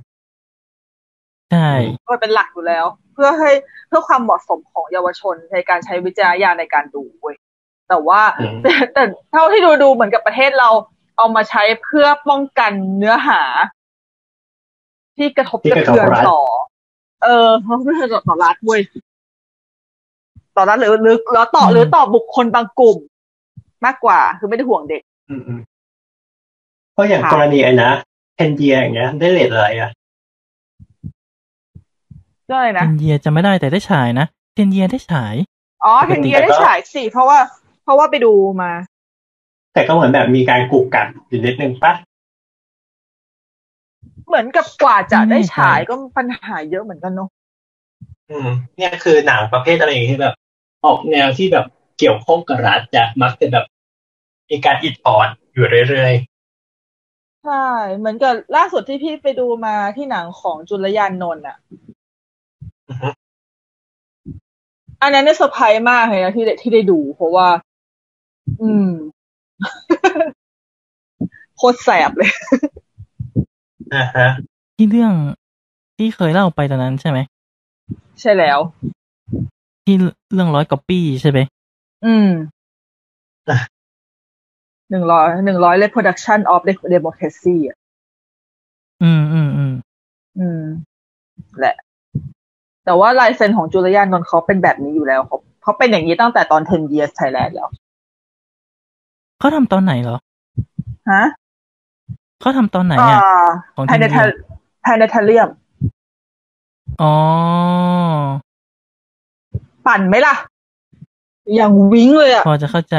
Speaker 4: ใช่
Speaker 5: โดยเป็นหลักอยู่แล้ว เพื่อให้เพื่อความเหมาะสมของเยาวชนในการใช้วิจารณญาณในการดูเว้ยแต่ว่า *laughs*
Speaker 3: อืม
Speaker 5: แต่แต่เท่าที่ดูดูเหมือนกับประเทศเราเอามาใช้เพื่อป้องกันเนื้อหา ที่กระทบกระเทือนต่อ เออเพราะมันต่อต่อรัฐเว้ยต่อรัฐหรือหรือแล้วต่อหรือต่อบุคคลบางกลุ่ม มากกว่า คือไม่ได้ห่วงเด็ก
Speaker 3: อืมอืมเพราะอย่าง
Speaker 5: ค่ะ
Speaker 3: กรณีไอ้นะเคนเดียอย่างเงี้ย ได้เลทอะไรอ่ะ
Speaker 5: ก็เลย
Speaker 4: เท
Speaker 5: นะ
Speaker 4: นเยียจะไม่ได้แต่ได้ฉายนะเทนเยียได้ฉาย
Speaker 5: อ๋อเทนเดียได้ฉายสิเพราะว่า เพราะว่าไปดูมา
Speaker 3: แต่ก็เหมือนแบบมีการกุกกันอยู่นิดนึงปะ
Speaker 5: เหมือนกับกว่าจะได้ฉาย
Speaker 4: ไม่แน่ใจ
Speaker 5: ก็ปัญหาเยอะเหมือนกันเนาะ
Speaker 3: อืม เนี่ยคือหนังประเภทอะไรอย่างเงี้ยแบบ ออกแนวที่แบบเกี่ยวข้องกับรัฐจะมักจะแบบมีการอิดออดอยู่เรื่อย
Speaker 5: ใช่เหมือนกับล่าสุดที่พี่ไปดูมาที่หนังของจุลยานนท์อ่ะ
Speaker 3: ๆอือฮึ
Speaker 5: อันนั้นเนี่ยเซอร์ไพรส์มากเลยนะที่ได้ที่ได้ดู เพราะว่า อืม *laughs* โคตรแสบเลย
Speaker 3: อ่าฮะ
Speaker 4: ที่เรื่องที่เคยเล่าไปตอนนั้นใช่ไหม
Speaker 5: ใช่แล้ว
Speaker 4: ที่เรื่องร้อยกอปี้ใช่ไหม
Speaker 5: อืม
Speaker 3: อ่ะ
Speaker 5: หนึ่งร้อยหนึ่งร้อยเล production of democracy อ่ะ
Speaker 4: อืมอืมอืม
Speaker 5: อืม แหละ แต่ว่าลายเซ็นของจุลยานนท์เขาเป็นแบบนี้อยู่แล้วเขาเขาเป็นอย่างนี้ตั้งแต่ตอน 10 years Thailand แล้ว
Speaker 4: เขาทำตอนไหนเหรอ
Speaker 5: ฮะ
Speaker 4: เขาทำตอนไหน
Speaker 5: อ่
Speaker 4: อ่ะ
Speaker 5: า
Speaker 4: ของ
Speaker 5: ภายใน
Speaker 4: 10 years
Speaker 5: ภายในทะเลียม
Speaker 4: อ๋อ
Speaker 5: ปั่นไหมล่ะ อย่างวิ้งเลยอะ
Speaker 4: พอจะเข้าใจ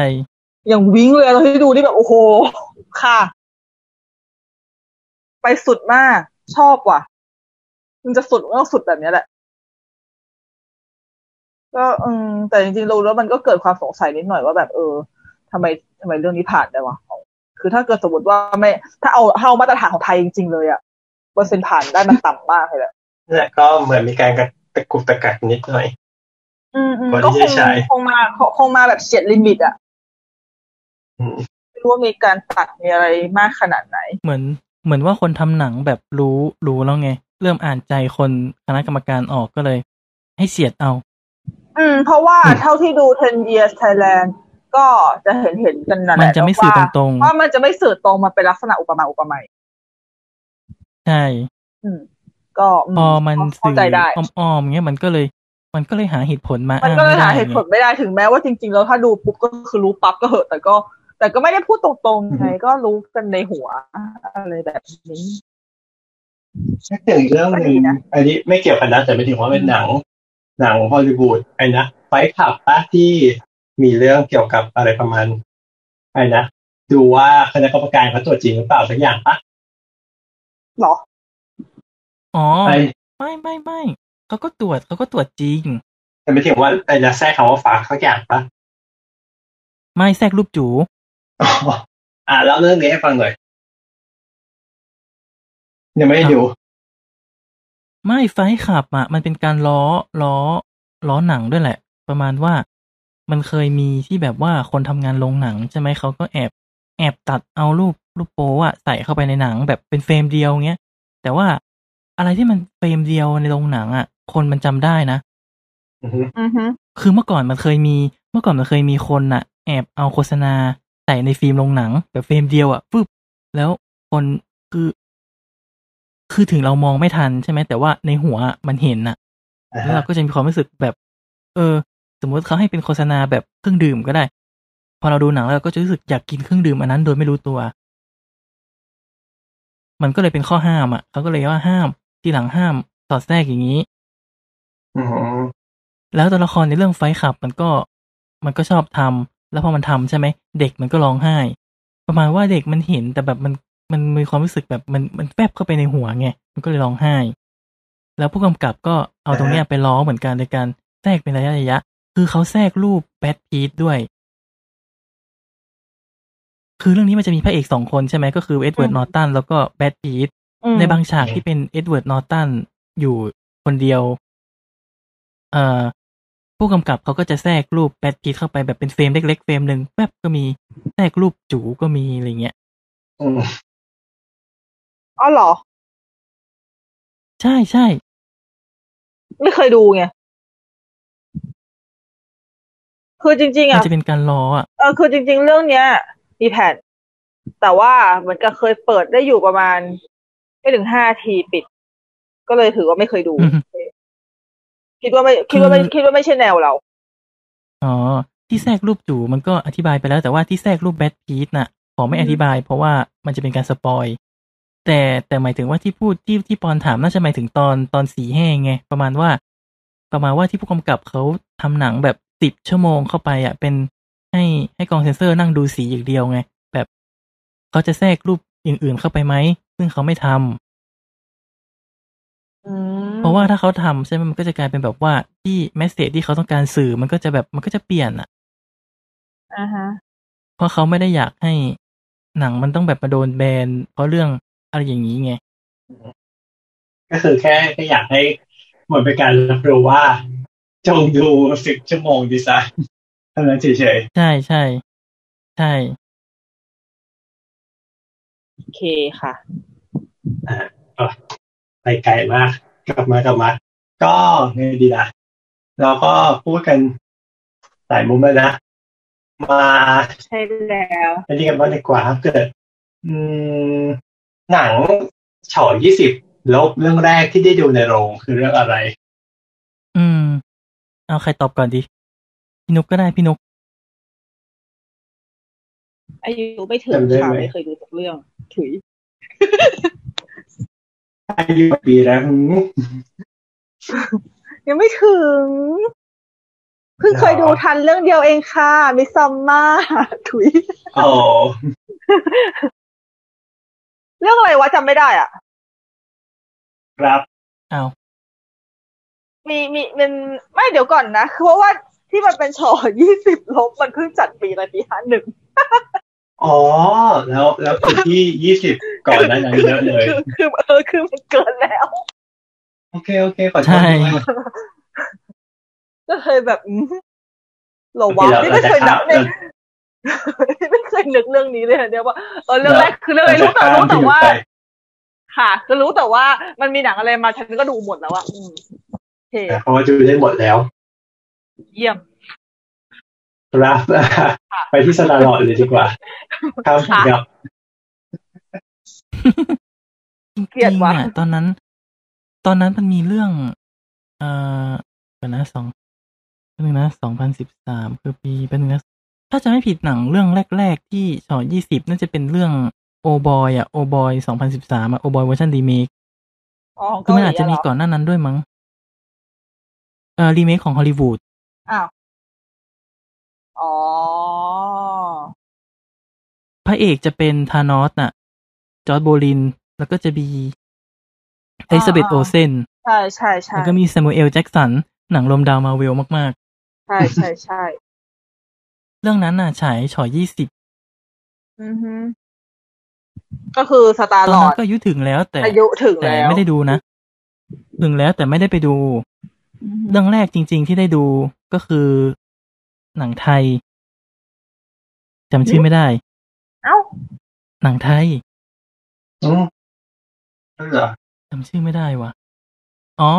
Speaker 5: อย่างวิ้งเลยเราที่ดูนี่แบบ โอ้โห ค่ะ ไปสุดมาก ชอบว่ะ มันจะสุดมันต้องสุดแบบเนี้ยแหละ ก็อืม แต่จริงๆเราแล้วมันก็เกิดความสงสัยนิดหน่อยว่าแบบ เออทำไมทำไมเรื่องนี้ผ่านได้วะคือถ้าเกิดสมมติว่าไม่ ถ้าเอาถ้าเอามาตรฐานของไทยจริงๆเลยอะเปอร์เซ็นต์ผ่านได้มันต่ำมากเลยแหละ
Speaker 3: นั่นแหละก็เหมือนมีการกระตะกุกตะกักนิดหน่อย
Speaker 5: อืมอืม
Speaker 3: ก่อน
Speaker 5: ก็ค
Speaker 3: ที่
Speaker 5: ง
Speaker 3: จะใช้
Speaker 5: คงมาคงมาแบบเฉียดลิมิตอะ
Speaker 3: อืม
Speaker 5: ไม่รู้ว่ามีการตัดมีอะไรมากขนาดไหน
Speaker 4: เหมือนเหมือนว่าคนทำหนังแบบรู้รู้แล้วไง เริ่มอ่านใจคนคณะกรรมการออกก็เลย ให้เสียดเอา
Speaker 5: อืม เพราะว่าเท่าที่ดู 10 years Thailand ก็จะเห็นเห็นๆกันนั่นแห
Speaker 4: มั
Speaker 5: ละ
Speaker 4: นจะไม่สื่อต
Speaker 5: ว่า
Speaker 4: รง
Speaker 5: ว่ามันจะไม่สื่อตรงมันเป็นลักษณะอุปมาอุปไมย
Speaker 4: ๆ ใช่
Speaker 5: อืม ก็อื
Speaker 4: พอมัน
Speaker 5: เข้า
Speaker 4: สื่อ
Speaker 5: ใจได้
Speaker 4: อ้อมๆเงี้ยมันก็เลย มันก็เลยหาเหตุผลมา
Speaker 5: มัน
Speaker 4: อ้าง
Speaker 5: ก็เลย
Speaker 4: ไม่ได้
Speaker 5: หาเหตุผล
Speaker 4: ไง
Speaker 5: ไม่ได้ถึงแม้ว่าจริงๆแล้วถ้าดูปุ๊บก็คือรู้ปั๊บก็เหอะ แต่ก็ แต่ก็ไม่ได้พูดตรงๆไงก็รู้กันในหัวอะไรแบบนี้
Speaker 3: นึกถึงอีกเรื่องหนึ่ง
Speaker 5: ก็ดีนะ
Speaker 3: อันนี้ไม่เกี่ยวกันนะแต่ไม่ถึงว่าเป็นหนัง หนังฮอลลีวูดไอ้นะไฟขับป้าที่มีเรื่องเกี่ยวกับอะไรประมาณไอ้นะดูว่าคณะกรรมการเขาตรวจจริงหรือเปล่าสักอย่างปะ
Speaker 5: หรอ
Speaker 4: อ๋อ
Speaker 3: ไอ้
Speaker 4: ไม่ไม่ไม่เขาก็ตรวจเขาก็ตรวจจริง
Speaker 3: แต่ไม่ถึงว่าแต่จะแทรกคำว่าฟ้าสักอย่างปะ
Speaker 4: ไม่แทรกรูปจู
Speaker 3: *laughs* อ๋ออ่ะเล่าเรื่องนี้ให้ฟังหน่อยยังไม่ได้ดู
Speaker 4: ไม่ไฟท์ขับอ่ะ มันเป็นการล้อล้อล้อหนังด้วยแหละ ประมาณว่ามันเคยมีที่แบบว่าคนทำงานโรงหนังใช่ไหมเขาก็แอบแอบตัดเอารูปรูปโป๊อะใส่เข้าไปในหนังแบบเป็นเฟรมเดียวเงี้ยแต่ว่าอะไรที่มันเฟรมเดียวในโรงหนังอ่ะ คนมันจำได้นะ
Speaker 3: อือฮึ
Speaker 5: อือฮึ
Speaker 4: คือเมื่อก่อนมันเคยมี เมื่อก่อนมันเคยมีคนน่ะ แอบเอาโฆษณาใส่ในฟิล์มโรงหนัง แบบเฟรมเดียวอะ่ะปึ๊บแล้วคนคือ คือถึงเรามองไม่ทันใช่ไหมแต่ว่าในหัวอะมันเห็นน่ะ
Speaker 3: อ่า
Speaker 4: แล้
Speaker 3: ฮะ
Speaker 4: วเราก็จะมีความรู้สึกแบบ เออ สมมติเขาให้เป็นโฆษณาแบบเครื่องดื่มก็ได้ พอเราดูหนังแล้วเราก็จะรู้สึกอยากกินเครื่องดื่มอันนั้นโดยไม่รู้ตัว มันก็เลยเป็นข้อห้ามอ่ะเขาก็เลยว่าห้ามทีหลังห้ามสอดแทรกอย่างนี้
Speaker 3: อือฮึ
Speaker 4: แล้วตัวละครในเรื่องไฟขับมันก็มันก็ชอบทำแล้วพอมันทำใช่ไหมเด็กมันก็ร้องไห้ ประมาณว่าเด็กมันเห็นแต่แบบมันมันมีความรู้สึกแบบมันมันแฟบเข้าไปในหัวไงมันก็เลยร้องไห้ แล้วผู้กำกับก็เอาตรงเนี้ยไปล้อเหมือนกันในการแทรกเป็นระยะระยะ คือเขาแทรกรูปแบทพีทด้วย คือเรื่องนี้มันจะมีพระเอกสองคนใช่ไหมก็คือเอ็ดเวิร์ดนอร์ตันแล้วก็แบทพีท
Speaker 5: อืม
Speaker 4: ในบางฉากที่เป็นเอ็ดเวิร์ดนอร์ตันอยู่คนเดียว เอ่อ ผู้กำกับเขาก็จะแทรกรูปแบทพีทเข้าไปแบบเป็นเฟรมเล็กๆเฟรมหนึ่งแป๊บก็มีแทรกรูปจูก็มีอะไรเงี้ย
Speaker 3: อืม
Speaker 5: อ๋อเหรอ
Speaker 4: ใช่ใช่
Speaker 5: ไม่เคยดูไง คือจริง ๆ
Speaker 4: มัน
Speaker 5: อ่ะ
Speaker 4: จะเป็นการล้ออ่ะ
Speaker 5: เออคือจริง ๆ เรื่องเนี้ย มีแผนแต่ว่าเหมือนกับเคยเปิดได้อยู่ประมาณ ไม่ถึงห้าทีปิด ก็เลยถือว่าไม่เคยดู
Speaker 4: อือฮึ
Speaker 5: คิดว่าไม่คิดว่าไม่
Speaker 4: คือ
Speaker 5: คิดว่าไม่ใช่แนวเรา
Speaker 4: อ๋อ ที่แทรกรูปจูมันก็อธิบายไปแล้ว แต่ว่าที่แทรกรูปแบทพีทน่ะ ขอไม่อธิบาย เพราะว่ามันจะเป็นการสปอยแต่แต่หมายถึงว่าที่พูดที่ที่ปอนถามน่าจะหมายถึงตอนตอนสีแห้งไง ประมาณว่า ประมาณว่าที่ผู้กำกับเขาทำหนังแบบสิบชั่วโมงเข้าไปอ่ะเป็นให้ให้กองเซนเซอร์นั่งดูสีอย่างเดียวไง แบบเขาจะแทรกรูปอย่างอื่นเข้าไปไหมซึ่งเขาไม่ทำ
Speaker 5: อืม
Speaker 4: เพราะว่าถ้าเขาทำใช่ไหมมันก็จะกลายเป็นแบบว่าที่แมสเซจที่เขาต้องการสื่อมันก็จะแบบมันก็จะเปลี่ยนอ่ะ
Speaker 5: อ่าฮะ
Speaker 4: เพราะเขาไม่ได้อยากให้หนังมันต้องแบบมาโดนแบน เพราะเรื่องอะไรอย่างนี้ไง
Speaker 3: ก็คือแค่แค่อยากให้เหมือนเป็นการรับรู้ว่า จงดูสิบชั่วโมงดีซะเท่านั้นเฉย
Speaker 4: ใช่ใช่ใช่
Speaker 5: โอเคค่ะ
Speaker 3: ๆไปไกลมาก กลับมากลับมา ก็ไงดีล่ะ เราก็พูดกันหลายมุมแล้วนะ มา
Speaker 5: ใช่แล้ว
Speaker 3: อันนี้กันบ้างดีกว่าครับเกิด อืม หนังเฉายี่สิบลบเรื่องแรกที่ได้ดูในโรงคือเรื่องอะไร
Speaker 4: อืม เอาใครตอบก่อนดีพี่นุกก็ได้พี่นุก
Speaker 5: อายุไม่ถึง
Speaker 3: จำได้
Speaker 5: ค่ะ
Speaker 3: ไหม
Speaker 5: ไม่เคยดูสักเรื่อง ถุย
Speaker 3: อายุปีแล้วหืม
Speaker 5: ยังไม่ถึง เพิ่งเคย
Speaker 3: หรอ
Speaker 5: ดูทันเรื่องเดียวเองค่ะ มิซัมมาถุย
Speaker 3: โอ้
Speaker 5: เรื่องอะไรวะจำไม่ได้อ่ะ
Speaker 3: ครับ
Speaker 4: เอา
Speaker 5: มีมีมันไม่เดี๋ยวก่อนนะ คือเพราะว่าที่มันเป็นชอ *laughs* ยี่สิบลบมันเพิ่งจัดปีอะไรปีห้าหนึ่ง
Speaker 3: อ๋อ แล้วแล้วปีที่ยี่สิบก่อนหนั้นนั้นเยอะเลย
Speaker 5: คือคือเออคือมันเกินแล้ว
Speaker 3: โอเค โอเค ขอโทษ
Speaker 4: ใช่
Speaker 3: ด้วย
Speaker 5: ก็เลยแบบอื้อเหรอวะ
Speaker 3: โอเค
Speaker 5: นี่
Speaker 3: เรา
Speaker 5: ไม่เคยนับใน
Speaker 3: เราจะ
Speaker 5: *laughs* ไม่เคยนึกเรื่องนี้เลยนะเนี่ยว่าเออเรื่องแรกคือเรื่องอะไรรู้แต่
Speaker 3: เรา
Speaker 5: รู้
Speaker 3: จะ
Speaker 5: แต่ว่า
Speaker 3: ข้ม
Speaker 5: ค่ะคือรู้แต่ว่ามันมีหนังอะไรมาฉันก็ดูหมดแล้วอะอืมโอเค
Speaker 3: ที่อื่นไปเพราะว่าดูได้หมดแล้ว
Speaker 5: เยี่ยม
Speaker 3: ครับ ไปที่สลาลอดเลยดีกว่า ครับ
Speaker 5: ค่ะ
Speaker 3: ครับ
Speaker 4: จริง
Speaker 5: เกลียด
Speaker 4: ๆ
Speaker 5: ว่ะ
Speaker 4: อ่ะตอนนั้น ตอนนั้นมันมีเรื่อง เอ่อเดี๋ยวนะสองแป๊บนึงนะสองพันสิบสามคือปีแป๊บนึงนะถ้าจะไม่ผิดหนังเรื่องแรก ๆ ที่ฉอยี่สิบน่าจะเป็นเรื่องโอบอยอ่ะโอบอยสองพันสิบสามอ่ะโอบอยเวอร์ชันรีเม
Speaker 5: อ๋อของ
Speaker 4: คือ
Speaker 5: เกาหลี
Speaker 4: มันอาจจะมี
Speaker 5: เหร
Speaker 4: ก่อนหน้านั้นด้วยมั้ง เอ่อรีเมคของฮอลลีวูด
Speaker 5: อ้าวอ๋อ
Speaker 4: พระเอกจะเป็นธานอสน่ะ จอร์ดโบลิน แล้วก็จะมีเอลิซาเบธโอเซน
Speaker 5: ใช่ใช่ใช่
Speaker 4: แล้วก็มีซามูเอลแจ็กสัน หนังลมดาวมาเวลมาก
Speaker 5: ใช่ใช่ใช่
Speaker 4: ๆ เรื่องนั้นน่ะฉายฉอยยี่สิบ
Speaker 5: อือฮึก็คือสตาร์
Speaker 4: ต
Speaker 5: ลอ
Speaker 4: อนนั้
Speaker 5: ด
Speaker 4: นก็อายุถึงแล้ว แต่
Speaker 5: อายุถึง
Speaker 4: แต่
Speaker 5: แล้ว
Speaker 4: ไม่ได้ดูนะ ถึงแล้วแต่ไม่ได้ไปดู
Speaker 5: อือฮึ
Speaker 4: เรื่องแรกจริง ๆ ที่ได้ดูก็คือหนังไทยจำชื่อไม่ได้
Speaker 5: เอ้า
Speaker 4: หนังไทย
Speaker 3: อืมนั่นเหรอ
Speaker 4: จำชื่อไม่ได้วะอ๋อ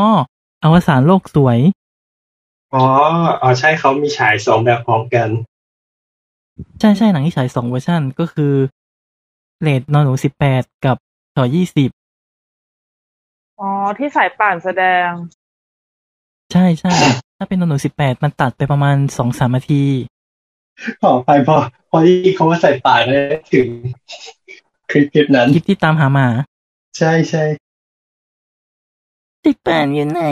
Speaker 4: อวสานโลกสวย
Speaker 3: อ๋ออ๋อใช่เขามีฉายสองแบบพร้อมกัน
Speaker 4: ใช่ใช่หนังที่ฉายสองเวอร์ชันก็คือเลดนอนหนูสิบแปดกับฉอยยี่สิบ
Speaker 5: อ๋อที่สายป่านแสดง
Speaker 4: ใช่ใช่ ถ้าเป็นนอนหนูสิบแปดมันตัดไปประมาณสองสามนาที
Speaker 3: ต่อไปพอพอที่เขาว่าใส่ปากเลยถึงคลิปคลิปนั้น
Speaker 4: คลิปที่ตามหาหมา
Speaker 3: ใช่ใช่
Speaker 4: สิบแปดอยู่ไหน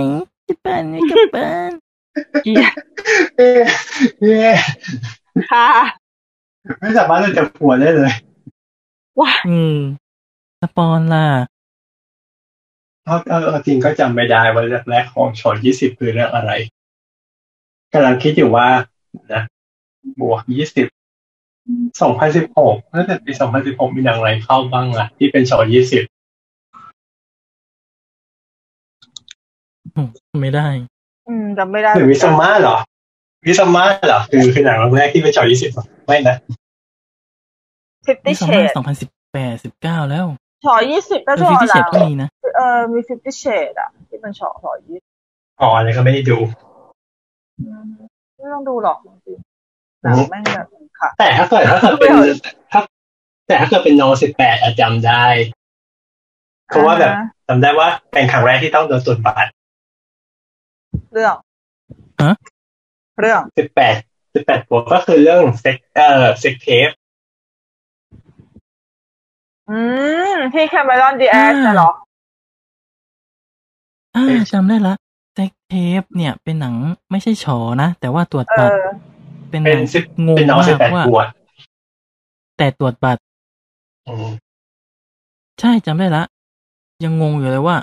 Speaker 4: สิบแปดอยู่กับบ้าน
Speaker 3: เอ๊ะเอ๊ะ
Speaker 5: ค่ะ
Speaker 3: ไม่สามารถจะจับหัวได้เลย
Speaker 4: อืมสปอนล่ะ
Speaker 3: เอาเอาเอาจริงก็จำไม่ได้วันแรกๆของชอนยี่สิบคือเรื่องอะไรกำลังคิดอยู่ว่านะบวกยี่สิบสองพันสิบหกตั้งแต่ปีสองพันสิบหกมีหนังอะไรเข้าบ้างล่ะ ที่เป็นชอนยี่สิบ
Speaker 4: ไม่ได้
Speaker 5: อืมจำไม่ได้
Speaker 3: หรือวิสมาเหรอ วิสมาเหรอคือคือหนังเรื่องแรกที่เป็นชอนยี่สิบไม่นะ
Speaker 5: ฟิฟตี้
Speaker 4: นี่
Speaker 5: เชด
Speaker 4: สองพันสิบแปดสิบเก้าแล้ว
Speaker 5: ชอยี่สิบก็
Speaker 4: เออ
Speaker 5: ชอ
Speaker 4: ฟิฟ
Speaker 5: หลัง
Speaker 4: ตี้เชดก็มีนะ
Speaker 5: เออมีฟิฟตี้เชดอะที่เป็นชอชอยี่สิบ
Speaker 3: อ๋ออันนี้ก็ไม่ได้ดู
Speaker 5: ไม่ต้องดูหรอกจริงๆหนังแม่งแบบค่ะ
Speaker 3: แต่ถ้าเกิดถ้าเกิดเป็นถ้าแต่ถ้าเกิดเป็นโนสิบแปดจำได้ เพราะว่าแบบ
Speaker 5: อ่าฮะ
Speaker 3: จำได้ว่าเป็นครั้งแรกที่ต้องโดนตรวจบัตร
Speaker 5: เรื่อง
Speaker 4: ฮะ
Speaker 5: เรื่อง
Speaker 3: สิบแปดสิบแปดบวกก็คือเรื่องเซ็กเอ่อเซ็กเทป
Speaker 5: อืมที่แคมเมรอนดีแอสน่ะเหรอ
Speaker 4: อ่าจำได้ละแจ็คเทปเนี่ยเป็นหนังไม่ใช่ฉอนะ แต่ว่าตรวจ
Speaker 5: เอ
Speaker 4: บัตร
Speaker 5: อ
Speaker 4: เป็นห
Speaker 3: เป็น
Speaker 4: นัง
Speaker 3: สิบ
Speaker 4: งง
Speaker 3: เป็นน้อง
Speaker 4: มา
Speaker 3: สิบ
Speaker 4: ก
Speaker 3: แปด
Speaker 4: ว่า
Speaker 3: บวก
Speaker 4: แต่ตรวจบัตร
Speaker 3: อืม
Speaker 4: ใช่จำได้ละ ยังงงอยู่เลยว่า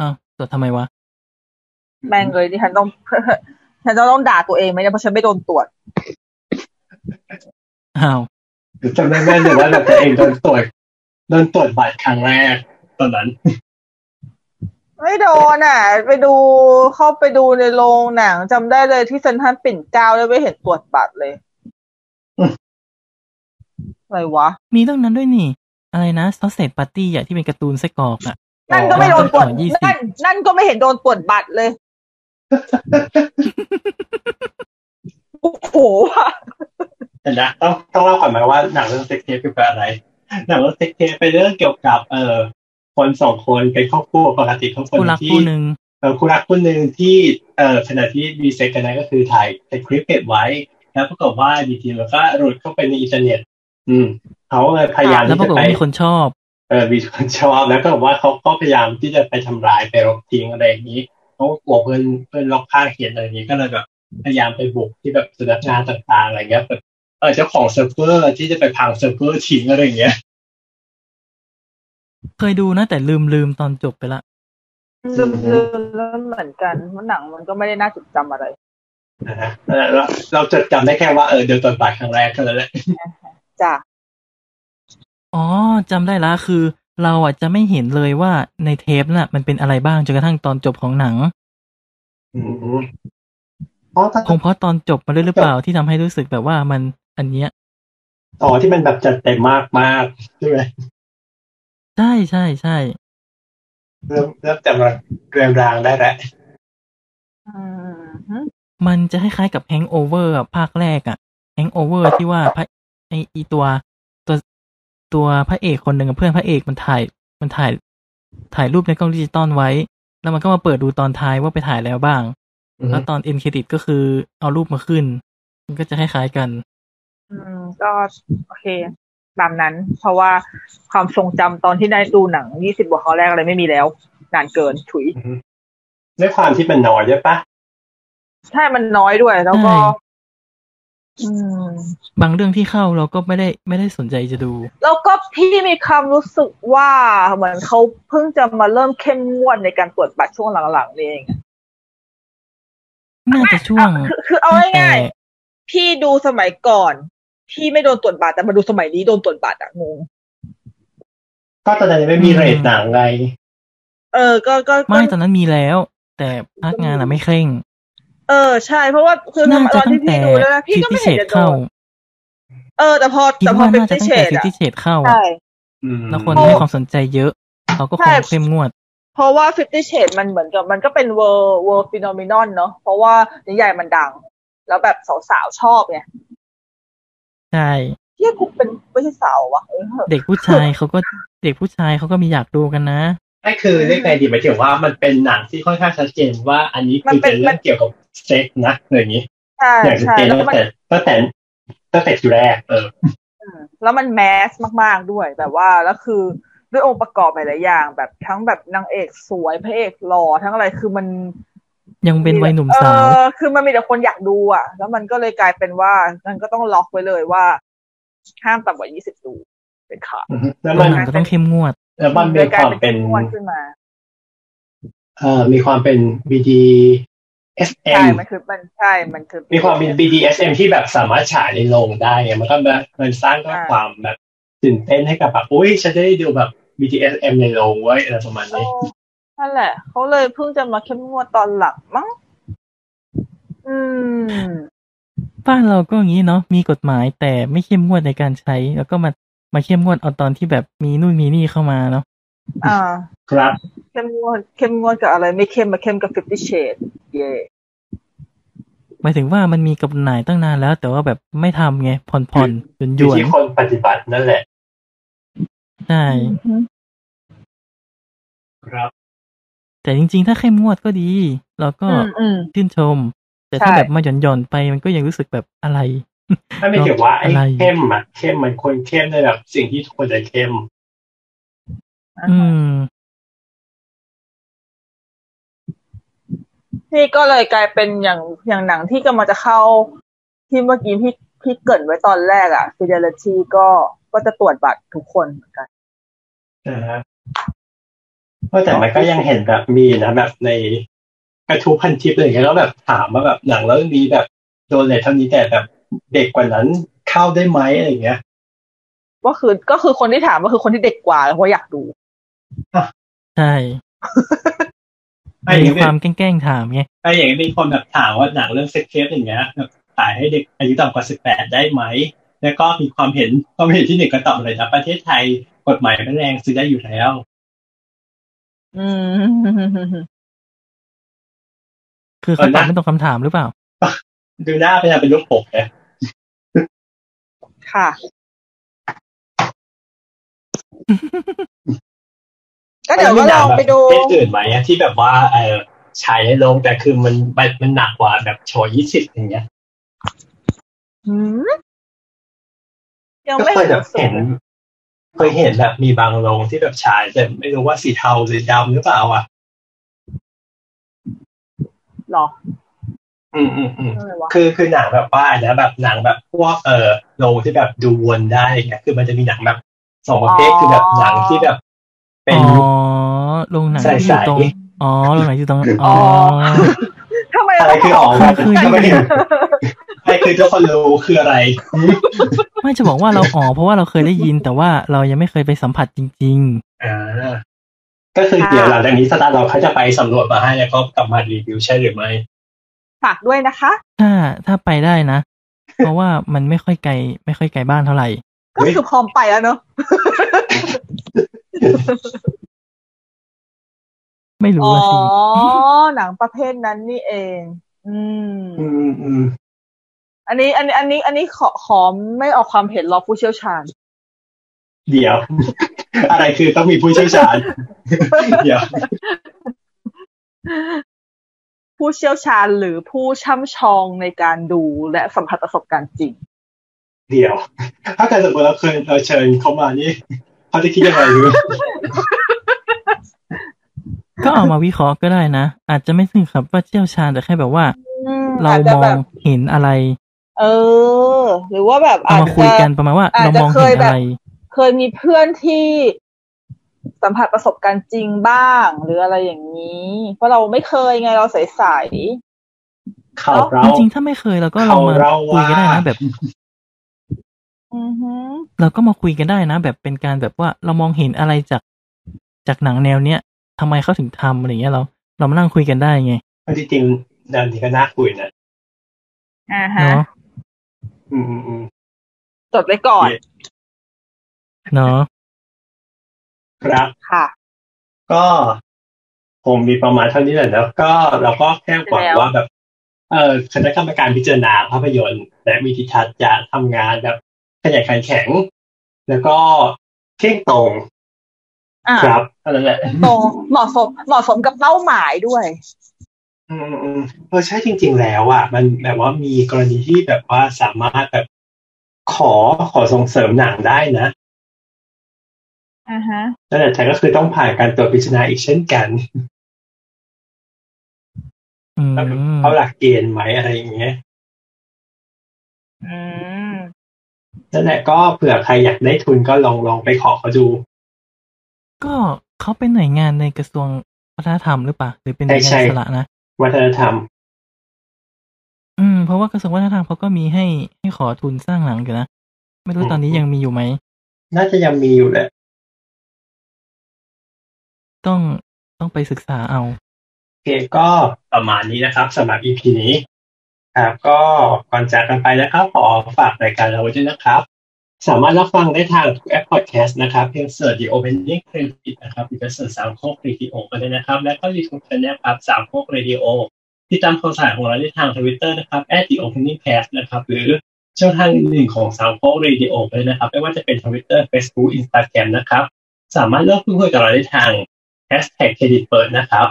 Speaker 4: อ้าวตรวจทำไมวะ
Speaker 5: แม่งเลยดิฉันต้อง *laughs* ฉันจะต้องด่าตัวเองไหมเนี่ยเพราะฉันไม่โดนตรวจ
Speaker 4: อ้าว
Speaker 3: จำได้แม่นเลยว่าแบบตัวเองโดนตรวจโดนตรวจบัตรครั้งแรก ตอนนั้น
Speaker 5: ไม่โดนอ่ะ ไปดูเข้าไปดูในโรงหนังจำได้เลยที่เซนทรันปิ่นเกล้าแล้วไปเห็นตรวจบัตรเลยอะไรวะ
Speaker 4: มีเรื่องนั้นด้วยนี่ อะไรนะซอสเซตปาร์ตี้อะที่เป็นการ์ตูนไส้กรอกอะ
Speaker 5: นั่นก็ไม่โดนตรวจ
Speaker 4: อ๋อ20
Speaker 5: นั่นนั่นก็ไม่เห็นโดนตรวจบัตร *laughs* เลยโอ้โหว่ะ
Speaker 3: แต่นะต้องต้องเล่าก่อนไหมว่าหนังเรื่องเซ็กเทปเกี่ยวกับอะไร หนังเรื่องเซ็กเทปเป็นเรื่องเกี่ยวกับเอ่อคนสองคนเป็นครอบครัวปกติครอบครัว
Speaker 4: คู่รัก
Speaker 3: ที่
Speaker 4: คู่หนึ่ง
Speaker 3: เอ่อคู่รักคู่หนึ่งที่เอ่อขณะที่มีเซ็กกันนั้นก็คือถ่ายถ่ายคลิปเก็บไว้ แล้วปรากฏว่าดีทีแล้วก็หลุดเข้าไปในอินเทอร์เน็ต อืม เขาเลยพยายาม
Speaker 4: แล้ว
Speaker 3: ที่
Speaker 4: ปรา
Speaker 3: จะ
Speaker 4: กฏ
Speaker 3: ไป
Speaker 4: ว่ามีคนชอบ
Speaker 3: เออมีคนชอบแล้วก็บอกว่าเขาก็พยายามที่จะไปทำร้ายไปรบทิ้งอะไรอย่างนี้เขากลัวเพื่อนเพื่อนล็อกข้างเขียนอะไรอย่างนี้ก็เลยแบบพยายามไปบุกที่แบบสำนักงานต่างๆอะไรเงี้ยแบบเออเจ้าของเซิร์ฟเวอร์ที่จะไปพังเซิร์ฟเวอร์ทิ้งอะไรอย่างเงี้ย
Speaker 4: เคยดูนะ แต่ลืมลืมตอนจบไปละ
Speaker 5: ลืมลืมแล้วเหมือนกันว่าะหนังมันก็ไม่ได้น่าจดจำอะไร
Speaker 3: นะฮะเออเราเราจดจำได้แค่ว่าเออเดินตอนบ่ายครั้งแรกเท่านั้นแหละ
Speaker 5: จ้ะ
Speaker 4: อ๋อจำได้ละคือ เราอ่ะจะไม่เห็นเลยว่าในเทปน่ะ มันเป็นอะไรบ้างจนกระทั่งตอนจบของหนัง
Speaker 3: อืมเพราะถ้า
Speaker 4: คงเพราะตอนจบมาด้วยหรือเปล่าที่ทำให้รู้สึกแบบว่ามันอันเนี้ย
Speaker 3: อ๋อที่มันแบบจัดเต็มมากมากๆใช่ไหม
Speaker 4: ใช่ใช่ใช่
Speaker 3: เริ่มเริ่มจำเรียงรางได้แล้ว
Speaker 5: อืมฮึ
Speaker 4: มันจะคล้ายๆกับแฮงโอเวอร์ภาคแรกอะแฮงโอเวอร์ที่ว่าพระไออีตัวตัวตัวพระเอกคนหนึ่งกับเพื่อนพระเอกมันถ่ายมันถ่าย ถ่ายรูปในกล้องดิจิตอลไว้ แล้วมันก็มาเปิดดูตอนท้ายว่าไปถ่ายแล้วบ้าง แล้วตอนเอ็นเครดิตก็คือเอารูปมาขึ้น มันก็จะคล้ายๆกัน
Speaker 5: อืมก็โอเค ตามนั้น เพราะว่าความทรงจำตอนที่ได้ดูหนัง 20 บวกครั้งแรกอะไรไม่มีแล้ว นานเกินถุย
Speaker 3: ด้วยความที่มันน้อยใช่ปะ
Speaker 5: ใช่มันน้อยด้วย แล้วก็
Speaker 4: ใช่
Speaker 5: อืม
Speaker 4: บางเรื่องที่เข้าเราก็ไม่ได้ไม่ได้สนใจจะดู
Speaker 5: แล้วก็พี่มีความรู้สึกว่าเหมือนเขาเพิ่งจะมาเริ่มเข้มงวดในการตรวจบัตรช่วงหลังๆนี่เอง
Speaker 4: น่าจะช่วง
Speaker 5: เอาคือคือเอาง่ายๆพี่ดูสมัยก่อนพี่ไม่โดนตรวจบัตรแต่มาดูสมัยนี้โดนตรวจบัตรอะงง
Speaker 3: ก็ตอนนั้นยังไม่มี
Speaker 4: อืม
Speaker 3: เรทหนังไง
Speaker 5: เออก็ก็ก็
Speaker 4: ไม่ตอนนั้นมีแล้ว แต่พนักงานอะไม่เคร่ง
Speaker 5: เออใช่เพราะว่าคือ
Speaker 4: น่า
Speaker 5: ต
Speaker 4: จะ
Speaker 5: อน
Speaker 4: ตั้
Speaker 5: ที่
Speaker 4: ง
Speaker 5: พี่
Speaker 4: แต่
Speaker 5: ดูแล้วนะพี่
Speaker 4: ฟิฟ
Speaker 5: ก็
Speaker 4: ตี้
Speaker 5: ไม่
Speaker 4: เช
Speaker 5: เห็น
Speaker 4: ด
Speaker 5: จะโด
Speaker 4: เข้าน
Speaker 5: เออแต่พอ
Speaker 4: คิด
Speaker 5: แต่พอ
Speaker 4: ว่า
Speaker 5: เป็น
Speaker 4: น่าจะ
Speaker 5: ที่
Speaker 4: ตั้ง
Speaker 5: เฉด
Speaker 4: แต่ฟิฟ
Speaker 5: อะ
Speaker 4: ตี้เชดเข้าอะ
Speaker 5: ใช่
Speaker 3: อืม
Speaker 4: แล้วคนให้ความสนใจเยอะ เขาก็คงเข้มงวด
Speaker 5: เพราะว่า Fifty Shades มันเหมือนกับมันก็เป็น world world phenomenon เนอะเพราะว่านิยายมันดัง แล้วแบบสาวๆชอบไง
Speaker 4: ใช่
Speaker 5: เที่ยกูเป็นไม่ใช่สาววะเออ
Speaker 4: เด็กผู้ชายเขาก็เด็กผู้ชายเขาก็มีอยากดูกันนะ
Speaker 3: นั่นคือเรื่องไงดีหมายถึงว่ามันเป็นหนังที่ค่อนข้างชัดเจนว่าอันนี้
Speaker 5: มั
Speaker 3: คื
Speaker 5: น
Speaker 3: อ
Speaker 5: เป็
Speaker 3: เป็น นเรื่องเกี่ยวกับเซ็กส์นะอะไรอย่างนี้
Speaker 5: ใช่
Speaker 3: อย่างชัด
Speaker 5: ใช่
Speaker 3: เจน
Speaker 5: แล้ว
Speaker 3: ตั้ง
Speaker 5: มัน
Speaker 3: แต่ตั้งแต่ตั้งแต่ทีแรกเออ
Speaker 5: แล้วมันแมสมากๆด้วยแบบว่าแล้วคือด้วยองค์ประกอบหลายๆอย่าง แบบทั้งแบบนางเอกสวยพระเอกหล่อทั้งอะไรคือมัน
Speaker 4: ยังเป็นวัยหนุ่มสาว
Speaker 5: เออคือมันมีแต่คนอยากดูอ่ะ แล้วมันก็เลยกลายเป็นว่ามันก็ต้องล็อกไว้เลยว่า ห้ามต่ำกว่ายี่สิบดูเป็นขาด
Speaker 3: แล้ว
Speaker 4: มั
Speaker 3: มัน น
Speaker 4: หนังก็ต้องเข้มงวด
Speaker 3: แล้วมันมี
Speaker 5: เลยกลายว
Speaker 3: คาม
Speaker 5: เป็น
Speaker 3: เป็น
Speaker 5: งวดขึ้นมา
Speaker 3: เอ่อมีความเป็น BD SM
Speaker 5: ใช่ มันคือมันใช่ มันคือ
Speaker 3: มีความเป็น BDSM ที่แบบสามารถฉายในโรงได้ไงมันก็แบบมันสร้างก็
Speaker 5: อ่า
Speaker 3: ความแบบตื่นเต้นให้กับแบบอุ้ยฉันจะได้ดูแบบ BDSM ในโรงไว้ยอะไรประมาณ
Speaker 5: เอ
Speaker 3: นี้
Speaker 5: อนั่นแหละ เขาเลยเพิ่งจะมาเข้มงวดตอนหลังมั้ง อืม
Speaker 4: บ้านเราก็อย่างนี้เนาะมีกฎหมายแต่ไม่เข้มงวดในการใช้ แล้วก็มามาเข้มงวดเอาตอนที่แบบมีนู่นมีนี่เข้ามาเนาะ
Speaker 5: อ่า
Speaker 3: ครับ
Speaker 5: เข้มงวด เข้มงวดกับอะไร ไม่เข้มมาเข้มกับ Fifty Shades เย่
Speaker 4: หมายถึงว่ามันมีกฎหมายตั้งนานแล้ว แต่ว่าแบบไม่ทำไงผ่อนผ่อนหยุน
Speaker 3: อ
Speaker 4: หย
Speaker 3: ยู่
Speaker 4: วน
Speaker 3: ที่คนปฏิบัตินั่นแหละ
Speaker 4: ใช่
Speaker 3: ครับ
Speaker 4: แต่จริง ๆ ถ้าเข้มงวดก็ดี เราก็
Speaker 5: อืมอืม
Speaker 4: ชื่นชม แต่ถ้า
Speaker 5: ใช่
Speaker 4: แบบมาหย่อนหย่อนๆไปมันก็ยังรู้สึกแบบอะไร
Speaker 3: ถ้าไม่เกี่ยวว่าไอ้
Speaker 4: อะไร
Speaker 3: เข้มอะเข้มมันควรเข้มในแบบสิ่งที่ควรจะเข้ม
Speaker 5: อ่ะ
Speaker 4: อืม
Speaker 5: นี่ก็เลยกลายเป็นอย่างอย่างหนังที่กำลังจะเข้า ที่เมื่อกี้พี่พี่เกริดไว้ตอนแรกอะ Fidelity ก็ก็จะตรวจบัตรทุกคนเหมือนกัน
Speaker 3: นะฮะเพราะแต่มันก็ยังเห็นแบบมีนะแบบในกระทู้พันทิปอะไรอย่างเงี้ยแล้วแบบถามมาแบบหนังแล้วมีแบบโดนเลทเท่านี้แต่แบบเด็กกว่านั้นเข้าได้ไหมอะไรอย่างเงี้ย
Speaker 5: ก็คือก็คือคนที่ถามก็คือคนที่เด็กกว่าแล้วเพราะอยากดู
Speaker 4: ใช่
Speaker 3: ไอ้อย่าง
Speaker 4: มี
Speaker 3: เงี้ย
Speaker 4: ความแกล้งๆถามไง
Speaker 3: ไอ้อย่างเงี้ยมีคนแบบถามว่าหนังเรื่องเซ็กเทปอย่างเงี้ยแบบถ่ายให้เด็กอายุต่ำกว่าสิบแปดได้ไหม แล้วก็มีความเห็นความเห็นที่หนึ่งก็ตอบเลยนะประเทศไทยกฎหมายไม่แรงซื้อได้อยู่แล้ว
Speaker 5: อืม
Speaker 4: คือเขาตอบ
Speaker 3: เออนะ
Speaker 4: ไม่ตรงคำถามหรือเปล่า
Speaker 3: ดูหน้าเป็นอะไรเป็นรูปปกเลย
Speaker 4: *laughs*
Speaker 5: ค่ะ ก็เดี๋ยวก็ลองไปดู
Speaker 3: เล่นอื่นไหมอะที่แบบว่าเออฉายในโรงแต่คือมันมันมันหนักกว่าแบบโชว์ยี่สิบอย่างเงี้ย
Speaker 5: หืมยัง
Speaker 3: ก็
Speaker 5: ไม่
Speaker 3: เคยแบบ
Speaker 5: สู
Speaker 3: เห็
Speaker 5: ง
Speaker 3: นเคยเห็นแบบมีบางโรงที่แบบฉายแต่ไม่รู้ว่าสีเทาหรือดำหรือเปล่าอ่ะ
Speaker 5: หรอ
Speaker 3: อืมอืมอืม
Speaker 5: อะไรวะ
Speaker 3: คือคือหนังแบบว่าอันนะแบบหนังแบบพวกเออโรงที่แบบดูวนได้ไงคือมันจะมีหนังแบบสองประเภทคือแบบหนังที่แบบ เป็น
Speaker 4: อ๋อโรงหนังที่อยู่ตรง
Speaker 3: ใส่
Speaker 4: อ๋อโรงหนังอยู่ตรงอ๋อ
Speaker 5: ทำไม
Speaker 3: อะไร
Speaker 5: เรา
Speaker 3: คือออกมา
Speaker 4: คือ
Speaker 3: ก็ไม่เห็นอะไรคือเจ้าคนรู้คือ *laughs* อะไร
Speaker 4: ไม่จะบอกว่าเราอ๋อเพราะว่าเราเคยได้ยิน แต่ว่าเรายังไม่เคยไปสัมผัสจริง
Speaker 3: อ่าก็คือเดี๋ยวหลังจากนี้สตาร์เราเขาจะไปสำรวจมาให้แล้วก็กลับมารีวิวใช่หรือไม่
Speaker 5: ฝากด้วยนะคะ
Speaker 4: ๆ ถ้าถ้าไปได้นะ เพราะว่ามันไม่ค่อยไกล ไม่ค่อยไกลบ้านเท่าไหร่
Speaker 5: ก็คือพร้อมไปแล้วเนอะ
Speaker 4: ไม่รู้
Speaker 5: อ๋อ
Speaker 4: ว่าสิ
Speaker 5: หนังประเภทนั้นนี่เอง อืม
Speaker 3: อืมอืม
Speaker 5: อันนี้ อันนี้ อันนี้ อันนี้ขอขอไม่ออกความเห็นรอผู้เชี่ยว
Speaker 4: *laughs*
Speaker 5: ชาญ
Speaker 3: เดี๋ยว อะไรคือต้องมีผู้เชี่ยวชาญ เดี๋ยว
Speaker 5: ผู้เชี่ยวชาญหรือผู้ช่ำชองในการดูและสัมผัสประสบการณ์จริง
Speaker 3: เดี๋ยว ถ้าเกิดสมมติเราเคยเราเชิญเขามานี่เขาจะคิดยังไงหรือ
Speaker 4: ก็เอามาวิเคราะห์ก็ได้นะ อาจจะไม่ถึงครับว่าเชี่ยวชาญแต่แค่แบบว่า
Speaker 5: อืม
Speaker 4: เรา
Speaker 5: อจจะ
Speaker 4: มอ
Speaker 5: แบ
Speaker 4: ง
Speaker 5: บ
Speaker 4: เห็นอะไร
Speaker 5: เออ หรือว่าแบบ
Speaker 4: เอา
Speaker 5: อาจ
Speaker 4: มาคุย
Speaker 5: จะ
Speaker 4: กันประมาณว่า
Speaker 5: อาจจะ
Speaker 4: เรามองเห็น
Speaker 5: เคยแบ
Speaker 4: อะ
Speaker 5: บ
Speaker 4: ไร
Speaker 5: เคยมีเพื่อนที่สัมผัสประสบการณ์จริงบ้าง หรืออะไรอย่างนี้ เพราะเราไม่เคยไงเราใส
Speaker 3: ข่าวเรา
Speaker 4: จริงๆถ้าไม่เคยเราก็ลองมา
Speaker 3: เขาเล่า
Speaker 4: คุย
Speaker 3: ว่า
Speaker 4: กันได้นะแบบ
Speaker 5: อือหือ
Speaker 4: เราก็มาคุยกันได้นะ แบบเป็นการแบบว่าเรามองเห็นอะไรจากจากหนังแนวเนี้ยทำไมเขาถึงทำอะไรเงี้ยเรา เรามานั่งคุยกันได้ไง
Speaker 3: เพราะจริงๆดันนี้ก็น่าคุยนะ
Speaker 5: อ่าฮะ
Speaker 4: เนาะ
Speaker 3: อืมอืมอืม
Speaker 5: จดไว้ก่อน
Speaker 3: โอเค
Speaker 4: เนาะ
Speaker 3: ครับ
Speaker 5: ค่ะ
Speaker 3: ก็คงมีประมาณเท่านี้แหละแล้วก็เราก็แค่หวังว่าแบบ เออคณะกรรมการพิจารณาภาพยนตร์ และวิธีทัศน์จะทำงานแบบขยันขันแข็ง แล้วก็เที่ยงตรง
Speaker 5: อ่า
Speaker 3: ครับเท่านั้นแหละ
Speaker 5: ตรงเหมาะสมเหมาะสมกับเป้าหมายด้วย
Speaker 3: อืมอืมเออใช่จริง ๆ แล้วอ่ะมันแบบว่ามีกรณีที่แบบว่าสามารถแบบขอขอส่งเสริมหนังได้นะ
Speaker 5: อ่าฮะ
Speaker 3: นั่นแหละแต่ก็คือต้องผ่านการตรวจพิจารณาอีกเช่นกัน
Speaker 4: อืม
Speaker 3: ว่าแบบเขาหลักเกณฑ์ไหมอะไรอย่างเงี้ย
Speaker 5: อืม
Speaker 3: นั่นแหละก็เผื่อใครอยากได้ทุนก็ลองลองไปขอเขาดู
Speaker 4: ก็เขาเป็นหน่วยงานในกระทรวงวัฒนธรรมหรือเปล่าหรือเป็นหน่วยงา
Speaker 3: ใช่
Speaker 4: น
Speaker 3: ใช่
Speaker 4: อิสระนะ
Speaker 3: วัฒนธรรม
Speaker 4: อืมเพราะว่ากระทรวงวัฒนธรรมเขาก็มีให้ให้ขอทุนสร้างหนังอยู่นะ ไม่รู้ตอนนี้
Speaker 3: อืม
Speaker 4: ยังมีอยู่ไหม
Speaker 3: น่าจะยังมีอยู่แหละ
Speaker 4: ต้องต้องไปศึกษาเอา
Speaker 3: โอเคก็ประมาณนี้นะครับสำหรับ EP นี้ครับก็ก่อนจากกันไปนะครับ ขอฝากรายการเราไว้ด้วยนะครับ สามารถรับฟังได้ทางทุกแอปพอดแคสต์นะครับ เพียงเสิร์ช The Opening Credit นะครับหรือจะเสิร์ชสามโคกเรดิโอก็ได้นะครับ และก็ยูทูบช anel ครับสามโคกเรดิโอติดตามข่าวสารของเราได้ทางทวิตเตอร์นะครับ The Opening Cast นะครับ หรือช่องทางอื่นๆของสามโคกเรดิโอก็ได้นะครับ ไม่ว่าจะเป็นทวิตเตอร์ Facebook Instagram นะครับ สามารถเลือกพูดคุยกับเราได้ทางแฮชแท็กเครดิตเปิดนะครับ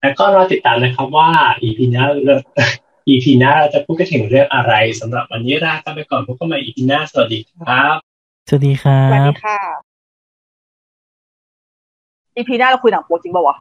Speaker 3: แล้วก็รอติดตามนะครับว่า EP หน้า *laughs* เรา EP หน้าเราจะพูดกันถึงเรื่องอะไรสำหรับวันนี้ลากันไปก่อนพบกันใหม่ EP หน้าสวัสดีครับ
Speaker 4: สวัสดีครั
Speaker 5: สวัส
Speaker 4: บ
Speaker 5: ดีค่ะ อีพีหน้าเราคุยหนังโป๊จริงป่าวะ